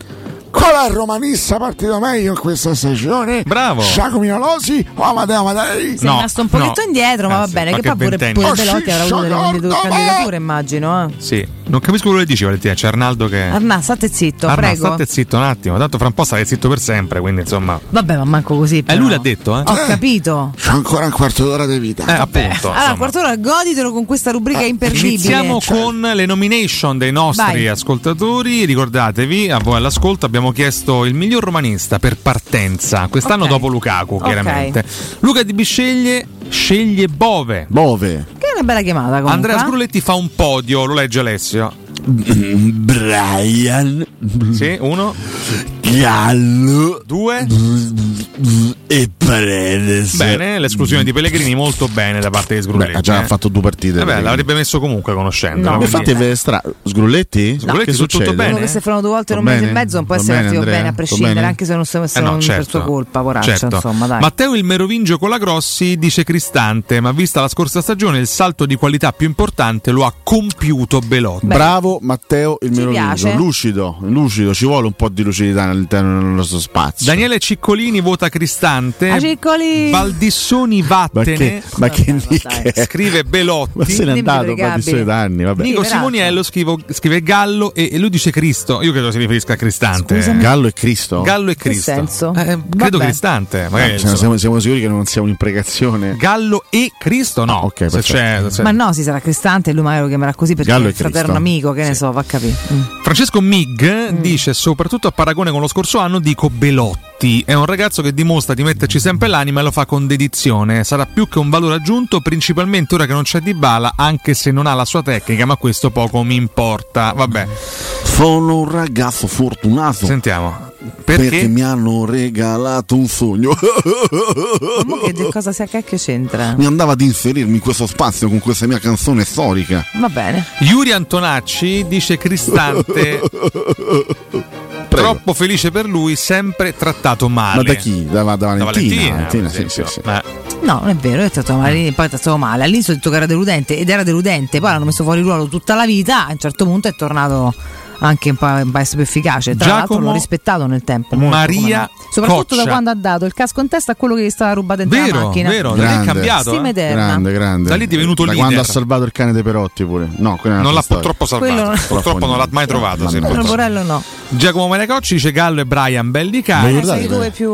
S1: Qual è il romanista partito meglio in questa stagione?
S12: Bravo.
S1: Giacomo oh, Losi o Amadeo Amadei?
S10: Sei rimasto un pochetto indietro,
S12: Eh,
S10: ma va bene, che poi pure,
S12: ventenne.
S10: pure
S12: Oh,
S10: Belotti avrà avuto delle candidu- candidature, immagino. Eh.
S12: Sì. Non capisco quello che dici, Valentina. C'è Arnaldo che.
S10: Arnà, state zitto,
S12: Arnaldo,
S10: prego.
S12: Eh. Ah, state zitto un attimo, tanto fra un po' stai zitto per sempre, quindi insomma.
S10: Vabbè, ma manco così.
S12: Eh,
S10: però.
S12: lui l'ha detto, eh?
S10: Ho capito.
S1: C'ho ancora un quarto d'ora di vita.
S12: Eh, appunto.
S10: Allora,
S12: insomma.
S10: quart'ora goditelo con questa rubrica imperdibile.
S12: Iniziamo con le nomination dei nostri
S10: Vai.
S12: ascoltatori. Ricordatevi, a voi all'ascolto abbiamo chiesto il miglior romanista per partenza, quest'anno
S10: Ok.
S12: dopo Lukaku,
S10: Ok.
S12: chiaramente. Luca Di Bisceglie sceglie Bove.
S1: Bove.
S10: Che è una bella chiamata comunque.
S12: Andrea
S10: eh?
S12: Sgrulletti fa un podio, lo legge Alessio.
S1: Brian.
S12: Sì, uno.
S1: Gallo.
S12: Due.
S1: E Paredes.
S12: Bene, l'esclusione di Pellegrini molto bene da parte di Sgrulletti.
S1: Ha già
S12: eh.
S1: fatto due partite.
S12: Vabbè, l'avrebbe messo comunque conoscendo.
S1: Infatti, è stra- Sgrulletti?
S12: Sgrulletti,
S1: Cioè, Che
S12: tutto
S1: succede?
S10: Uno che si è frenato due volte in un
S1: Va
S10: mese e
S1: bene?
S10: mezzo non può
S1: Va
S10: essere
S1: bene,
S10: partito
S1: Andrea?
S10: bene a
S1: Va
S10: prescindere,
S1: bene?
S10: anche se non, se, se
S12: Eh no,
S10: non per
S12: certo.
S10: sua colpa, poraccio,
S12: Certo.
S10: insomma, dai.
S12: Matteo il merovingio con la Grossi dice Cristante, ma vista la scorsa stagione il salto di qualità più importante lo ha compiuto Belotti.
S1: Bravo Matteo il Merovingio,
S12: piace.
S1: lucido, lucido, ci vuole un po' di lucidità nel all'interno del nostro spazio.
S12: Daniele Ciccolini vota Cristante.
S10: A Ciccoli.
S12: Valdissoni
S1: ma che,
S12: vattene.
S1: ma che nicchia è?
S12: Scrive Belotti.
S1: Ma se n'è andato qua di suoi danni, vabbè.
S12: Nico Simoniello scrivo- scrive Gallo e, e lui dice Cristo. Io credo si riferisca a Cristante.
S1: Gallo e Cristo.
S12: Gallo e Cristo. Eh, credo
S1: vabbè.
S12: Cristante. magari,
S1: Ah, cioè,
S12: insomma.
S1: siamo, siamo sicuri che non sia un'impregazione.
S12: Gallo e Cristo? No.
S1: ok,
S12: Se c'è-
S1: perfetto.
S12: se c'è-
S10: Ma no, si sarà cristante e lui magari lo chiamerà così perché
S12: Gallo
S10: è
S12: Cioè- e
S10: il fraterno
S12: Cristo.
S10: amico, che ne so, va a capire. Mm.
S12: Francesco Mig dice soprattutto a paragone con lo scorso anno dico Belotti è un ragazzo che dimostra di metterci sempre l'anima e lo fa con dedizione sarà più che un valore aggiunto principalmente ora che non c'è Dybala anche se non ha la sua tecnica ma questo poco mi importa vabbè
S1: Sono un ragazzo fortunato.
S12: Sentiamo.
S1: Perché?
S12: Perché
S1: mi hanno regalato un sogno.
S10: Ma che di cosa sia che c'entra?
S1: mi andava ad inserirmi in questo spazio con questa mia canzone storica.
S10: Va bene.
S12: Yuri Antonacci dice Cristante troppo felice per lui sempre trattato male Eh.
S1: Ma da chi? Da, da Valentina.
S12: Valentina,
S1: Valentina,
S12: per
S1: sì, sì, sì.
S10: No, non è vero, è stato male, poi è stato male. All'inizio ho detto che era deludente ed era deludente, poi l'hanno messo fuori ruolo tutta la vita, a un certo punto è tornato anche un po', un po' essere più efficace. Tra l'altro
S12: Giacomo
S10: l'ho rispettato nel tempo.
S12: Maria
S10: molto, come no. Soprattutto da
S12: Coccia.
S10: quando ha dato il casco in testa a quello che gli stava rubando dentro la
S12: Vero,
S10: macchina.
S12: vero, da lì è Grande. cambiato,
S10: Stima
S12: eh.
S10: eterna.
S1: Grande, grande.
S12: Da lì è divenuto
S1: da
S12: leader.
S1: quando ha salvato il cane dei Perotti pure. No, quella è
S12: non
S1: un'altra
S12: l'ha
S1: storia.
S12: purtroppo salvato
S10: Quello-
S12: purtroppo non l'ha mai trovato se
S10: Però Borello no.
S12: Cioè, Giacomo Marecocci dice Gallo e Brian belli
S10: Eh,
S12: cari
S10: sei due più.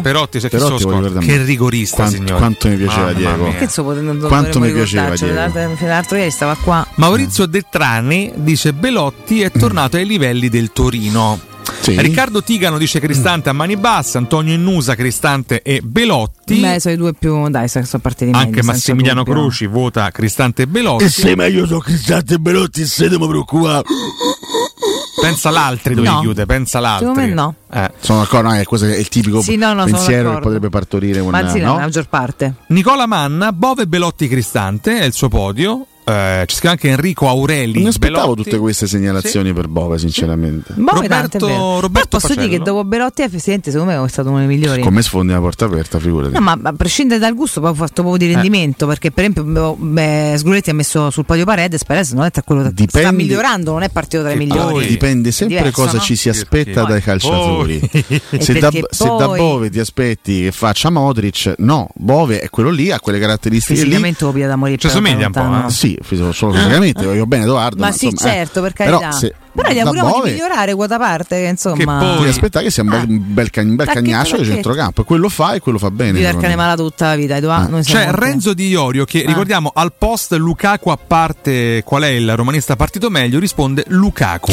S12: Perotti
S1: Perotti
S12: se Perotti
S1: voglio guardare-
S12: che rigorista
S1: Quanto-
S12: signore
S1: quanto mi piaceva
S12: Mamma
S1: Diego.
S12: mia.
S10: Che so, pot- non
S1: Quanto mi
S10: dovremmo
S1: piaceva,
S10: ricordarcelo,
S1: Diego.
S10: l'altro- L'altro ieri stava qua.
S12: Maurizio Detrani dice Belotti è tornato ai livelli del Torino Riccardo Tigano dice Cristante a mani basse Antonio Innusa Cristante e Belotti
S10: Beh, sono i due più. Dai, so- sono partiti meglio,
S12: anche
S10: senza
S12: Massimiliano
S10: dubbio.
S12: Croci vota Cristante e Belotti
S10: E se ma io
S12: sono Cristante e Belotti se devo preoccupare pensa l'altri dove
S10: No.
S12: chiude pensa Eh. l'altri
S10: Secondo me no.
S1: Sono d'accordo, no, è, questo è il tipico
S10: Sì, no, no, sono
S1: pensiero che
S10: d'accordo.
S1: potrebbe partorire un
S10: Ma anzi,
S1: no?
S10: la maggior parte.
S12: Nicola Manna, Bove Belotti Cristante è il suo podio. Eh, ci scrive anche Enrico Aureli.
S1: Non aspettavo
S12: Belotti.
S1: tutte queste segnalazioni per Bove, sinceramente.
S10: Boh,
S12: Roberto-
S10: tanto è vero. Però
S12: Roberto
S10: posso dire
S12: Pacello.
S10: che dopo Belotti effettivamente secondo me è stato uno dei migliori.
S1: Come sfondi una porta aperta, figurati.
S10: No, ma ma a prescindere dal gusto, poi ho fatto proprio di
S1: Eh.
S10: rendimento. Perché, per esempio, boh, beh, Sguretti ha messo sul podio Paredes. Paredes non è tra quello che sta
S1: Dipende-
S10: migliorando, non è partito tra i
S1: Che
S10: migliori.
S1: poi dipende sempre
S10: Diverso,
S1: cosa
S10: no?
S1: ci si aspetta dai calciatori. Se
S10: E
S1: da,
S10: perché
S1: se da
S10: poi-
S1: Bove ti aspetti che faccia Modric, no, Bove è quello lì, ha quelle caratteristiche lì.
S10: Fisicamente lo piglia da morire.
S1: Ci
S10: però
S1: assomiglia un po',
S10: lontano. Ah.
S1: eh? Sì, fis- solo fisicamente, voglio bene Edoardo.
S10: Ma, sì,
S1: insomma, eh.
S10: certo, per carità. Però,
S1: Però,
S10: gli
S1: se- da
S10: auguriamo
S1: Bove-
S10: di migliorare quota parte, che insomma.
S1: Ti aspetta che sia un
S10: Ah.
S1: bel, un bel, ca- un bel
S10: Tacchetto,
S1: cagnaccio di
S10: tacchetto.
S1: centrocampo, e quello fa e quello fa bene.
S10: Di
S1: secondo
S10: cane
S1: me.
S10: malato tutta la vita,
S1: Ah,
S10: Edoardo. noi
S1: cioè,
S10: siamo
S12: C'è
S10: molto- Ah.
S12: Renzo Di Iorio che ricordiamo al post Lukaku a parte qual è il romanista partito meglio risponde Lukaku.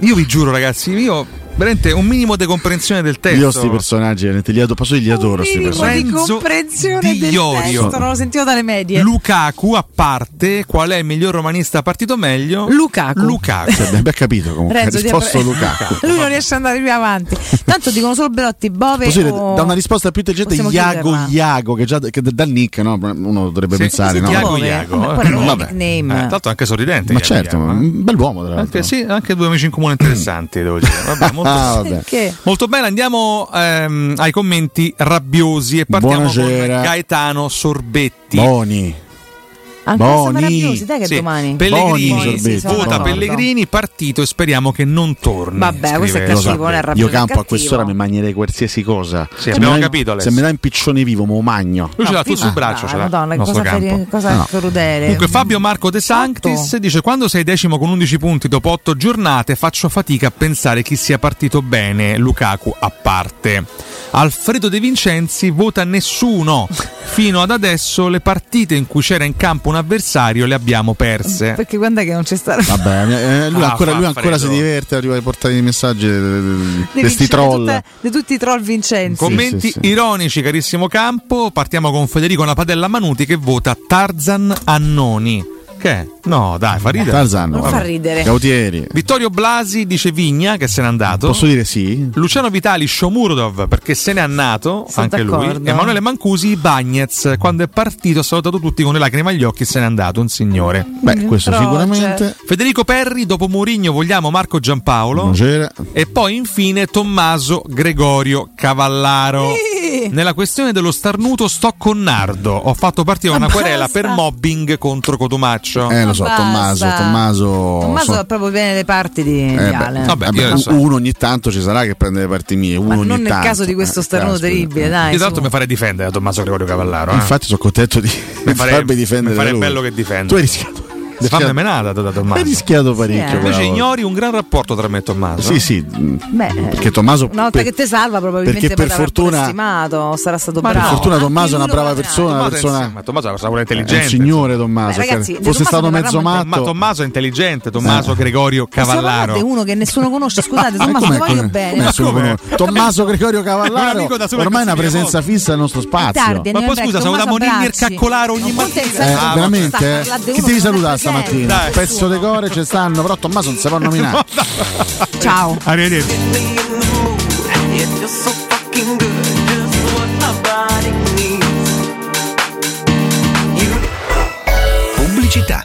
S12: io vi giuro ragazzi, io veramente un minimo di comprensione del testo.
S1: Io sti personaggi, veramente, li ado- posso dire, li adoro sti
S10: minimo
S1: personaggi.
S10: di comprensione
S12: Di
S10: del
S12: Iorio.
S10: testo, non lo sentivo dalle medie.
S12: Lukaku a parte qual è il miglior romanista partito meglio?
S10: Lukaku.
S12: Lukaku.
S1: Cioè, abbiamo capito comunque,
S10: Renzo
S1: ha
S10: Di-
S1: risposto Lukaku.
S10: Lui non riesce ad andare più avanti. Tanto dicono solo Belotti, Bove.
S1: Posso dire,
S10: o-
S1: da una risposta più intelligente,
S10: possiamo
S1: Iago
S10: chiuderla.
S1: Iago, che già che dal nick no? uno dovrebbe pensare. no?
S12: Iago Iago.
S10: Vabbè, poi
S12: eh.
S10: era un nickname.
S12: Eh, tanto anche sorridente.
S1: Ma
S12: Iago
S1: certo,
S12: Iago, eh.
S1: un bel uomo tra l'altro.
S12: Anche, sì, anche due amici in comune interessanti, devo dire. Vabbè, molto,
S1: Ah, vabbè.
S10: Che?
S12: molto bene, andiamo ehm, ai commenti rabbiosi e partiamo
S1: Buonasera.
S12: con Gaetano Sorbetti.
S1: Boni.
S10: Anche
S1: Boni.
S10: se sono rabbiosi, dai che
S12: Sì,
S10: domani.
S12: Pellegrini
S10: Boni, sì, sono
S12: vota
S10: d'accordo.
S12: Pellegrini partito e speriamo che non torni.
S10: Vabbè, questo è
S12: scrive-
S10: cattivo, non è rabbioso,
S1: Io
S10: è
S1: campo a
S10: cattivo.
S1: quest'ora mi mangerei qualsiasi cosa. Se
S12: abbiamo
S1: mi dai-
S12: capito, Alessio.
S1: Se mi dai un piccione vivo, me lo magno.
S12: Lui ce l'ha tu sul
S10: Ah,
S12: braccio, ce l'ha.
S10: Madonna,
S12: il nostro
S10: cosa,
S12: campo.
S10: feri-
S1: Ah,
S10: cosa
S12: No.
S10: crudele.
S12: Comunque Fabio Marco De Sanctis dice quando sei decimo con 11 punti dopo 8 giornate faccio fatica a pensare chi sia partito bene, Lukaku a parte. Alfredo De Vincenzi vota nessuno. Fino ad adesso le partite in cui c'era in campo un avversario le abbiamo perse.
S10: Perché guarda che non c'è stato.
S1: Vabbè, eh, lui,
S12: Ah,
S1: ancora,
S12: fa
S1: lui ancora si
S12: freddo.
S1: diverte arriva a portare i messaggi di
S10: Di Vincenzo,
S1: questi troll. Eh,
S10: tutta- Di tutti i troll Vincenzi.
S12: Commenti ironici, carissimo campo. Partiamo con Federico Napadella Manuti che vota Tarzan Annoni. Che? è? No, dai, fa ridere.
S1: Tarzan,
S10: Non
S1: vabbè.
S10: fa ridere.
S1: Gautieri.
S12: Vittorio Blasi dice Vigna che se n'è andato.
S1: Posso dire sì?
S12: Luciano Vitali Shomurodov perché se n'è andato anche lui.
S1: d'accordo.
S12: Emanuele Mancusi Bagnez quando è partito ha salutato tutti con le lacrime agli occhi e se n'è andato un signore.
S1: Beh, questo
S12: Croce.
S1: sicuramente.
S12: Federico Perri dopo Mourinho vogliamo Marco Giampaolo
S1: Buonasera.
S12: e poi infine Tommaso Gregorio Cavallaro.
S10: Sì.
S12: Nella questione dello starnuto sto con Nardo. Ho fatto partire una querela per mobbing contro Cotomaccio.
S1: Eh, lo so,
S10: Ah, Basta.
S1: Tommaso, Tommaso.
S10: Tommaso
S1: so-
S10: è proprio bene le parti di, di
S1: eh, beh,
S10: Ale.
S1: vabbè,
S12: io lo so.
S1: uno ogni tanto ci sarà che prende le parti mie. Uno ogni
S10: non nel
S1: tanto. Eh,
S10: caso di questo starnuto
S1: caspita.
S10: terribile, dai.
S12: Io tra
S10: su.
S12: l'altro mi farei difendere da Tommaso Gregorio Cavallaro. eh.
S1: Infatti, sono contento di
S12: mi farei,
S1: farmi difendere.
S12: mi farei
S1: da lui.
S12: bello che difende.
S1: Tu hai rischiato.
S12: Le famme menata da da Tommaso.
S1: Hai rischiato
S10: Sì, eh.
S1: parecchio. quella
S12: Invece
S1: volta.
S12: ignori un gran rapporto tra me e Tommaso.
S1: Ah, Sì, sì. mh,
S10: Beh,
S1: Perché Tommaso.
S10: una volta
S1: per-
S10: che te salva, probabilmente
S1: perché per
S10: poi l'avrà pure
S1: fortuna-
S10: stimato, sarà stato
S1: per
S10: bravo. eh.
S1: fortuna Tommaso è una
S10: Anche
S1: brava
S10: lui lo
S1: persona, una
S10: verrà.
S1: persona Eh,
S12: Ma Tommaso è una persona
S1: è un
S12: intelligente.
S1: signore Tommaso.
S10: Beh, Eh, ragazzi,
S1: cioè,
S10: di
S1: fosse
S10: Tommaso
S1: stato
S10: ne
S1: mezzo
S10: parliamo
S1: matto, Eh,
S12: Ma Tommaso è intelligente, Tommaso Gregorio
S10: Stiamo parlando
S12: Cavallaro.
S10: di uno che nessuno conosce, scusate, Tommaso, ti
S1: com'è-
S10: voglio
S1: com'è-
S10: bene.
S1: com'è solo conosco? Tommaso Gregorio Cavallaro
S12: Quell'amico da sopra
S1: ormai è una
S12: che si vede
S1: presenza fissa nel nostro
S10: È
S1: spazio.
S10: tardi,
S12: Ma
S10: andiamo
S12: poi
S10: in
S12: scusa,
S10: break.
S12: siamo da
S10: Tommaso,
S12: Monini e
S10: abbracci.
S12: Caccolaro ogni mattina.
S1: Eh,
S12: Ah,
S1: veramente?
S10: sta parlando di
S1: eh? Chi
S10: uno che non
S1: devi salutare
S10: è presente.
S1: stamattina?
S10: Dai.
S1: Pezzo de core ci stanno, però Tommaso non si può nominare.
S10: Ciao.
S12: Arrivederci.
S50: Pubblicità.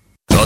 S51: Ho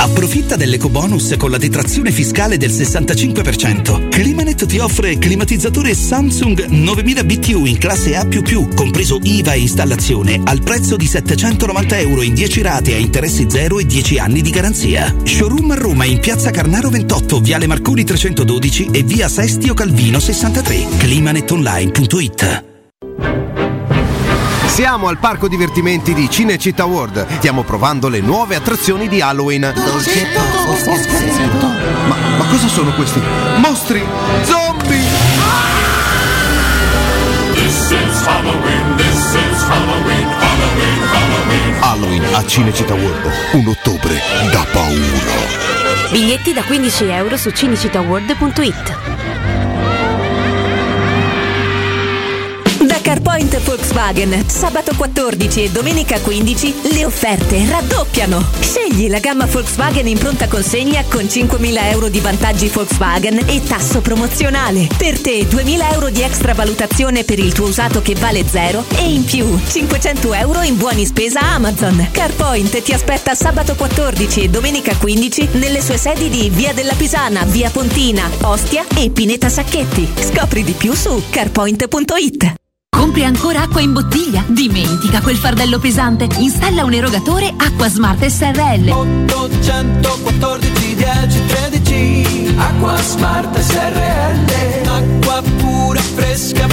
S19: Approfitta dell'eco bonus con la detrazione fiscale del 65%. Climanet ti offre climatizzatore Samsung 9000 BTU in classe A++, compreso IVA e installazione, al prezzo di 790 euro in 10 rate a interessi 0 e 10 anni di garanzia. Showroom a Roma in Piazza Carnaro 28, Viale Marconi 312 e Via Sestio Calvino 63. climanetonline.it
S52: Siamo al parco divertimenti di Cinecittà World. Stiamo provando le nuove attrazioni di Halloween. Ma, ma cosa sono questi? Mostri! Zombie!
S53: This is Halloween, this is Halloween, Halloween, Halloween.
S52: Halloween a Cinecittà World. Un ottobre da paura.
S54: Biglietti da 15 euro su cinicitaworld.it
S23: Da CarPoint Volkswagen, sabato 14 e domenica 15 le offerte raddoppiano. Scegli la gamma Volkswagen in pronta consegna con 5.000 euro di vantaggi Volkswagen e tasso promozionale. Per te 2.000 euro di extra valutazione per il tuo usato che vale zero e in più 500 euro in buoni spesa Amazon. CarPoint ti aspetta sabato 14 e domenica 15 nelle sue sedi di Via della Pisana, Via Pontina, Ostia e Pineta Sacchetti. Scopri di più su carpoint.it.
S54: Compri ancora acqua in bottiglia? Dimentica quel fardello pesante. Installa un erogatore Acqua Smart SRL.
S6: 814 10 13 Acqua Smart SRL Acqua pura, fresca,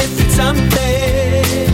S6: frizzante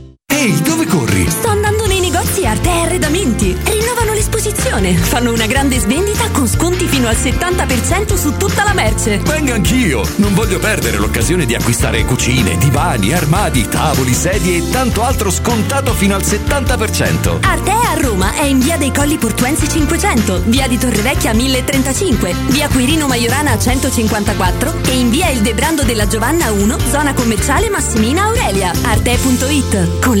S23: Ehi, dove corri?
S54: Sto andando nei negozi Arte e Arredamenti. Rinnovano
S23: l'esposizione. Fanno una grande svendita con sconti fino al 70% su tutta la merce.
S41: Venga
S47: Anch'io non voglio perdere l'occasione di acquistare cucine, divani, armadi, tavoli, sedie e tanto altro scontato fino al 70%.
S54: Arte
S23: a Roma è in via dei Colli Portuensi 500, via di Torrevecchia 1035, via Quirino Maiorana 154 e in via Il Debrando della Giovanna 1, zona commerciale Massimina Aurelia. Arte.it con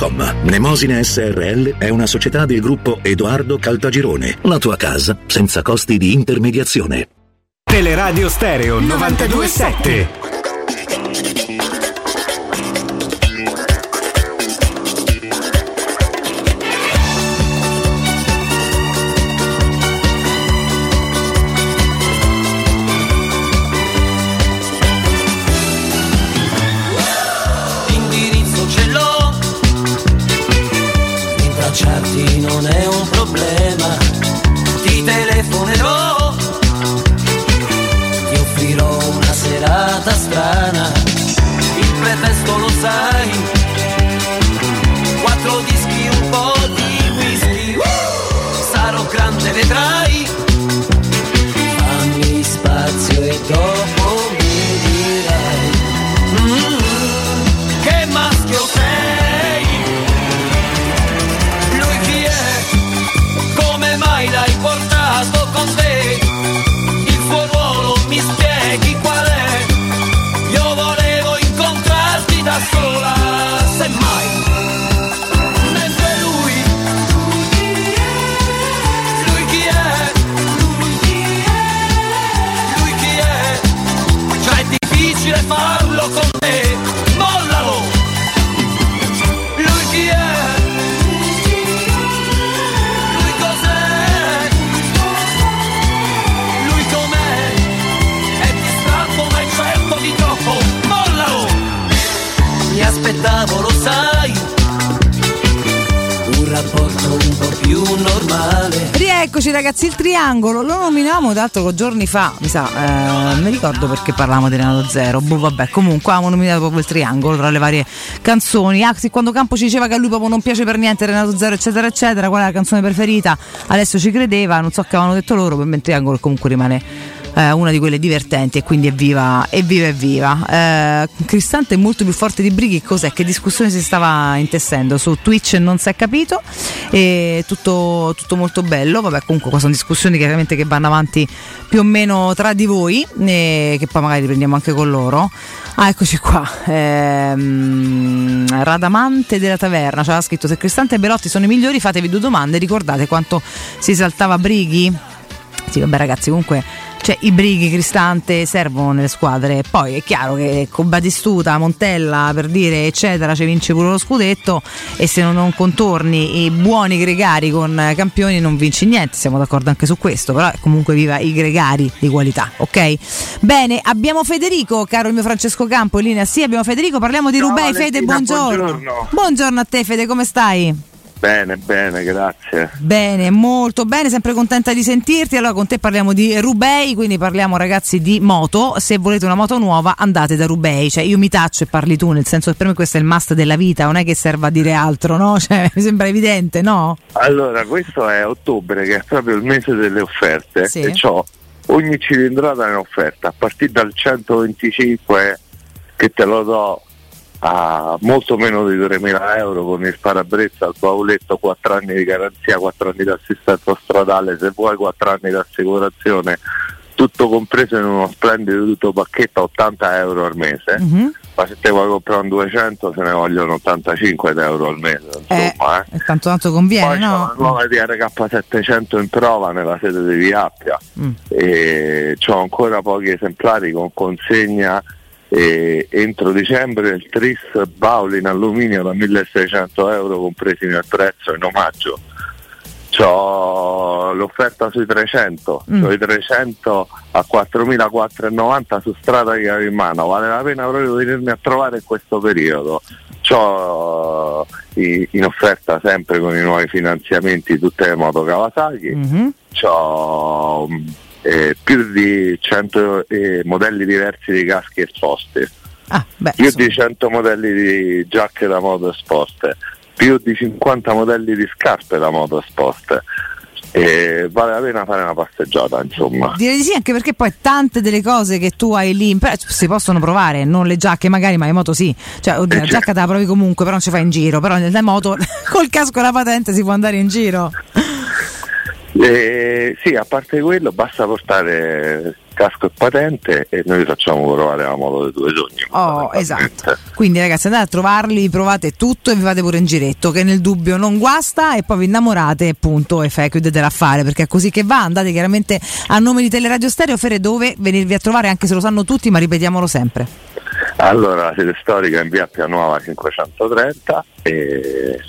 S16: Com. Mnemosine SRL è una società del gruppo Edoardo Caltagirone. La tua casa senza costi di intermediazione.
S9: Teleradio Stereo 927.
S6: L'indirizzo ce l'ho Rintracciarti non è un problema Ti telefonerò Ti offrirò una serata strana Il pretesto lo sai Quattro dischi, un po' di whisky Sarò grande, vedrai Fammi spazio e dopo mi dirai Mm, Che maschio sei Lui chi è? Come mai l'hai portato con te? Il suo ruolo mi spieghi qual è? Io volevo incontrarti da sola Semmai Mentre lui Lui chi è? Lui chi è? Lui chi è? Cioè è difficile farlo con me Mollalo Lui chi è? Lui cos'è? Lui com'è? È distratto ma è certo di troppo Mollalo Mi aspettavo lo sai Un rapporto un po' più normale
S10: Rieccoci ragazzi, il triangolo lo nominavamo tra l'altro giorni fa, mi sa, eh, non mi ricordo perché parlavamo di Renato Zero, boh, vabbè, comunque avevamo nominato proprio il triangolo tra le varie canzoni, ah, sì, quando Campo ci diceva che a lui proprio non piace per niente Renato Zero eccetera eccetera, qual è la canzone preferita, adesso ci credeva, non so che avevano detto loro, per me il triangolo comunque rimane eh, una di quelle divertenti e quindi evviva, evviva, evviva. Eh, Cristante è molto più forte di Brighi, cos'è? Che discussione si stava intessendo? Su Twitch non si è capito, e tutto, tutto molto bello, vabbè comunque qua sono discussioni chiaramente che vanno avanti più o meno tra di voi, e che poi magari riprendiamo anche con loro. Ah, eccoci qua. Ehm, Radamante della taverna ci ha scritto: Se Cristante e Belotti sono i migliori, fatevi due domande. Ricordate quanto si saltava Brighi? Sì, vabbè, ragazzi, comunque. Cioè, i brighi Cristante servono nelle squadre. Poi è chiaro che con Batistuta, Montella, per dire, eccetera, ci vince pure lo scudetto. E se non, non contorni i buoni gregari con eh, campioni, non vinci niente. Siamo d'accordo anche su questo. Però eh, comunque viva i gregari di qualità, ok? Bene, abbiamo Federico, caro il mio Francesco Campo, in linea. Sì, abbiamo Federico, parliamo di
S55: Ciao,
S10: Rubei. Fede,
S55: Valentina,
S10: buongiorno.
S55: buongiorno.
S10: Buongiorno a te, Fede, come stai?
S55: Bene, bene, grazie.
S10: Bene, molto bene, sempre contenta di sentirti. Allora con te parliamo di Rubei, quindi parliamo ragazzi di moto. Se volete una moto nuova andate da Rubei, cioè io mi taccio e parli tu, nel senso che per me questo è il must della vita, non è che serva a dire altro, no? Cioè, mi sembra evidente, no?
S55: Allora, questo è ottobre, che è proprio il mese delle offerte,
S10: Sì.
S55: e ciò ogni cilindrata è un'offerta, a partire dal 125 che te lo do a molto meno di 3.000 euro con il parabrezza, il bauletto, 4 anni di garanzia, 4 anni di assistenza stradale, se vuoi 4 anni di assicurazione, tutto compreso in uno splendido tutto pacchetto a 80 euro al mese. Ma se te vuoi comprare un 200 se ne vogliono 85 euro al mese, insomma. eh.
S10: E tanto tanto conviene,
S55: La
S10: no?
S55: nuova DRK 700 in prova nella sede di Via Appia
S10: Mm.
S55: e ho ancora pochi esemplari con consegna e entro dicembre il Tris Bauli in alluminio da 1600 euro compresi nel prezzo in omaggio c'ho l'offerta sui 300
S21: Mm.
S55: c'ho i 300 a 4490 su strada che avevo in mano vale la pena proprio venirmi a trovare in questo periodo c'ho eh, i- in offerta sempre con i nuovi finanziamenti tutte le moto Kawasaki c'ho mh, eh, più di 100 eh, modelli diversi di caschi esposti, più di 100 modelli di giacche da moto esposte, più di 50 modelli di scarpe da moto esposte. E vale la pena fare una passeggiata, insomma.
S10: Direi di sì, anche perché poi tante delle cose che tu hai lì in pre- si possono provare, non le giacche magari, ma le moto sì. Cioè, oddio, la giacca te la provi comunque, però non ci fai in giro. Però nella moto col casco e la patente si può andare in giro.
S55: Eh, sì, a parte quello, basta portare casco e patente e noi vi facciamo provare la moto dei tuoi sogni.
S10: Oh, esatto. Quindi ragazzi andate a trovarli, provate tutto e vi fate pure in giretto, che nel dubbio non guasta e poi vi innamorate appunto e fai, chiudete l'affare, perché è così che va, andate chiaramente a nome di Teleradio Stereo Fere dove venirvi a trovare, anche se lo sanno tutti, ma ripetiamolo sempre.
S55: Allora, la sede storica è in via Pianuova 530 e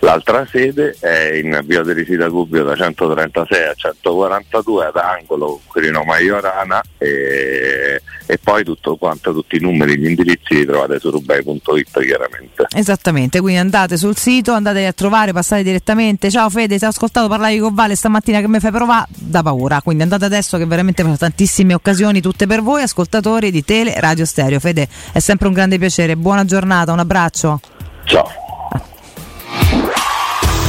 S55: l'altra sede è in via Teresita Gubbio da 136 a 142 ad angolo Quirino Maiorana e, e poi tutto quanto, tutti i numeri, gli indirizzi li trovate su rubai.it chiaramente.
S10: Esattamente, quindi andate sul sito, andate a trovare, passate direttamente. Ciao Fede, ti ho ascoltato parlare con Vale stamattina che mi fai provare, da paura. Quindi andate adesso che veramente sono tantissime occasioni, tutte per voi, ascoltatori di Tele Radio Stereo. Fede, è sempre un grande piacere, buona giornata, un abbraccio.
S55: Ciao.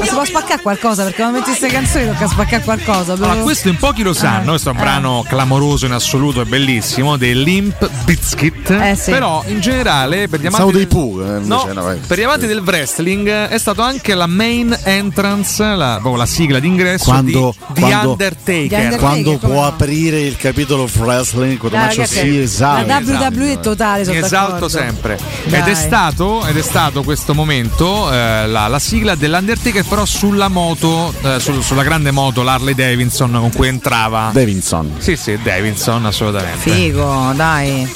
S10: Ma si può spaccare qualcosa perché quando metti queste canzoni tocca spaccare qualcosa.
S12: Allora, questo in pochi
S10: Eh.
S12: lo sanno, questo è un brano clamoroso in assoluto e bellissimo dell'Imp Bizkit.
S10: Eh, sì.
S12: Però in generale per gli
S1: Pensavo
S12: amanti,
S1: dei
S12: del,
S1: Pooh, eh, invece,
S12: no,
S1: no, vai.
S12: per gli amanti del wrestling eh, è stato anche la main entrance, la, proprio la sigla d'ingresso
S1: Quando,
S12: di, di
S1: quando-
S12: Undertaker.
S1: quando può aprire il capitolo wrestling quando
S10: Dai,
S1: faccio
S10: ragazzi,
S1: sì
S10: la
S1: esatto
S10: WWE è totale, sono
S12: Mi esalto
S10: d'accordo.
S12: Esatto, sempre.
S10: Dai.
S12: Ed è, stato, ed è stato questo momento eh, la, la sigla dell'Undertaker, però sulla moto, eh, sul- sulla grande moto, l'Harley Davidson con cui entrava.
S1: Davidson.
S12: Sì, sì, Davidson, assolutamente.
S10: Figo, dai.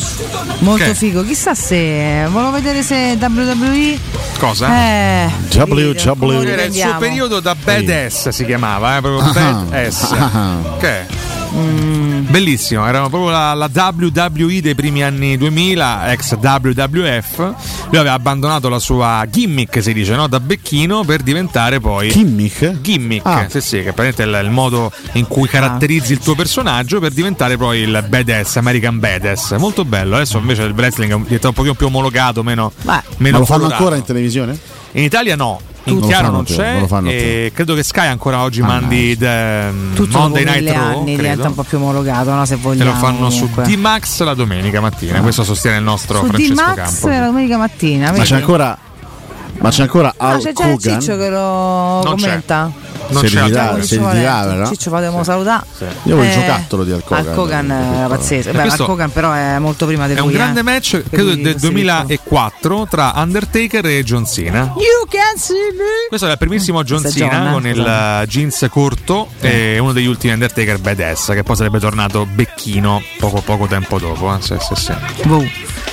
S10: Molto
S12: Che?
S10: figo. Chissà se volevo vedere se WWE
S12: Cosa?
S10: Eh, capito, come lo
S12: Era il suo
S10: riprendiamo?
S12: periodo da badass si chiamava, eh, proprio badass. Che? Mm, Bellissimo, era proprio la, la WWE dei primi anni 2000, ex WWF. Lui aveva abbandonato la sua gimmick, si dice, no? da becchino per diventare poi.
S1: Gimmick?
S12: Gimmick,
S1: Ah.
S12: sì, sì, che praticamente è il, il modo in cui caratterizzi il tuo personaggio per diventare poi il badass, American badass. Molto bello. Adesso invece il wrestling è un- diventato un pochino più omologato, meno. meno
S1: ma lo fanno
S12: colorato.
S1: ancora in televisione?
S12: In Italia no.
S1: Non
S12: In
S1: lo
S12: chiaro
S1: fanno
S12: non
S1: più, Ah,
S12: c'è,
S1: non lo fanno
S12: e credo che Sky ancora oggi mandi de-
S10: Tutto
S12: Monday
S10: dopo
S12: Night
S10: mille
S12: Raw.
S10: anni diventa
S12: credo.
S10: un po' più omologato, no? Se
S12: Te
S10: vogliamo.
S12: lo fanno su
S10: comunque.
S12: D-Max la domenica mattina. Questo sostiene il nostro
S10: Su
S12: Francesco
S10: D-Max
S12: Campo.
S10: la domenica mattina.
S1: Ah. ma
S10: vedi?
S1: c'è ancora ma c'è ancora
S10: No,
S1: Hulk
S10: c'è già il
S1: Hogan?
S10: Ciccio che lo
S1: Non c'è.
S10: commenta.
S1: Non Si c'è ritirava, altro. si
S10: Ci vuole-
S1: ritirava, no?
S10: Ciccio, vogliamo salutare.
S1: Io voglio
S10: Eh,
S1: il giocattolo di Hulk Hogan.
S10: Hulk Hogan era pazzese. Beh,
S12: Questo
S10: Hulk Hogan però è molto prima di
S12: È
S10: lui.
S12: un grande
S10: eh.
S12: match,
S10: Per
S12: credo
S10: cui
S12: del
S10: questo
S12: 2004 tra Undertaker e John Cena.
S10: You can see me.
S12: Questo era il primissimo John
S10: Questa è
S12: Cena
S10: John, eh,
S12: con il
S10: scusami.
S12: eh, jeans corto e uno degli ultimi Undertaker badass che poi sarebbe tornato becchino poco, poco tempo dopo. eh. Sì, sì, sì.
S10: Wow.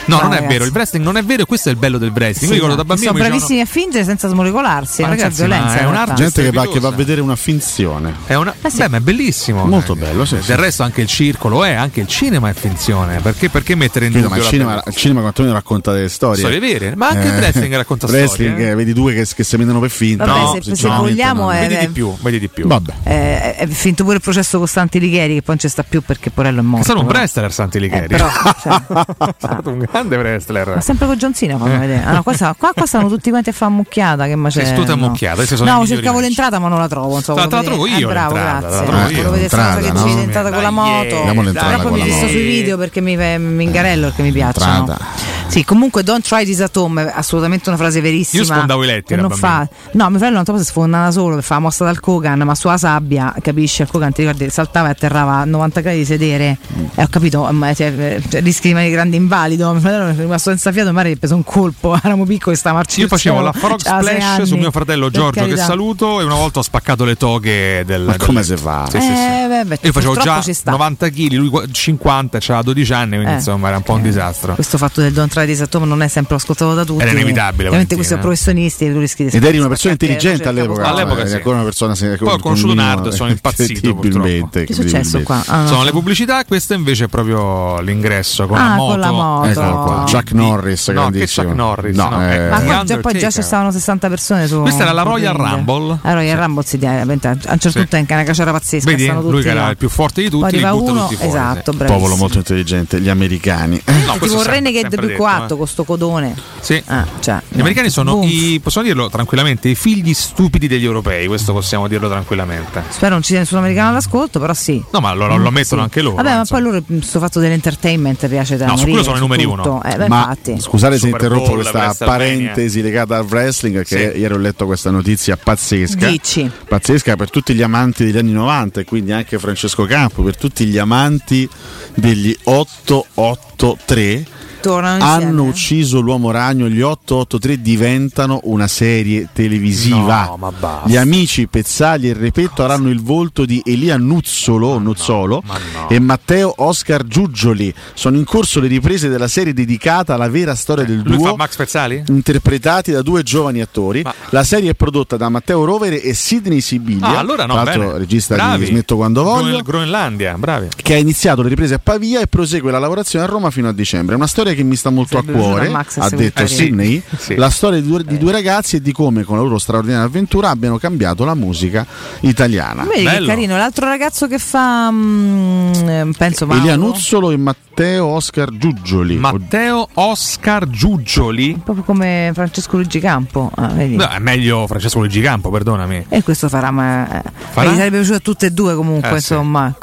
S12: No,
S10: Dai,
S12: non è
S10: ragazzi.
S12: vero, il wrestling non è vero e questo è il bello del wrestling.
S10: Sì,
S12: Io ricordo
S10: ma
S12: da bambino
S10: sono
S12: mi dicevano-
S10: bravissimi a fingere senza smorgolarsi,
S12: Ma
S10: non c'è
S12: ragazzi, ma
S10: violenza.
S12: è
S10: in
S12: un
S10: realtà. Ah,
S12: arte
S1: Gente che va,
S12: strepitosa.
S1: che va a vedere una finzione.
S12: È una- Beh, ma è bellissimo. Eh,
S1: Molto bello, sì.
S12: Del resto anche il circolo è, anche il cinema è finzione. Perché, perché mettere in
S1: Capito,
S12: dubbio
S1: ma il
S12: la
S1: cinema, il cinema quantomeno racconta delle storie. Eh.
S12: Storie vere, ma anche il wrestling racconta
S1: wrestling,
S12: storie,
S1: eh, vedi due che, che si menano per finta.
S10: Vabbè,
S1: no,
S10: se- se
S1: sinceramente
S10: vogliamo eh,
S1: no.
S10: è- Vedi di
S12: più, vedi di più.
S1: Vabbè.
S10: Eh, è finito pure il processo con Santi Ligheri che poi non ci sta più perché Porello è morto.
S12: Sono un
S10: però.
S12: wrestler Santi Ligheri.
S10: Eh, però, cioè, certo.
S12: è stato un grande wrestler.
S10: Ma sempre con John Cena fanno
S12: Eh.
S10: vedere. Ah, no, qua, sta- qua- qua stanno tutti quanti a fare ammucchiata. Che macello.
S12: Sì, tutte
S10: no.
S12: ammucchiate, queste sono le
S10: No,
S12: migliori
S10: cercavo
S12: match.
S10: l'entrata, ma non la trovo. non so,
S12: Te la- te la
S10: volevo
S12: trovo
S10: vedere.
S12: io
S10: Eh, bravo,
S12: l'entrata,
S10: grazie.
S12: te la trovo
S10: Eh,
S12: io.
S10: volevo vedere sta cosa che
S1: L'entrata,
S10: ci
S1: Ah, no?
S10: sei diventata con la
S1: Dai,
S10: moto.
S1: andiamo l'entrata
S10: Però poi
S1: con
S10: mi
S1: la
S10: visto
S1: moto.
S10: sui video perché mi, mi ingarello perché mi piacciono.
S1: Entrata.
S10: Sì, comunque Don't try this at home è assolutamente una frase verissima.
S12: Io sfondavo i letti, era
S10: Non
S12: bambino.
S10: fa... No, mio fratello non so se sfonda da solo, che fa la mossa dal Kogan, ma sulla sabbia, capisci? Il Kogan ti ricordi, saltava e atterrava a 90 gradi di sedere.
S12: Mm.
S10: E ho capito, ma, cioè, cioè, rischi di rimanere grande invalido. Mio fratello è rimasto senza fiato, magari ha preso un colpo, eravamo piccoli e stavamo
S12: Io facevo la frog
S10: Cioè,
S12: splash su mio fratello Giorgio che saluto e una volta ho spaccato le toghe del... Ma
S1: come si fa?
S12: Sì, sì, sì.
S10: Eh, beh, beh,
S12: Io facevo
S10: purtroppo
S12: già
S10: ci sta.
S12: 90 kg, lui gu- 50, c'aveva 12 anni, quindi
S10: Eh,
S12: insomma era un po' un disastro.
S10: Questo fatto del don't try this at home non è sempre ascoltato da tutti.
S12: Era inevitabile,
S10: Ovviamente
S12: Valentina,
S10: questo è
S12: eh.
S10: professionisti e tu rischi di
S1: Ed eri una persona
S10: spaccare,
S1: intelligente
S10: facile,
S1: all'epoca.
S12: All'epoca
S1: eh,
S12: sì.
S1: ancora una persona se-
S12: Poi ho
S1: con-
S12: conosciuto
S1: con un
S12: Nard,
S1: minimo-
S12: sono impazzito purtroppo.
S1: Incredibilmente.
S10: Che è successo qua? Ah, no.
S12: sono le pubblicità, questo invece è proprio l'ingresso con la
S10: Ah,
S12: moto.
S10: con la moto.
S1: Eccolo qua. Esatto. Chuck Norris,
S12: no, che
S1: grandissimo.
S12: Chuck Norris,
S1: No,
S12: no,
S1: eh,
S10: Ma qua già,
S12: The
S10: poi già
S12: Undertaker.
S10: ci stavano 60 persone su.
S12: Questa era la Royal
S10: sul ring.
S12: Rumble.
S10: La Royal Rumble si dia- ovviamente, a un certo
S12: Sì.
S10: punto è anche una caciara pazzesca.
S12: Vedi,
S10: stanno tutti
S12: lui che era
S10: là.
S12: il più forte di
S10: Poi
S12: tutti, li
S10: arriva
S12: butta
S10: uno,
S12: tutti fuori.
S10: esatto,
S12: sì.
S1: Popolo molto intelligente, gli americani.
S12: No,
S10: tipo
S12: questo
S10: un
S12: sempre-
S10: Renegade
S12: sempre
S10: più
S12: detto, eh.
S10: 4 con sto codone.
S12: Sì.
S1: Ah, cioè,
S12: Gli
S10: no.
S12: americani sono
S10: Boom.
S12: i, possiamo dirlo tranquillamente, i figli stupidi degli europei, questo possiamo dirlo tranquillamente.
S10: Spero non ci sia nessun americano all'ascolto, però sì.
S12: No, ma lo, lo- lo
S1: Mm.
S12: mettono anche loro.
S10: Vabbè, ma poi loro questo fatto dell'entertainment piace da
S12: No, su quello
S10: morire,
S12: sono i
S10: su
S12: numeri
S10: tutto.
S12: uno.
S10: Eh, beh,
S1: Ma
S10: infatti.
S1: scusate se
S12: Super Bowl,
S1: interrompo questa
S12: WrestleMania.
S1: parentesi legata al wrestling, che ieri ho letto questa notizia pazzesca.
S10: Dici.
S1: Pazzesca per tutti gli amanti degli anni 90 e quindi anche Francesco Campo, per tutti gli amanti degli 883.
S10: Tornano insieme.
S1: Hanno ucciso l'uomo ragno, gli 883 diventano una serie televisiva.
S12: No, ma basta.
S1: Gli amici Pezzali e Repetto avranno il volto di Elia Nuzzolo, Nuzzolo e Matteo Oscar Giuggioli. Sono in corso le riprese della serie dedicata alla vera storia del
S12: Eh, Lui fa
S1: duo,
S12: Max Pezzali?
S1: interpretati da due giovani attori. La serie è prodotta da Matteo Rovere e Sidney Sibiglia,
S12: Ah, allora no,
S1: tra l'altro
S12: bene.
S1: regista
S12: Bravi.
S1: di Smetto quando voglio
S12: Groen- Groenlandia, bravi.
S1: che ha iniziato le riprese a Pavia e prosegue la lavorazione a Roma fino a dicembre. È una storia che mi sta molto a
S12: Sarebbe
S1: cuore,
S12: piaciuta a Max
S1: ha
S12: se
S1: detto
S12: volete.
S1: Sidney.
S12: Eh, sì. Sì.
S1: La storia di due, di due ragazzi e di come con la loro straordinaria avventura abbiano cambiato la musica italiana.
S10: Vedi che carino, l'altro ragazzo che fa. mm, eh, penso Mauro.
S1: Elia Nuzzolo e Matteo Oscar Giuggioli.
S12: Matteo Oscar Giuggioli.
S10: Proprio come Francesco Luigi Campo. Ah,
S1: Eh,
S10: vedi.
S12: No, è meglio Francesco Luigi Campo, perdonami.
S10: E questo farà. Ma,
S12: Farà?
S10: Beh, gli sarebbe piaciuto a tutte e due comunque,
S12: Eh, sì.
S10: insomma.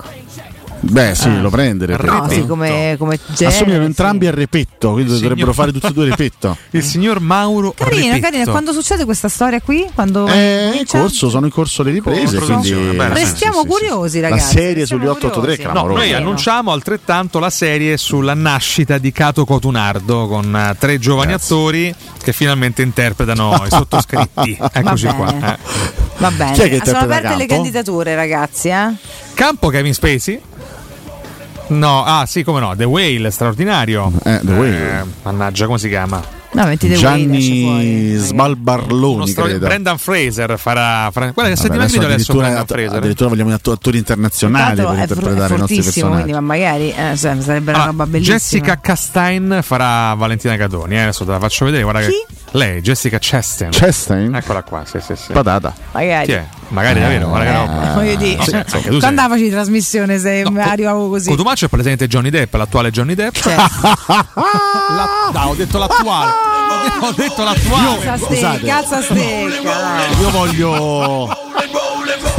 S1: Beh, sì, lo prendere.
S10: No, sì, come, come Eh. genere.
S1: Assomigliano entrambi al Repetto, quindi
S12: signor-
S1: dovrebbero fare tutti e due Repetto.
S12: Il signor Mauro
S10: Carina,
S12: Repetto.
S10: carina. Quando succede questa storia qui? Quando
S1: Eh, in
S10: comincia?
S1: corso, sono in corso le riprese, quindi
S12: Produzione, bene.
S10: Restiamo curiosi,
S1: la
S10: ragazzi.
S1: serie sugli 883 è Eh,
S12: No,
S1: clamorosa.
S12: noi annunciamo altrettanto la serie sulla nascita di Cato Cotunardo con eh, tre giovani attori che finalmente interpretano i sottoscritti. Eccoci
S10: Va bene.
S12: qua. eh.
S10: Va bene.
S12: Chi è che
S10: Ah, sono
S12: interpreta
S10: aperte le
S12: Campo?
S10: candidature, ragazzi. Eh?
S12: Campo Oh, Kevin Spacey? No, ah sì, come no, The Whale, straordinario.
S1: Eh, The Whale.
S12: mannaggia, come si chiama?
S10: No, metti The Whale, c'è fuori.
S1: Gianni
S12: Uno
S1: Sbalbarloni,
S12: stro-
S1: credo.
S12: Brendan Fraser farà. fra- Guarda che
S1: Vabbè,
S12: settimana
S1: adesso
S12: di adesso
S1: addirittura,
S12: Brendan Fraser. eh.
S1: addirittura vogliamo atto- attori
S10: Tanto
S1: internazionali per
S10: è, for- è
S1: interpretare i nostri
S10: fortissimo,
S1: personaggi.
S10: quindi, ma magari eh, cioè, sarebbe una roba bellissima.
S12: Jessica Castain farà Valentina Catoni. eh, Adesso te la faccio vedere. Guarda che- Lei, Jessica Chastain.
S1: Chastain?
S12: Eccola qua, sì, sì, sì.
S1: Patata. Eh,
S10: Magari.
S12: Chi è? Magari davvero, guarda che roba.
S10: Voglio dire, cioè,
S12: No, scherzo, anche tu
S10: quando
S12: sei-
S10: la facevi trasmissione se arrivavo così.
S12: Cotumaccio è presente Johnny Depp, l'attuale Johnny Depp.
S10: Certo.
S12: La- no, ho detto l'attuale. ho detto l'attuale.
S10: Calza
S1: Scusate.
S10: stecca, calza stecca.
S1: Eh, Io voglio.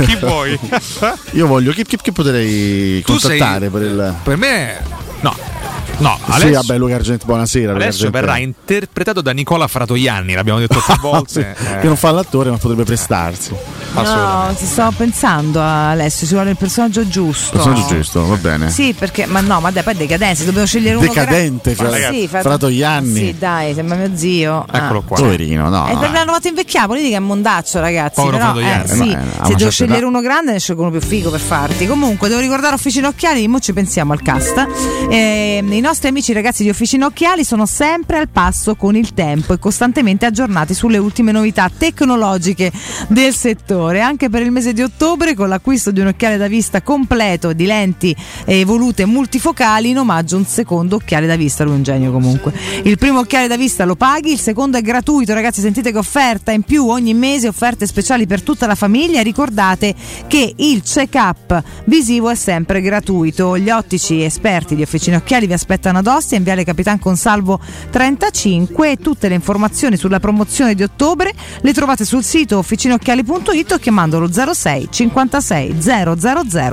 S12: Chi vuoi?
S1: Io voglio. Chi, chi- chi potrei
S12: Tu sei-
S1: contattare per il.
S12: Per me, no. No,
S1: Sì,
S12: adesso,
S1: vabbè, Luca Argento, buonasera. Luca
S12: adesso
S1: Argento.
S12: verrà interpretato da Nicola Fratoianni, l'abbiamo detto più volte.
S1: Sì,
S12: eh.
S1: Che non fa l'attore, ma potrebbe prestarsi.
S10: No, ci stavo pensando a Alessio, ci vuole il personaggio giusto.
S1: Personaggio giusto, va bene.
S10: Sì, perché ma no, ma dai, poi decadenza, dobbiamo scegliere uno
S1: Decadente, cioè,
S10: che era-
S1: fra-
S10: Ma fra-
S1: frato gli anni.
S10: Sì, dai, sembra mio zio. Ah.
S1: Poverino, no.
S10: Eh,
S1: no.
S10: per- l'hanno fatto invecchiare, vuol dire che è un mondaccio, ragazzi.
S1: Povero
S10: però,
S1: Fatoianni.
S10: eh,
S1: Eh,
S10: sì,
S1: ma, eh, a una
S10: se
S1: certa
S10: devo scegliere
S1: età-
S10: uno grande, ne scelgo uno più figo per farti. Comunque, devo ricordare Officina Occhiali, mo ci pensiamo al cast. Eh, I nostri amici ragazzi di Officina Occhiali sono sempre al passo con il tempo e costantemente aggiornati sulle ultime novità tecnologiche del settore. Anche per il mese di ottobre, con l'acquisto di un occhiale da vista completo di lenti evolute multifocali, in omaggio un secondo occhiale da vista. Lui è un genio comunque. Il primo occhiale da vista lo paghi, il secondo è gratuito, ragazzi. Sentite che offerta in più ogni mese, offerte speciali per tutta la famiglia. Ricordate che il check-up visivo è sempre gratuito. Gli ottici esperti di Officina Occhiali vi aspettano ad Ostia in Viale Capitan Consalvo 35 e tutte le informazioni sulla promozione di ottobre le trovate sul sito officinocchiali.it o chiamandolo 06 56 000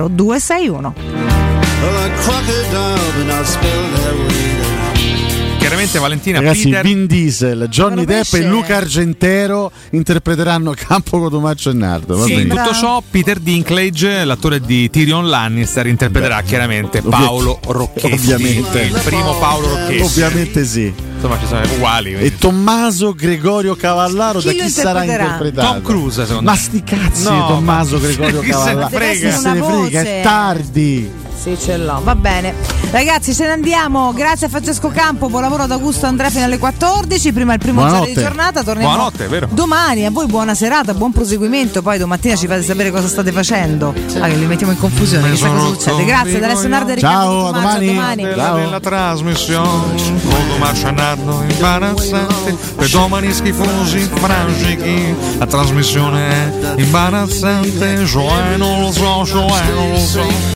S10: 261.
S56: A crocodile, but I spilled heroin.
S12: Chiaramente Valentina
S1: Ragazzi,
S12: Peter
S1: Vin Diesel, Johnny Depp
S12: pesce.
S1: e Luca Argentero interpreteranno Campo Cotomaccio e Nardo. va
S12: Sì, in
S1: bene.
S12: tutto ciò Peter Dinklage, l'attore di Tyrion Lannister, interpreterà chiaramente
S1: ovvia-
S12: Paolo Rocchetti.
S1: Ovviamente.
S12: Il primo Paolo Rocchetti.
S1: Ovviamente sì.
S12: Insomma, ci sono uguali. quindi.
S1: E Tommaso Gregorio Cavallaro
S12: Chi
S1: da
S12: lo
S1: chi sarà
S12: interpreterà?
S1: interpretato?
S12: Tom Cruise, secondo
S1: Ma
S12: me.
S1: sti cazzi
S12: No,
S1: Tommaso
S12: ma-
S1: Gregorio
S12: chi se ne
S1: Cavallaro.
S12: frega?
S1: Chi se
S10: Deve
S1: ne
S10: essere una
S1: frega,
S10: voce.
S1: è tardi.
S10: Sì, ce l'ho. Va bene. Ragazzi, ce ne andiamo. Grazie a Francesco Campo, buon lavoro ad Augusto Andrea fino alle 14. Prima il primo giorno di
S12: Buonanotte.
S10: giornata, torniamo
S12: Buonanotte, vero.
S10: domani. A voi buona serata, buon proseguimento. Poi domattina ci fate sapere cosa state facendo. Ah, che li mettiamo in confusione, chissà cosa succede. Grazie ad Alessio Nardo e Riccardo Tommaso, a domani.
S12: Della, della trasmissione con Tomaso Nardo imbarazzante per domani schifosi frangichi la trasmissione è imbarazzante Joe non lo so Joe non lo so